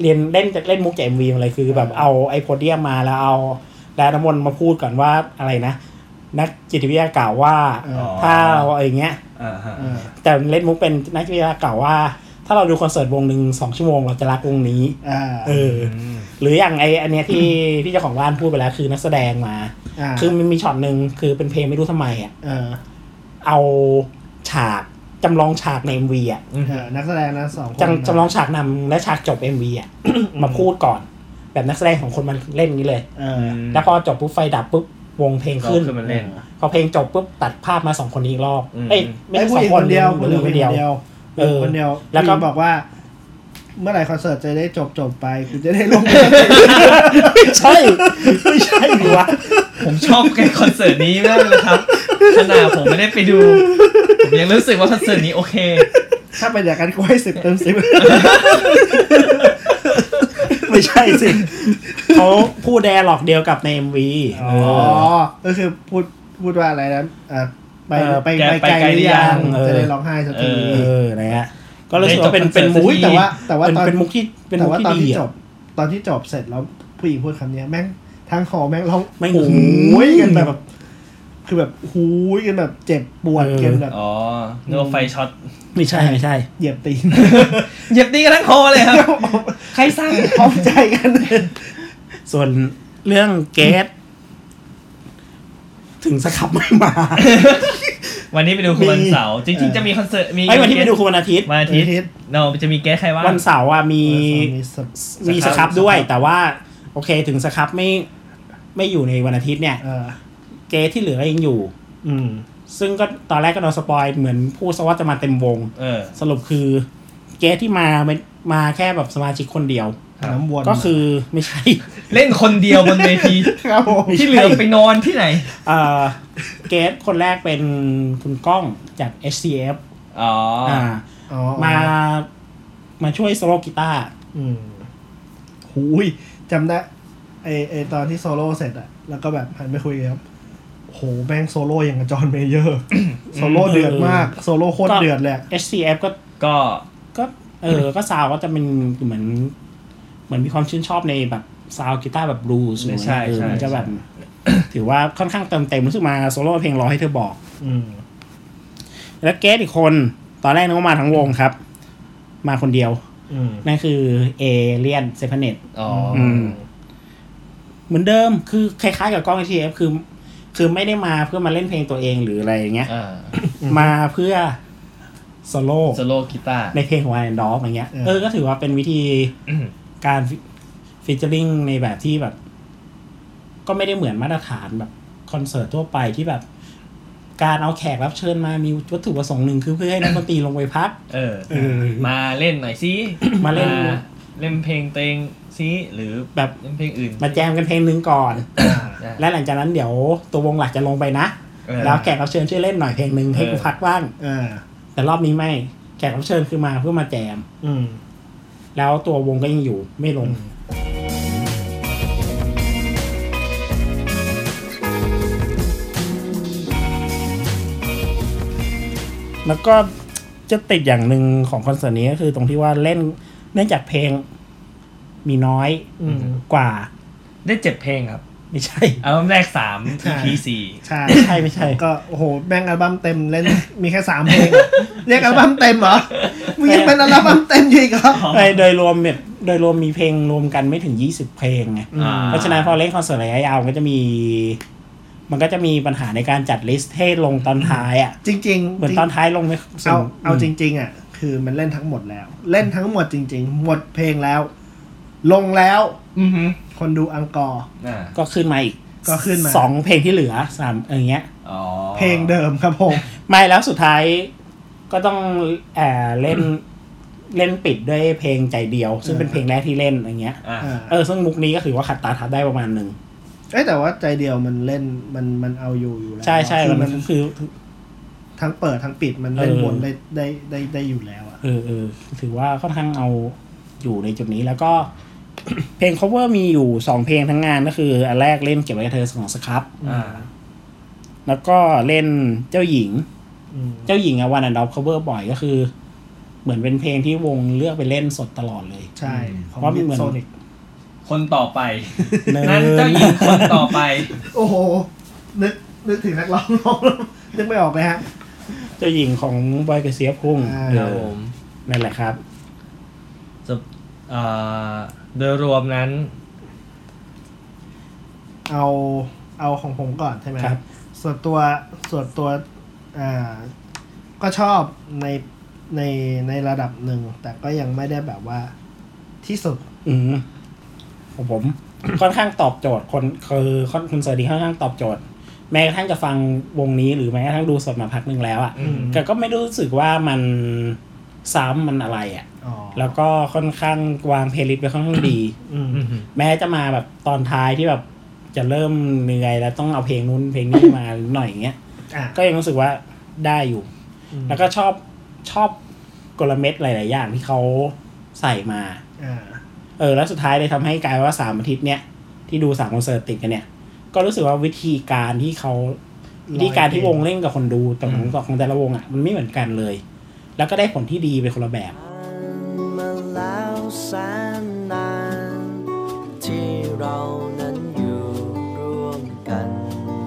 เรียนเล่นเล่นมุกจากเอ็มวีอะไรคือแบบเอาไอโพเดียมมาแล้วเอาดาน้ำมนต์มาพูดก่อนว่าอะไรนะ นักจิตวิทยากล่าวว่า
เออ
ถ้าเราอะไรเงี้ย
อ่าฮะ
เออ
แต่เล่นมุกเป็นนักจิตวิทยากล่าวว่า ถ้าเราดูคอนเสิร์ตวงหนึ่งสองชั่วโมงเราจะรักวงนี้
อ่า
เออ หรืออย่างไออันเนี้ยที่พี่เจ้าของบ้านพูดไปแล้วคือนักแสดงมา
อ่า
คือมันมีช็อตหนึ่งคือเป็นเพลงไม่รู้ทำไมอ่ะ
เออ
เอาฉากจำลองฉากในเอ็มวีอ่ะ
เออนักแสดงนะสองคน
จำจำลองฉากนำและฉากจบ MV อ่ะ *coughs* มาพูดก่อน แบบนักแสดงของคนมันเล่นนี้เลย
เออ
แล้วพอจบปุ๊บไฟดับปุ๊บวงเพลงขึ้น
เราขึ้นมาเล่น
พอเพลงจบปุ๊บตัดภาพมาสองคนนี้อีกรอบ
อืม
เอ้ยไม่
ไอ้
ใช่
ผู้
สองค
หญิงคน นเดียว
ผู้หญิงคนเดียว
เออคนเดียว
แล้
แล้ว ว
ก็
ก็บอกว่า เมื่อไหร่คอนเสิร์ตจะได้จบจบๆไปคุณจะได้ลง
ใช่ไม่ใช่ *laughs* ดีวะ
ผมชอบการคอนเสิร์ตนี้มากเลยครับ ขนาดผมไม่ได้ไปดู ผมยังรู้สึกว่าคอนเสิร์ตนี้โอเค
ถ้าเป็นอย่างนั้นกูให้สิบเต็มสิบ
ไม่ใช่สิเขาพูดแดร์หลอกเดียวกับใน MV
อ๋อ
เออ
ก็คือพูดพูดว่าอะไรนะอ่ะไป
เออ
ไป
แก
ไป
ไป
ไกล
ไกล
หรือยัง
หรือยังเออ
จะได้ร้องไห้สักที
เออนะฮะก็รู้สึกว่าเป็น
ได้จบ
เป็น
คอน
มุ
เสิร์ต
ก
อุ้ยแต่ว่าแต่ว่า
เป็น
ตอน
เป็นมุกที่เป็น
แต่
มุก
ว่า
ที่
ตอน
ดี
ที่จ
อ่ะ
บตอนที่จบเสร็จแล้วผู้หญิงพูดคำเนี้ยแม่งทั้งคอแม่งร้อง
แม่ง
โอ้โห
หูย
กันแบบ คือแบบหูยกันแบบเจ็บปวด
เออ
กันแบบ
อ๋อเนื้อไฟช็อต
ไม่ใช่ไม่ใช่
เหยียบ
*laughs*
ตีน
เหยียบตีกันทั้งคอเลยครับ ใครสั่ง
พร้อมใจกัน
ส่วนเรื่องเกสถึงสครับไม่มา
วันนี้ไปดูคือวันเสาร์จริงๆจะมีคอนเสิร์ตมี
ไอ้ยวันที่ไปดูคือวันอาทิตย์
วันอาทิตย์ เราจะมีแก้ใครว่า
วันเสาร์อะมี
มีสป
มีสครับด้วยแต่ว่า โอเคถึงสครับไม่ไม่อยู่ในวันอาทิตย์เนี่ย
เออ
เกสที่เหลือยังอยู่
อืม
ซึ่งก็ตอนแรกก็โดนสปอยเหมือนผู้สวัสดจะมาเต็มวง
เออ
สรุปคือเกสที่มาเป็นมาแค่แบบสมาชิกคนเดียว
น้ำวน
ก็คือไม่ใช่
เล่นคนเดียวบนเวที
ครับผม
ที่เหลือไปนอนที่ไหน
เอ่อเกสคนแรกเป็นคุณก้องจาก HCF
อ๋อ
อ่า
อ๋อ
มามาช่วยโซโลกีตาร์
อืมหูยจำได้ไอไอตอนที่โซโล่เสร็จอะแล้วก็แบบหันไปคุยกับโหแม่งโซโล่อย่างกับจอห์นเมเยอร์โซโล่เดือดมากโซโล่โคตรเดือดแหละ
ก็ HCF ก็
ก็
ก็เออก็ซาวก็จะเป็นเหมือน เหมือนมีความชื่นชอบในแบบซาวกีตาร์แบบบลูส์
ใช่
เออ
ใช่
มันจะแบบ
ใช่
ถือว่าค่อนข้างเติมเต็มรู้สึกมาโซโล่เพลงร้อยให้เธอบอก
อืม
แล้วเกสอีกคน ตอนแรกนึกว่ามาทั้งวงครับ มาคนเดียว
อืม
นั่นคือเอเลียนเซฟเนต
อ๋ออ
ม เหมือนเดิมคือคล้ายๆกับกล้อง ATF คือ คือไม่ได้มาเพื่อมาเล่นเพลงตัวเองหรืออะไรอย่างเงี้ย
อ่า
มาเพื่อโซโล่
โซโล่กีตาร์
ในเพลงของไอแอนด์ดอฟอย่างเงี้ยเออก็ถือว่าเป็นวิธีการฟีเจอริงในแบบที่แบบ ก็ไม่ได้เหมือนมาตรฐานแบบคอนเสิร์ตทั่วไปที่แบบ การเอาแขกรับเชิญมามีวัตถุประสงค์หนึ่งคือเพื่อให้นักดนตรีลงไปพัก
เออ
เออ
*coughs* มาเล่นหน่อยซิ
*coughs* มาเล่น
เล่นเพลงเตวเองซิหรือ
แบบ
เล่นเพลงอื่น
มาแจมกันเพลงหนึ่งก่อน
ได้
และหลังจากนั้นเดี๋ยวตัววงหลักจะลงไปนะ
เออ
แล้วแขกรับเชิญช่วยเล่นหน่อยเพลงหนึ่งให้กู
เออ
พักบ้าง
อ่า
แต่รอบนี้ไม่ แขกรับเชิญคือมาเพื่อมาแจม
อืม
แล้วตัววงก็ยังอยู่ไม่ลง แล้วก็จะติดอย่างหนึ่งของคอนเสิร์ตนี้ก็คือตรงที่ว่าเล่นเนื่องจากเพลงมีน้อย
อืม
กว่า
ได้เจ็ดเพลงครับ
ไม่ใช่
อัลบั้มแรกสาม EP สี่
ใช่
ไม่ใช่ไม่ใช่
ก็โอ้โหแม่งอัลบั้มเต็มเล่น มีแค่สามเพลงอะเรียกอัลบั้มเต็มเหรอมึงยังเป็นอัลบั้มเต็มอยู่อีกเหรอ
โดยโดยรวมเนี่ยโดยรวมมีเพลงรวมกันไม่ถึงยี่สิบเพลงไง
อ่า
เพราะฉะนั้นพอเล่นคอนเสิร์ตระยะยาวมันก็จะมี มันก็จะมีปัญหาในการจัดลิสต์ให้ลงตอนท้ายอ่ะ
จริงๆจริง
เหมือนตอนท้ายลงไม่สู
เอา
ง
เอาจ
ม
ริง ๆอ่ะคือมันเล่นทั้งหมดแล้ว เล่นทั้งหมดจริง ๆ หมดเพลงแล้ว ลงแล้ว
อือฮึ
คนดูอังกอร์
อ่า
ก็ขึ้นมาอีก
ก็ขึ้นมา
สองเพลงที่เหลือสามอย่างเงี้ย
อ๋อ
เพลงเดิมครับ
*laughs*
ผม
ไม่แล้วสุดท้ายก็ต้องแอบเล่นเล่นปิดด้วยเพลงใจเดียว ซึ่งเป็นเพลงแรกที่เล่นอย่างเงี้ย
อ่า
อ่า
เออซึ่งมุกนี้ก็ถือว่าขัดตาทับได้ประมาณหนึ่ง
เอ้ยแต่ว่าใจเดียวมันเล่นมันมันเอาอยู่อยู่แล้ว
ใช่ใช่
คือ
มั
มัน
นคือ
ทั้งเปิดทั้งปิดมันเล่น
เออ
วนได้ได้ได้ได้อยู่แล้วอ่ะ
เออเออถือว่าค่อนข้างเอาอยู่ในจุดนี้แล้วก็ *coughs* เพลง cover มีอยู่สองเพลงทั้งงานก็คือ อันแรกเล่นเก็บไว้กับเธอของสครับ
อ่า
แล้วก็เล่นเจ้าหญิง
อืม
เจ้าหญิงอะวันอันดอฟ cover บ่อยก็คือ เหมือนเป็นเพลงที่วงเลือกไปเล่นสดตลอดเลย
ใช่ของ
เพราะมันเหมือน
โซนิก
คนต่อไป
เนิ
นั่นเจ้าหญิงคนต่อไป
โอ้โห นึกนึกถึงนักร้องร้อง *laughs* แล้วนึกไม่ออกเลยฮะ
เจ้าหญิงของบอยกระเสียพุ่ง
อ่า
ครับ
เออ
ผม
นั่นแหละครับ
จะเอ่อโดยรวมนั้น
เอาเอาของผมก่อนใช่ไหม
ครับ
ส่วนตัวส่วนตัวอ่าก็ชอบในในในระดับหนึ่ง แต่ก็ยังไม่ได้แบบว่าที่สุด
อืมของผม ค่อนข้างตอบโจทย์คนคือคอนคอนเสิร์ตนี้ค่อนข้างตอบโจทย์ แม้กระทั่งจะฟังวงนี้หรือแม้กระทั่งดูสดมาพักหนึ่งแล้วอะ่ะ
อืม
แต่ก็ไม่ได้รู้สึกว่ามันซ้ำมันอะไรอะ่ะ
อ๋อ
แล้วก็ค่อนข้างวางเพลย์ลิสต์ไว้ค่อนข้างดี
อืม
แม้จะมาแบบตอนท้ายที่แบบจะเริ่มเหนื่อยแล้วต้องเอาเพลงนู้นเพลงนี้มาหน่อยอย่างเงี้ย
อ่ะ
ก็ยังรู้สึกว่าได้อยู่ แล้วก็ชอบชอบกลเม็ดหลาย ๆ อย่างที่เขาใส่มา
อ่า
เออแล้วสุดท้ายเลยทำให้กลายว่าสามอาทิตย์เนี้ยที่ดูสามคอนเสิร์ตติดกันเนี่ยก็รู้สึกว่าวิธีการที่เขาวิธีการที่วงเล่นกับคนดูแต่ของของแต่ละวงอ่ะมันไม่เหมือนกันเลย แล้วก็ได้ผลที่ดีไปคนละแบบ
มาแล้วแสนนาน ที่เรานั้นอยู่ร่วมกัน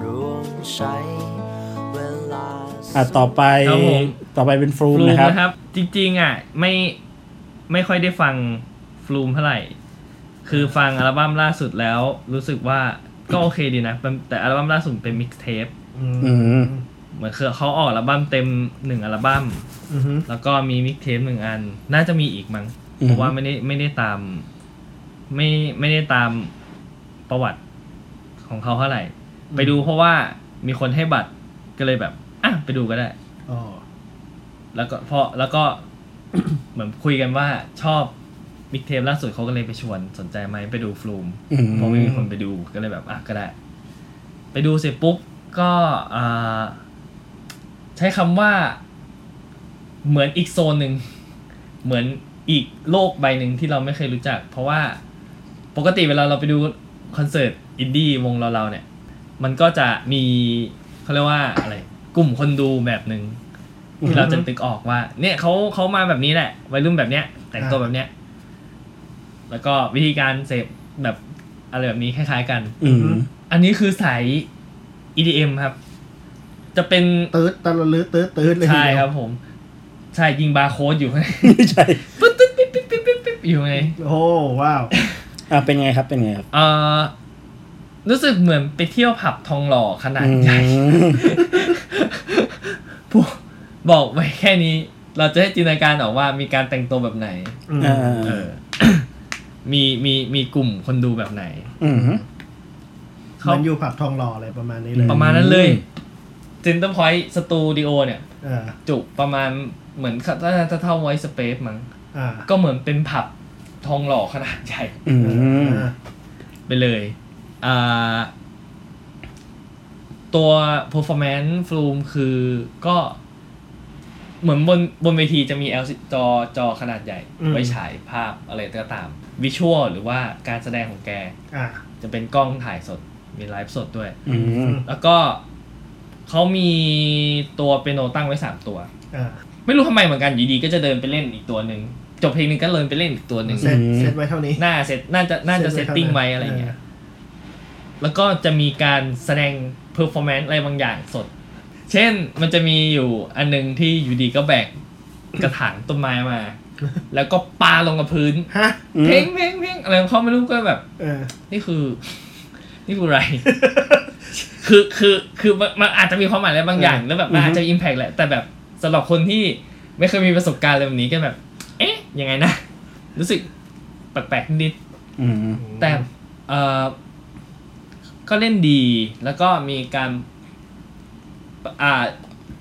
ร่วมใช้เวลา
อ่ะต่อไป
ครับผม
ต่อไปเป็นฟรู
ฟ
ม
ลูม
นะครับ
นะครับ จริงๆอ่ะไม่ไม่ค่อยได้ฟังฟลูมเท่าไหร่ คือฟังอัลบั้มล่าสุดแล้ว รู้สึกว่าก็โอเคดีนะเป็นแต่อัลบั้มล่าสุดเป็นมิกซ์เทป
อืม
อืม
เหมือนคือเขาออกอัลบั้มเต็มหนึ่งอัลบั้ม
อือฮึ
แล้วก็มีมิกเทปหนึ่งอัน น่าจะมีอีกมั้ง
อืม
เพราะว่าไม่ได้ไม่ได้ตาม ไม่ไม่ได้ตามประวัติของเขาเท่าไหร่ ไปดูเพราะว่ามีคนให้บัตรก็เลยแบบอ่ะไปดูก็ได้
อ๋อ
แล้วก็พอแล้วก็ *coughs* เหมือนคุยกันว่าชอบมิกเทปล่าสุดเขาก็เลยไปชวนสนใจไหมไปดูฟลูม
อืม
เพราะไม่มีคนไปดูก็เลยแบบอ่ะก็ได้ ไปดูเสร็จปุ๊บก็อ่าใช้คำว่า เหมือนอีกโซนหนึ่ง เหมือนอีกโลกใบหนึ่งที่เราไม่เคยรู้จัก เพราะว่าปกติเวลาเราไปดูคอนเสิร์ตอินดี้วงเราๆเนี่ย มันก็จะมีเขาเรียกว่าอะไร กลุ่มคนดูแบบหนึ่งที่เราจะตึกออกว่า เนี่ยเขาเขามาแบบนี้แหละวัยรุ่นแบบเนี้ย แต่งตัวแบบเนี้ย แล้วก็วิธีการเสพแบบอะไรแบบนี้คล้ายๆกัน
อืม
อันนี้คือสาย EDM ครับ จะเป็น
ตืดตะละลือตืดตืดเลยที
ใช่
เดียว
ครับผม ใช่ยิงบาร์โค้ดอยู่ไง
ไม่ใช่
ปึ๊ดปึ๊ดปิ๊บปิ๊บปิ๊บปิ๊บปิ๊บอยู่ไง
โอ้ว้าว
อ่ะเป็นไงครับเป็นไงครับ
เอ่อรู้สึกเหมือนไปเที่ยวผับทองหล่อขนาด
อื
ใหญ่
ม
พวกบอกไว้แค่นี้ เราจะให้จินตนาการออกว่ามีการแต่งตัวแบบไหน
อืม
อ่า
เออ *coughs* มีมีมีกลุ่มคนดูแบบไหน
อืม
เขา
มันอยู่ผับทองหล่ออะไรประมาณนี้เลย
ประมาณนั้นเลย c e n t e r Point Studio เนี่ย
เออ
จุประมาณเหมือนถ้าจะเท่าไว้สเปซมั้ง
อ่า
ก็เหมือนเป็นผับทองหล่อขนาดใหญ่
อืม
อ่า
*laughs* ไปเลยอ่าตัว performance film คือก็เหมือนบนบนเวทีจะมี L จอจอขนาดใหญ่ ไว้ฉายภาพอะไรก็ตามวิชวลหรือว่าการแสดงของแก
อ่า
จะเป็นกล้องถ่ายสด มีไลฟ์สดด้วย
อืม
แล้วก็เขามีตัวเปียโนตั้งไว้ 3 ตัว
อ่า
ไม่รู้ทำไมเหมือนกันอยู่ดีก็จะเดินไปเล่นอีกตัวหนึ่งจบเพลงหนึงก็เดินไปเล่นอีกตัวหนึ่ง
เซตเซตไว้เท่านี้
หน้าเซตน่าจะน่าจะเซตติ้งไว้อะไรเงี้ย แล้วก็จะมีการแสดงเพอร์ฟอร์แมนซ์อะไรบางอย่างสด เช่นมันจะมีอยู่อันหนึงที่อยู่ดีก็แบกกระถางต้นไม้มา แล้วก็ปาลงกับพื้น
ฮะ
อืม
เพลงเพลงเพลงอะไรของเขาไม่รู้ก็แบบ
เออ
นี่คือ *laughs* นี่คืออะไร *laughs* คือคือคือมันมันอาจจะมีความหมายอะไรบางอย่าง แล้วแบบมันอาจจะอิมแพกแหละ แต่แบบสำหรับคนที่ไม่เคยมีประสบการณ์อะไรแบบนี้ก็แบบ เอ๊ะ ยังไงนะ รู้สึกแปลกๆนิด
อืม
แต่เออก็เล่นดี แล้วก็มีการปะอ่า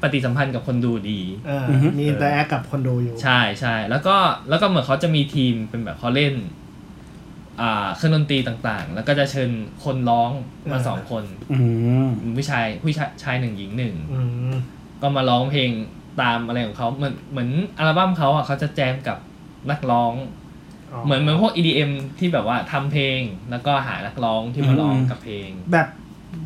ปฏิสัมพันธ์กับคนดูดี
เอออ
อฮึ
มีแต่แอคกับคอนโดอยู่
ใช่ใช่ แล้วก็แล้วก็เหมือนเขาจะมีทีมเป็นแบบเขาเล่น อ่าเครื่องดนตรีต่างๆ แล้วก็จะเชิญคนร้องมาสองคน
อืม
ผู้ชายผู้ชายชายหนึ่งหญิงหนึ่ง
อืม
ก็มาร้องเพลงตามอะไรของเขาเหมือนเหมือนอัลบั้มเขาอ่ะเขาจะแจมกับนักร้อง เหมือนเหมือนพวก EDM ที่แบบว่าทำเพลง แล้วก็หานักร้องที่มาร้อง
อืม
กับเพลง
แบบ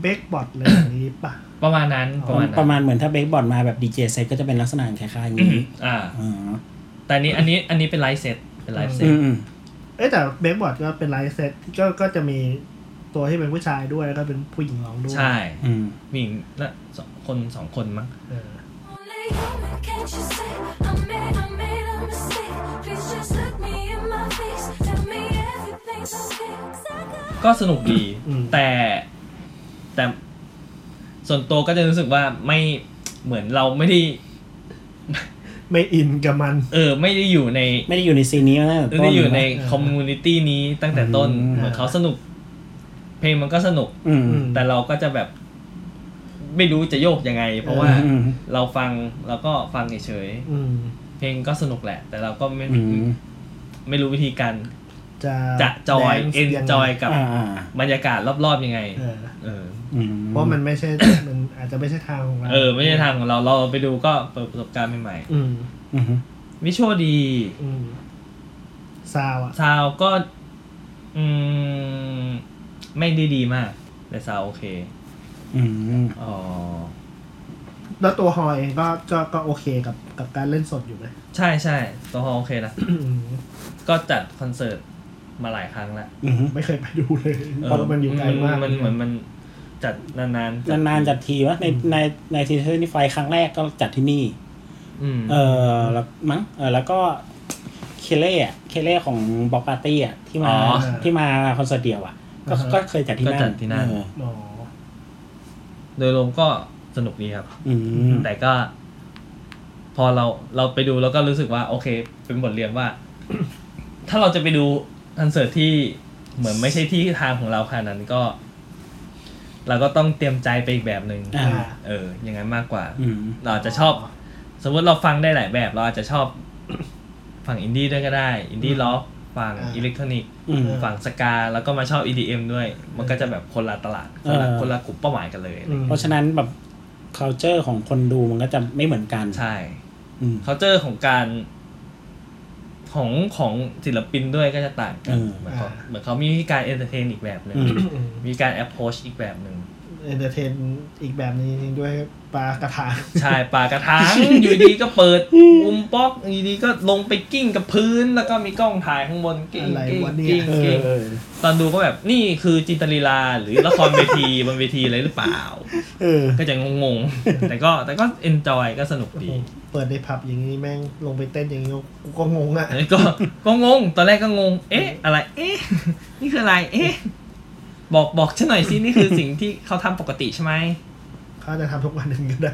เบกบอทเลยอย่างนี้ป่ะ
ประมาณนั้นประมาณ
ประมา
นั้น
ณเหมือนถ้าเบคบอร์ดมาแบบดีเจเซตก็จะเป็นลักษณะคล้ายๆอย่างนี้
อ่า
อ๋อ
แต่อันนี้อันนี้อันนี้เป็นไลฟ์เซตเป็นไลฟ์เซ
อื
ต
มอืม
เอ้ยแต่เบกบอทก็เป็นไลฟ์เซตก็ก็จะมีตัวที่เป็นผู้ชายด้วยแล้วก็เป็นผู้หญิงร้องด้วย
ใช่
อืม
มีหญิงนะสองคนสองคนมั้ง
เออ
Only human, can't you see? I made, I made a mistake. Please just look me in my face. Tell me everything's okay. 'Cause I got
ก็สนุกดี
อืม
แต่แต่ส่วนตัวก็จะรู้สึกว่าไม่เหมือนเราไม่ได้
ไม่อินกับมัน
เออ ไม่ได้อยู่ใน
ไม่ได้อยู่ในซีนนี้มาตั้งแต่
ไม่
ต้น
ได้อยู่ในคอมมูนิตี้นี้ตั้งแต่ต้น
อืม
เหมือนเขาสนุก เพลงมันก็สนุก
อืม
อืม
แต่เราก็จะแบบ ไม่รู้จะโยกยังไง เพราะว่า
อืม
เราฟังเราก็ฟังเฉย
อืม
ๆเพลงก็สนุกแหละ แต่เราก็ไม่
อืม
ไม่รู้วิธีการ
จะ
จะจอย
แดนซ์
เอนจอย
งไง
กับ
อ่า
บรรยากาศรอบๆยังไง
เออ
เออ
ๆอืม
เพราะมันไม่ใช่ มันอาจจะไม่ใช่ทางของเรา
เออ ไม่ใช่ทางของเราเราไปดูก็เปิดประสบการณ์ใหม่
อืม
อืม
ๆวิชวลดี
อืมซาวอะ
ซาวก็ อืม ไม่ได้ดีมาก แต่ซาวโอเค
อืม
อ๋อ
แล้วตัวฮอยเองก็ก็ก็โอเคกับกับการเล่นสดอยู่ไหม *coughs*
ใช่ใช่ตัวฮอลโอเคนะ ก็จัดคอนเสิร์ตมาหลายครั้งแล้ว
อืม
ไม่เคยไปดูเลยเพราะมันอยู่ไกลมาก
มันเหมือนมันจัดนานๆ
นานๆจัดทีวะในในในซีซั่นนี้ไฟครั้งแรกก็จัดที่นี่
อืม
เออแล้วมั้งเออแล้วก็เคเล่อะเคเล่ของบ็อกปาร์ตี้อะที่มาที่มาคอนเสิร์ตเดียวอะก็ก็เคยจัดที่
ก็
นั่น
จัดที่นั่น
เออ
อ๋อ
โดยรวมก็ส สนุกดีครับ
อืม
แต่ก็ พอเราเราไปดูแล้วก็รู้สึกว่า โอเค เป็นบทเรียนว่า *coughs* ถ้าเราจะไปดูคอนเสิร์ตที่เหมือนไม่ใช่ที่ทางของเราขนาดนั้นก็ เราก็ต้องเตรียมใจไปอีกแบบหนึง่ง
อ่า
เออ อย่างนั้นมากกว่า
อืม
เราอาจจะชอบ สมมติเราฟังได้หลายแบบ เราอาจจะชอบ *coughs* ฝั่งอินดี้ด้วยก็ได้ อินดี้ล็อกฝั่ง
อ่า
อิเล็กทรอนิกส์
อืม
ฝั่งสกา แล้วก็มาชอบ EDM ด้วย มันก็จะแบบคนละตลาดคนละคนละกลุ่มเป้าหมายกันเลยอะไรอย่างเงี้ย
เพราะฉะนั้นแบบ culture ของคนดูมันก็จะไม่เหมือนกัน
ใช่
อืม
culture ของการของของศิลปินด้วยก็จะต่างกั
อื
น
ม
เหมือนเขาเหมือนเขามีวิธีการเอนเตอร์เทนอีกแบบหนึ่ง
อืม
มีการ approach อีกแบบหนึ่ง
เอนเตอร์เทนอีกแบบหนึงจริงๆด้วยปลากระถาง
ใช่ปลากระถาง
*laughs*
อยู่ดีก็เปิดอุ้มป๊อกอยู่ดีก็ลงไปกิ้งกับพื้น แล้วก็มีกล้องถ่ายข้างบนกิ้ง
อะไร
กิ้ง
วะเนี่ย
กิ้ง
อ
กิ้งตอนดูก็แบบนี่คือจินตลีลาหรือละครเวที บนเวทีอะไรหรือเปล่า
เออ
ก็จะงงๆแต่ก็แต่ก็ enjoy ก็สนุกดี
เปิดในผับอย่างนี้แม่งลงไปเต้นอย่างนี้กูก็งงอ่ะ
อันนี้ก็ *laughs* ก็งง ตอนแรกก็งง เอ๊ะ อะไร เอ๊ะ *laughs* นี่คืออะไร เอ๊ะ บอก บอกฉันหน่อยสิ นี่คือสิ่ง *laughs* ที่เขาทำปกติใช่ไหม
เขาจะทำทุกวันหนึ่งก็ได้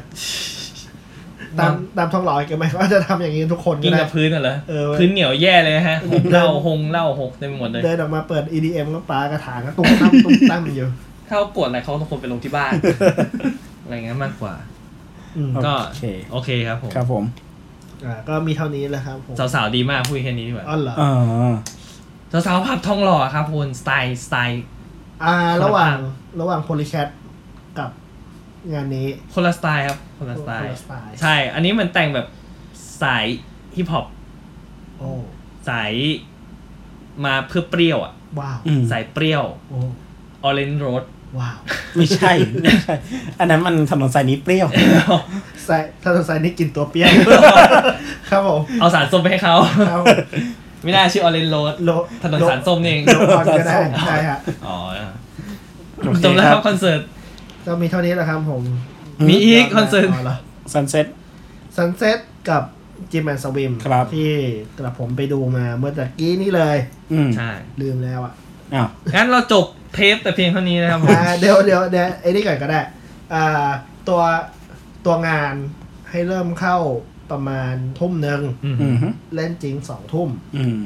ตามตามท้องหลอยกันไหมเขาจะทำอย่างนี้ทุกคนก็
กิน
ได้
กับพื้นน่ะเหรอ
เออเว้ย
พื้นเหนียวแย่เลยนะฮะหกเหล้าหงเหล้าหกเต็มไปหมดเลย
เดินออกมาเปิด EDM ก็ปลากระถางก็ตุ้มตั้มตุ้มตั้มอยู่
ถ้าเขาโกรธอะไรเขาก็ควรไปลงที่บ้าน อะไรเงี้ยมากกว่า
อืม
ก็
โอเค
โอเคครับผม
ครับผม
อ่าก็มีเท่านี้แหละครับผม
สาวๆดีมากพูดแค่นี้ดีกว่า
อ๋อเหรอ
เออ
สาวๆภาพทองหล่อครับคุณสไตล์ สไตล์
อ่า ระหว่างระหว่างโพลิแคทกับงานนี้
คนละสไตล์ครับ คนละสไตล์
คนละสไตล์
ใช่ อันนี้มันแต่งแบบสายฮิปฮอป
โอ้
สายมาเพื่อเปรี้ยวอ่ะ
ว้าว
อืม
สายเปรี้ยว
โอ้
ออเรนจ์โรส
ว้าว
ไม่ใช่ไม่ใช่ อันนั้นมันถนนสายนี้เปรี้ยว
*laughs* ใส่ถ้าสงสัยนี่กลินตัวเป
*laughs*
รี้ยว ครับผม
เอาสารส้มไปให้เขา
ครับ
*coughs* *laughs* ไม่น่าชื่อออเรนจ์โรส
โล
ถนนสารส้มนี่เอง
โลคอนก็ได้ใช่ฮะ
อ๋อ
โอเค
จบแล้ว
ค
ค
รั
รับ บคอนเสิร์ต
ก็มีเท่านี้แหละครับผม
มีอีกคอนเสิร์ต
าละ
sunset
ซันเซ็ตกับจิมแอนสวิม
ครับ
ที่กระผมไปดูมาเมื่อตะกี้นี่เลย
อืม
ใช่
ลืมแล้วอ่ะ
อ้าว
งั้นเราจบเทปแต่เพียงเท่านี้นะครับผม
อ่าเดี๋ยวเดี๋ยวเดี๋ยวไอ้นี่ก่อนก็ได้อ่าตัวตัวงานให้เริ่มเข้าประมาณทุ่มหนึ่ง
อืม
อืมฮึ
เล่นจริงสองทุ่ม
อืม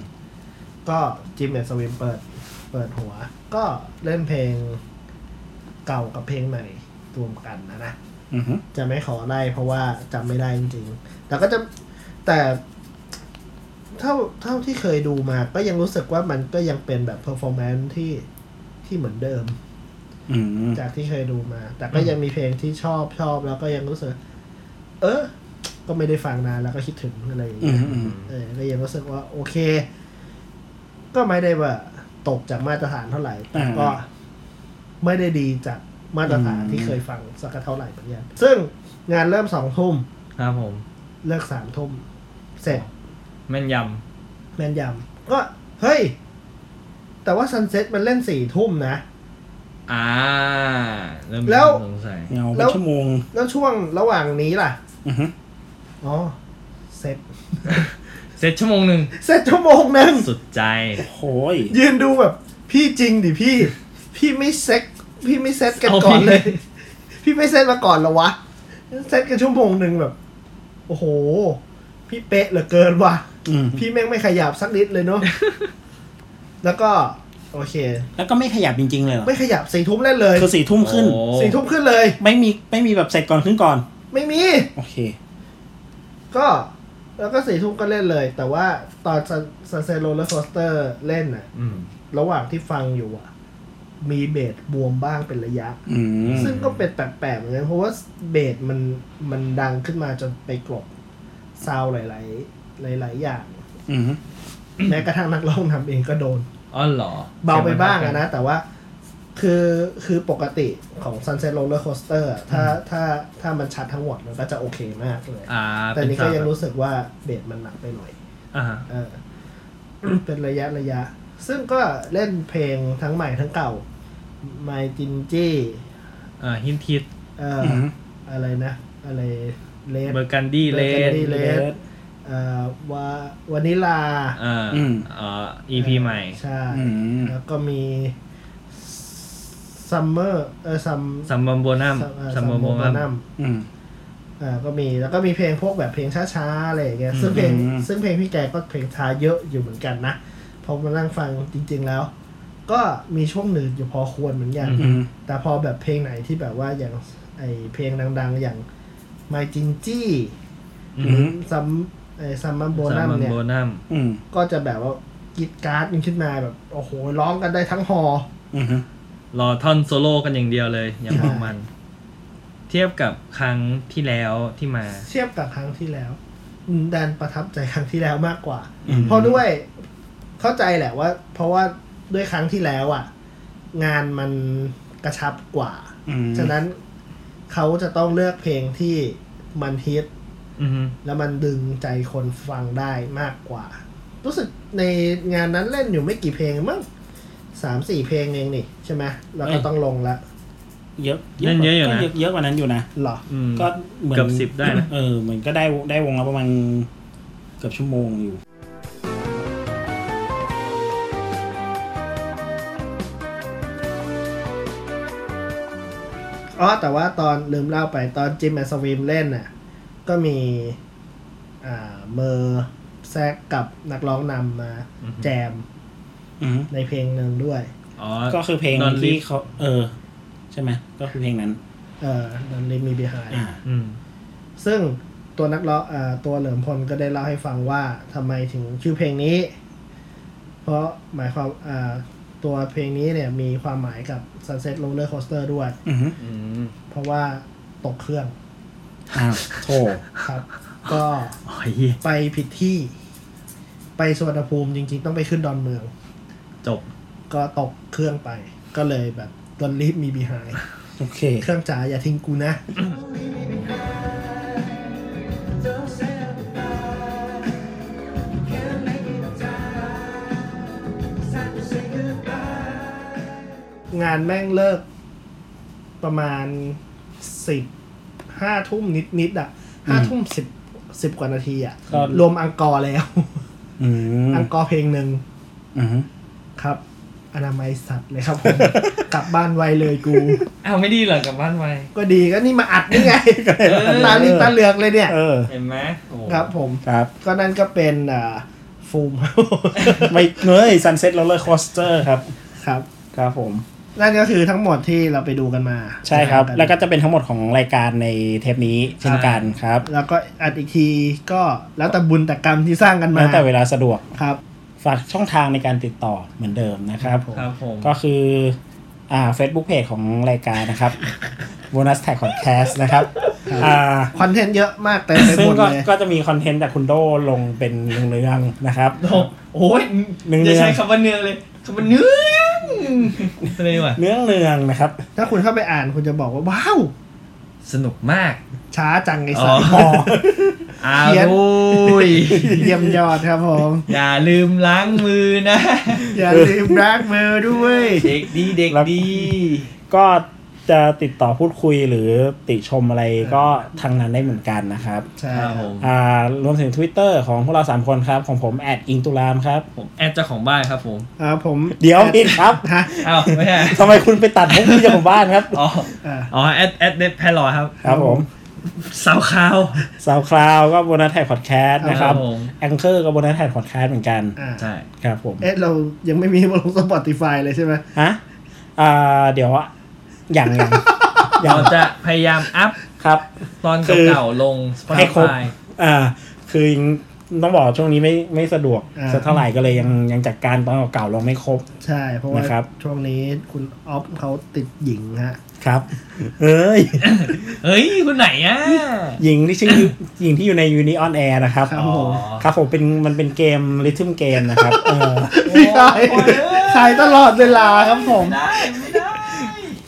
ก็จิมแอนสวิมเปิดเปิดหัว ก็เล่นเพลงเก่ากับเพลงใหม่รวมกันนะนะ
อืมฮึ
จะไม่ขอไล่เพราะว่าจำไม่ได้จริงๆ แต่ก็จะแต่เท่าเท่าที่เคยดูมา ก็ยังรู้สึกว่ามันก็ยังเป็นแบบเพอร์ฟอร์แมนซ์ที่ที่เหมือนเดิม
อืม
จากที่เคยดูมา แต่ก็ยังมีเพลงที่ชอบชอบแล้วก็ยังรู้สึก เออ ก็ไม่ได้ฟังนานแล้วก็คิดถึงอะไรอย่าง
อืม
เงี้ย
อืม
เออก็ยังรู้สึกว่า โอเค ก็ไม่ได้ว่าตกจากมาตรฐานเท่าไหร่ แต่ก็ไม่ได้ดีจากมาตรฐานที่เคยฟังสักเท่าไหร่เหมือนกันซึ่งงานเริ่มสองทุ่ม
ครับผม
เลิกสามทุ่มเสร็จ
แม่นย
แมนยำก็ เฮ้ย แต่ว่าซันเซ็ตมันเล่นสี่ทุ่มนะ
ำอ่าเริ่ม
แล้ว
สงสัย
เงาเป็
แล้
น
ว
ชั่วโมง
แล้วช่วงระหว่างนี้ล่ะ
อืมฮึ
อ๋อ เสร็จ
เสร็จชั่วโมงหนึ่ง
เสร็จชั่วโมงหนึง
สุดใจ
โอ้ย
ยืนดูแบบ พี่จริงดิพี่ พี่ไม่เซ็ตพี่ไม่เซ็ตกันก่อนเลย
เอาพี่
พี่ไม่เซ็ตมาก่อนเหรอวะ เซ็ตกันชั่วโมงหนึ่งแบบ โอ้โห พี่เป๊ะเหลือเกินว่ะ
อืม
พี่แม่งไม่ขยับสักนิดเลย
*laughs*
เนาะ แล้วก็ โอเค
แล้วก็ไม่ขยับจริง ๆ เลยเหรอ
ไม่ขยับสี่ทุ่มเล่นเลย
คือสี่ทุ่มขึ้น
โอ้
สี่ทุ่มขึ้นเลย
ไม่มีไม่มีแบบเสร็จก่อนขึ้นก่อน
ไม่มี
โอเค
ก็แล้วก็สี่ทุ่มก็เล่นเลย แต่ว่าตอนซันเซโรและฟอสเตอร์เล่นน่ะ
อืม
ระหว่างที่ฟังอยู่อ่ะ มีเบสบวมบ้างเป็นระยะ
อืม
ซึ่งก็เป็นแปลกๆเหมือนกันเพราะว่าเบสมันมันดังขึ้นมาจนไปกลบซาวด์หลายๆ หลาย ๆ อย่าง
อืมฮึ
แม้กระทั่งนักร้องทำเองก็โดน
อ๋อเหรอ
เบาไปบ้างอะนะ แต่ว่าคือคือปกติของ Sunset Roller Coaster อะถ้าถ้าถ้ามันชัดทั้งหมดมันก็จะโอเคมากเลย
อ่า
แต่นี้ก็ยัง
สึก
รู้สึกว่าเบสมันหนักไปหน่อย
อ่า
เออ เป็นระยะระยะ ซึ่งก็เล่นเพลงทั้งใหม่ทั้งเก่า My j i n j i
อ่าฮินทิต
เอ่อ
อืม
อ
ฮึ
อะไรนะ อะไรเลด
เบอร์กันดี้เลน
Burgundy
เล
Red
ส
เอ่อวาวานิลา
อ่า
อืม
อ่า EP ใหม่
ใช่
อืม
แล้วก็มี ซัมเมอร์เออซัม
ซัมบัมโบนัมซัมบัมโบนัม
อืม
อ่าก็มีแล้วก็มีเพลงพวกแบบเพลงช้าๆอะไรอย่างเงี้ยซึ่งเพลง
อืม
ซึ่งเพลงพี่แกก็เพลงช้าเยอะอยู่เหมือนกันนะพอมานั่งฟังจริง ๆแล้ว ก็มีช่วงหนืดอยู่พอควรเหมือนกัน
อืม
แต่พอแบบเพลงไหนที่แบบว่าอย่างไอเพลงดัง ๆ อย่าง My จินจี้
อืม
ซัมไอซัมมัมโบ
ซั
นั
ม
ม
บัม
เนี่ย
โบนัม
อืม
ก็จะแบบว่ากรีดกราร์ดกันขึ้นมาแบบ โอ้โห ร้องกันได้ทั้งฮอ
อืม
รอท่อนโซโล่กันอย่างเดียวเลย อย่าง
ใช่
พวกมัน เทียบกับครั้งที่แล้วที่มา
เทียบกับครั้งที่แล้วอืมแดนประทับใจครั้งที่แล้วมากกว่า
อืม
เพราะด้วยเข้าใจแหละว่า เพราะว่าด้วยครั้งที่แล้วอ่ะ งานมันกระชับกว่า
อืม
ฉะนั้นเขาจะต้องเลือกเพลงที่มันฮิต
อือฮึ
แล้วมันดึงใจคนฟังได้มากกว่า รู้สึกในงานนั้นเล่นอยู่ไม่กี่เพลงมั้งสามสี่เพลงเองนี่ใช่ไหมเราก็
เอ้ย
ต้องลงละ
เยอะ
เล่นเยอะอยู่
ก็
นะ
เยอะเยอะกว่านั้นอยู่นะ
เหรอ
อืม
ก็เหมือน
เกือบ10ได้นะ
เออเหมือนก็ได้ได้วงละประมาณเกือบชั่วโมงอยู่
อ๋อแต่ว่าตอนลืมเล่าไปตอนจิมแอนสวีมเล่นน่ะ ก็มี อ่าเมอร์แซกกับนักร้องนำมา
อือฮึ
แจม
อืม
ในเพลงหนึ่งด้วย
อ๋อ
ก็คือเพลง
Don't
ที่
Leave
เขาเออ ใช่ไหมก็คือเพลงนั้น
เอ่อดันเลมีบีไฮ
อ่า
อืม
ซึ่งตัวนักร้องอ่าตัวเหลิมพลก็ได้เล่าให้ฟังว่าทำไมถึงชื่อเพลงนี้ เพราะหมายความอ่าตัวเพลงนี้เนี่ยมีความหมายกับ Sunset Roller Coaster ด้วย
อือฮึ
อืม
เพราะว่าตกเครื่อง
อ้าวโธ่
ครับ ก็
อ๋อเหี้ย
ไปผิดที่ ไปสุวรรณภูมิจริงๆ ต้องไปขึ้นดอนเมือง
จบ
ก็ตกเครื่องไป ก็เลยแบบตอนรีบมีบีหาย
โอเค
เครื่องจ๋าอย่าทิ้งกูนะ งานแม่งเลิกประมาณสิบห้าทุ่มนิดๆอ่ะห้าทุ่มสิบสิบกว่านาทีอ่ะ
ครับ
รวมอังกอร์แล้ว
อืม
อังกอร์เพลงหนึ่ง
อือฮึ
ครับ อนามัยสัตว์เลยครับ
*laughs*
ผม กลับบ้านไวเลยกู
อ้าวไม่ดีเหรอกลับบ้านไว
ก็ดีก็นี่มาอัดนี่
*laughs*
ไง ตาลิงตาเหลือกเลยเนี่ย
เออ
เห็นไหมโอ้โห
ครับผม
ครับ *laughs*
ก็นั่นก็เป็นอ่าฟูม
ไม่เงย Sunset Roller Coaster ครับ
*laughs* ครับ
ครับผม
นั่นก็คือทั้งหมดที่เราไปดูกันมา
ใช่ครับ
น
แล้วก็จะเป็นทั้งหมดของรายการในเทปนี้เช่นกันครับ
แล้วก็อัดอีกทีก็แล้วแต่บุญแต่กรรมที่สร้างกันมา
แล้วแต่เวลาสะดวก
ครับ
ฝากช่องทางในการติดต่อเหมือนเดิมนะครับ
ครับผม
ก็คืออ่า Facebook Page ของรายการ
*laughs*
นะครับ Bonus Tag Podcast นะครับอ่า
คอนเทนต์เยอะมากเต็มไป
ซึ่
ห
ง
มด
ก็
เลย
ก็จะมีคอนเทนต์จากคุณโดลงเป็นเรื่องๆนะครับ
โอ้ย
เนืองๆ
จะใช้คำว่าเนืองเลยคำว่าเนืองเลยว่ะ
เรื่องเนืองๆ
*laughs*
นะครับ
ถ้าคุณเข้าไปอ่านคุณจะบอกว่า ว้าว
สนุกมาก
ช้าจังไอ้สาย
อ๋อ
พอ *laughs*
อ้า
เขียน
วอุ้ *laughs* ย
เยี่ยมยอดครับผม
อย่าลืมล้างมือนะ
อย่าลืมแบล็กเมลด้วย
เด็กดีเด็กดี
ก็จะติดต่อพูดคุยหรือติชมอะไรก็ทางนั้นได้เหมือนกันนะครับ
ใช่
ครับผม
อ่ารวมถึง Twitter ของพวกเรา 3 คนครับ ของผมแอดอิงตุลามครับ
ผมแอดเจ้าของบ้านครับผม
ครับผม
เดี๋ยว
*laughs*
พี่ครับ
ฮะ
อ้าวไม่ใช่
ทำไมคุณไปตัดมุกที่เจ้าของบ้านครับ
อ๋อ
อ่า
อ๋อแอดแอดเด็ดแพลอยครับ
ครับผม
สาวขาว
s าวคลาวก็ Bonus Tag Podcast นะครับ
ผม
Anchor ก็ Bonus Tag Podcast เหมือนกัน
อ่า
ใช่
ครับผม
เอ๊ะเรายังไม่มี *laughs* มาลงสปอติฟายเลยใช่ไหม
ฮะอ่าเดี๋ยวอะอย่างอย่าง *laughs* อย่าง
เราจะพยายามอัพ
ครับ
ตอน
คือ
เก่าๆลง
ให้ครบ
Spotify
อ่า คือยังต้องบอกช่วงนี้ไม่ไม่สะดวก
อ่า
สักเท่าไหร่ก็เลยยังยังจัดการตอนเก่าๆเราไม่ครบ
ใช่ เพราะว่า
นะครับ
ช่วงนี้คุณออฟเขาติดหญิงฮะ
ครับ *laughs* เอ้ย
เฮ้ยคนไหนอ่ะ
หญิงที่ชื่อ หญิงที่อยู่ในยูนิออนแอร์นะครับ
ครับ
อ๋อ
ครับผมเป็นมันเป็นเกมริทึมเกมนะครับ เออ
พี่ชายชายตลอดเวลาครับผม
ได้ไม่ได้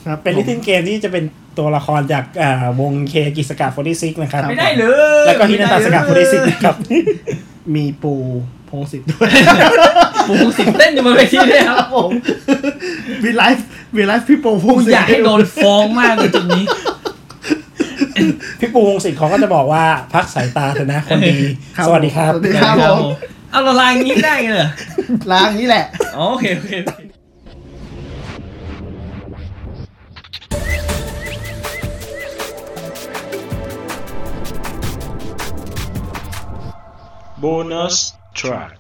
ครับ
เป็น
ผ
ริ
ม
ทึมเกมที่จะเป็นตัวละครจากอ่าวงเคกิสกาโฟดิซิกนะครับ
ไม่ได้เลย
แล้วก็ฮินาตาสกาโฟดิซิกนะครับ
มีปูพงศิษฐ์ด้วย
ปูสิบเต้นอยู่บนเวทีด้วยครับ
ผมวีไลฟ์วีไลฟ์พี่ปูพง
กู
ศิษ
อยาก
ฐ์
ให้โดนฟ้องมากเลยจุดนี้
พี่ปูวงศิษย์เขาก็จะบอกว่าพักสายตาเถอะนะ คนดี
บ
สวัสดีครับ
สวัสดีครับผม
เอาละลายงี้ได้ไงเหรอ
ลาอย่างนี้แหละ
อ๋อโอเคโอเค
bonus track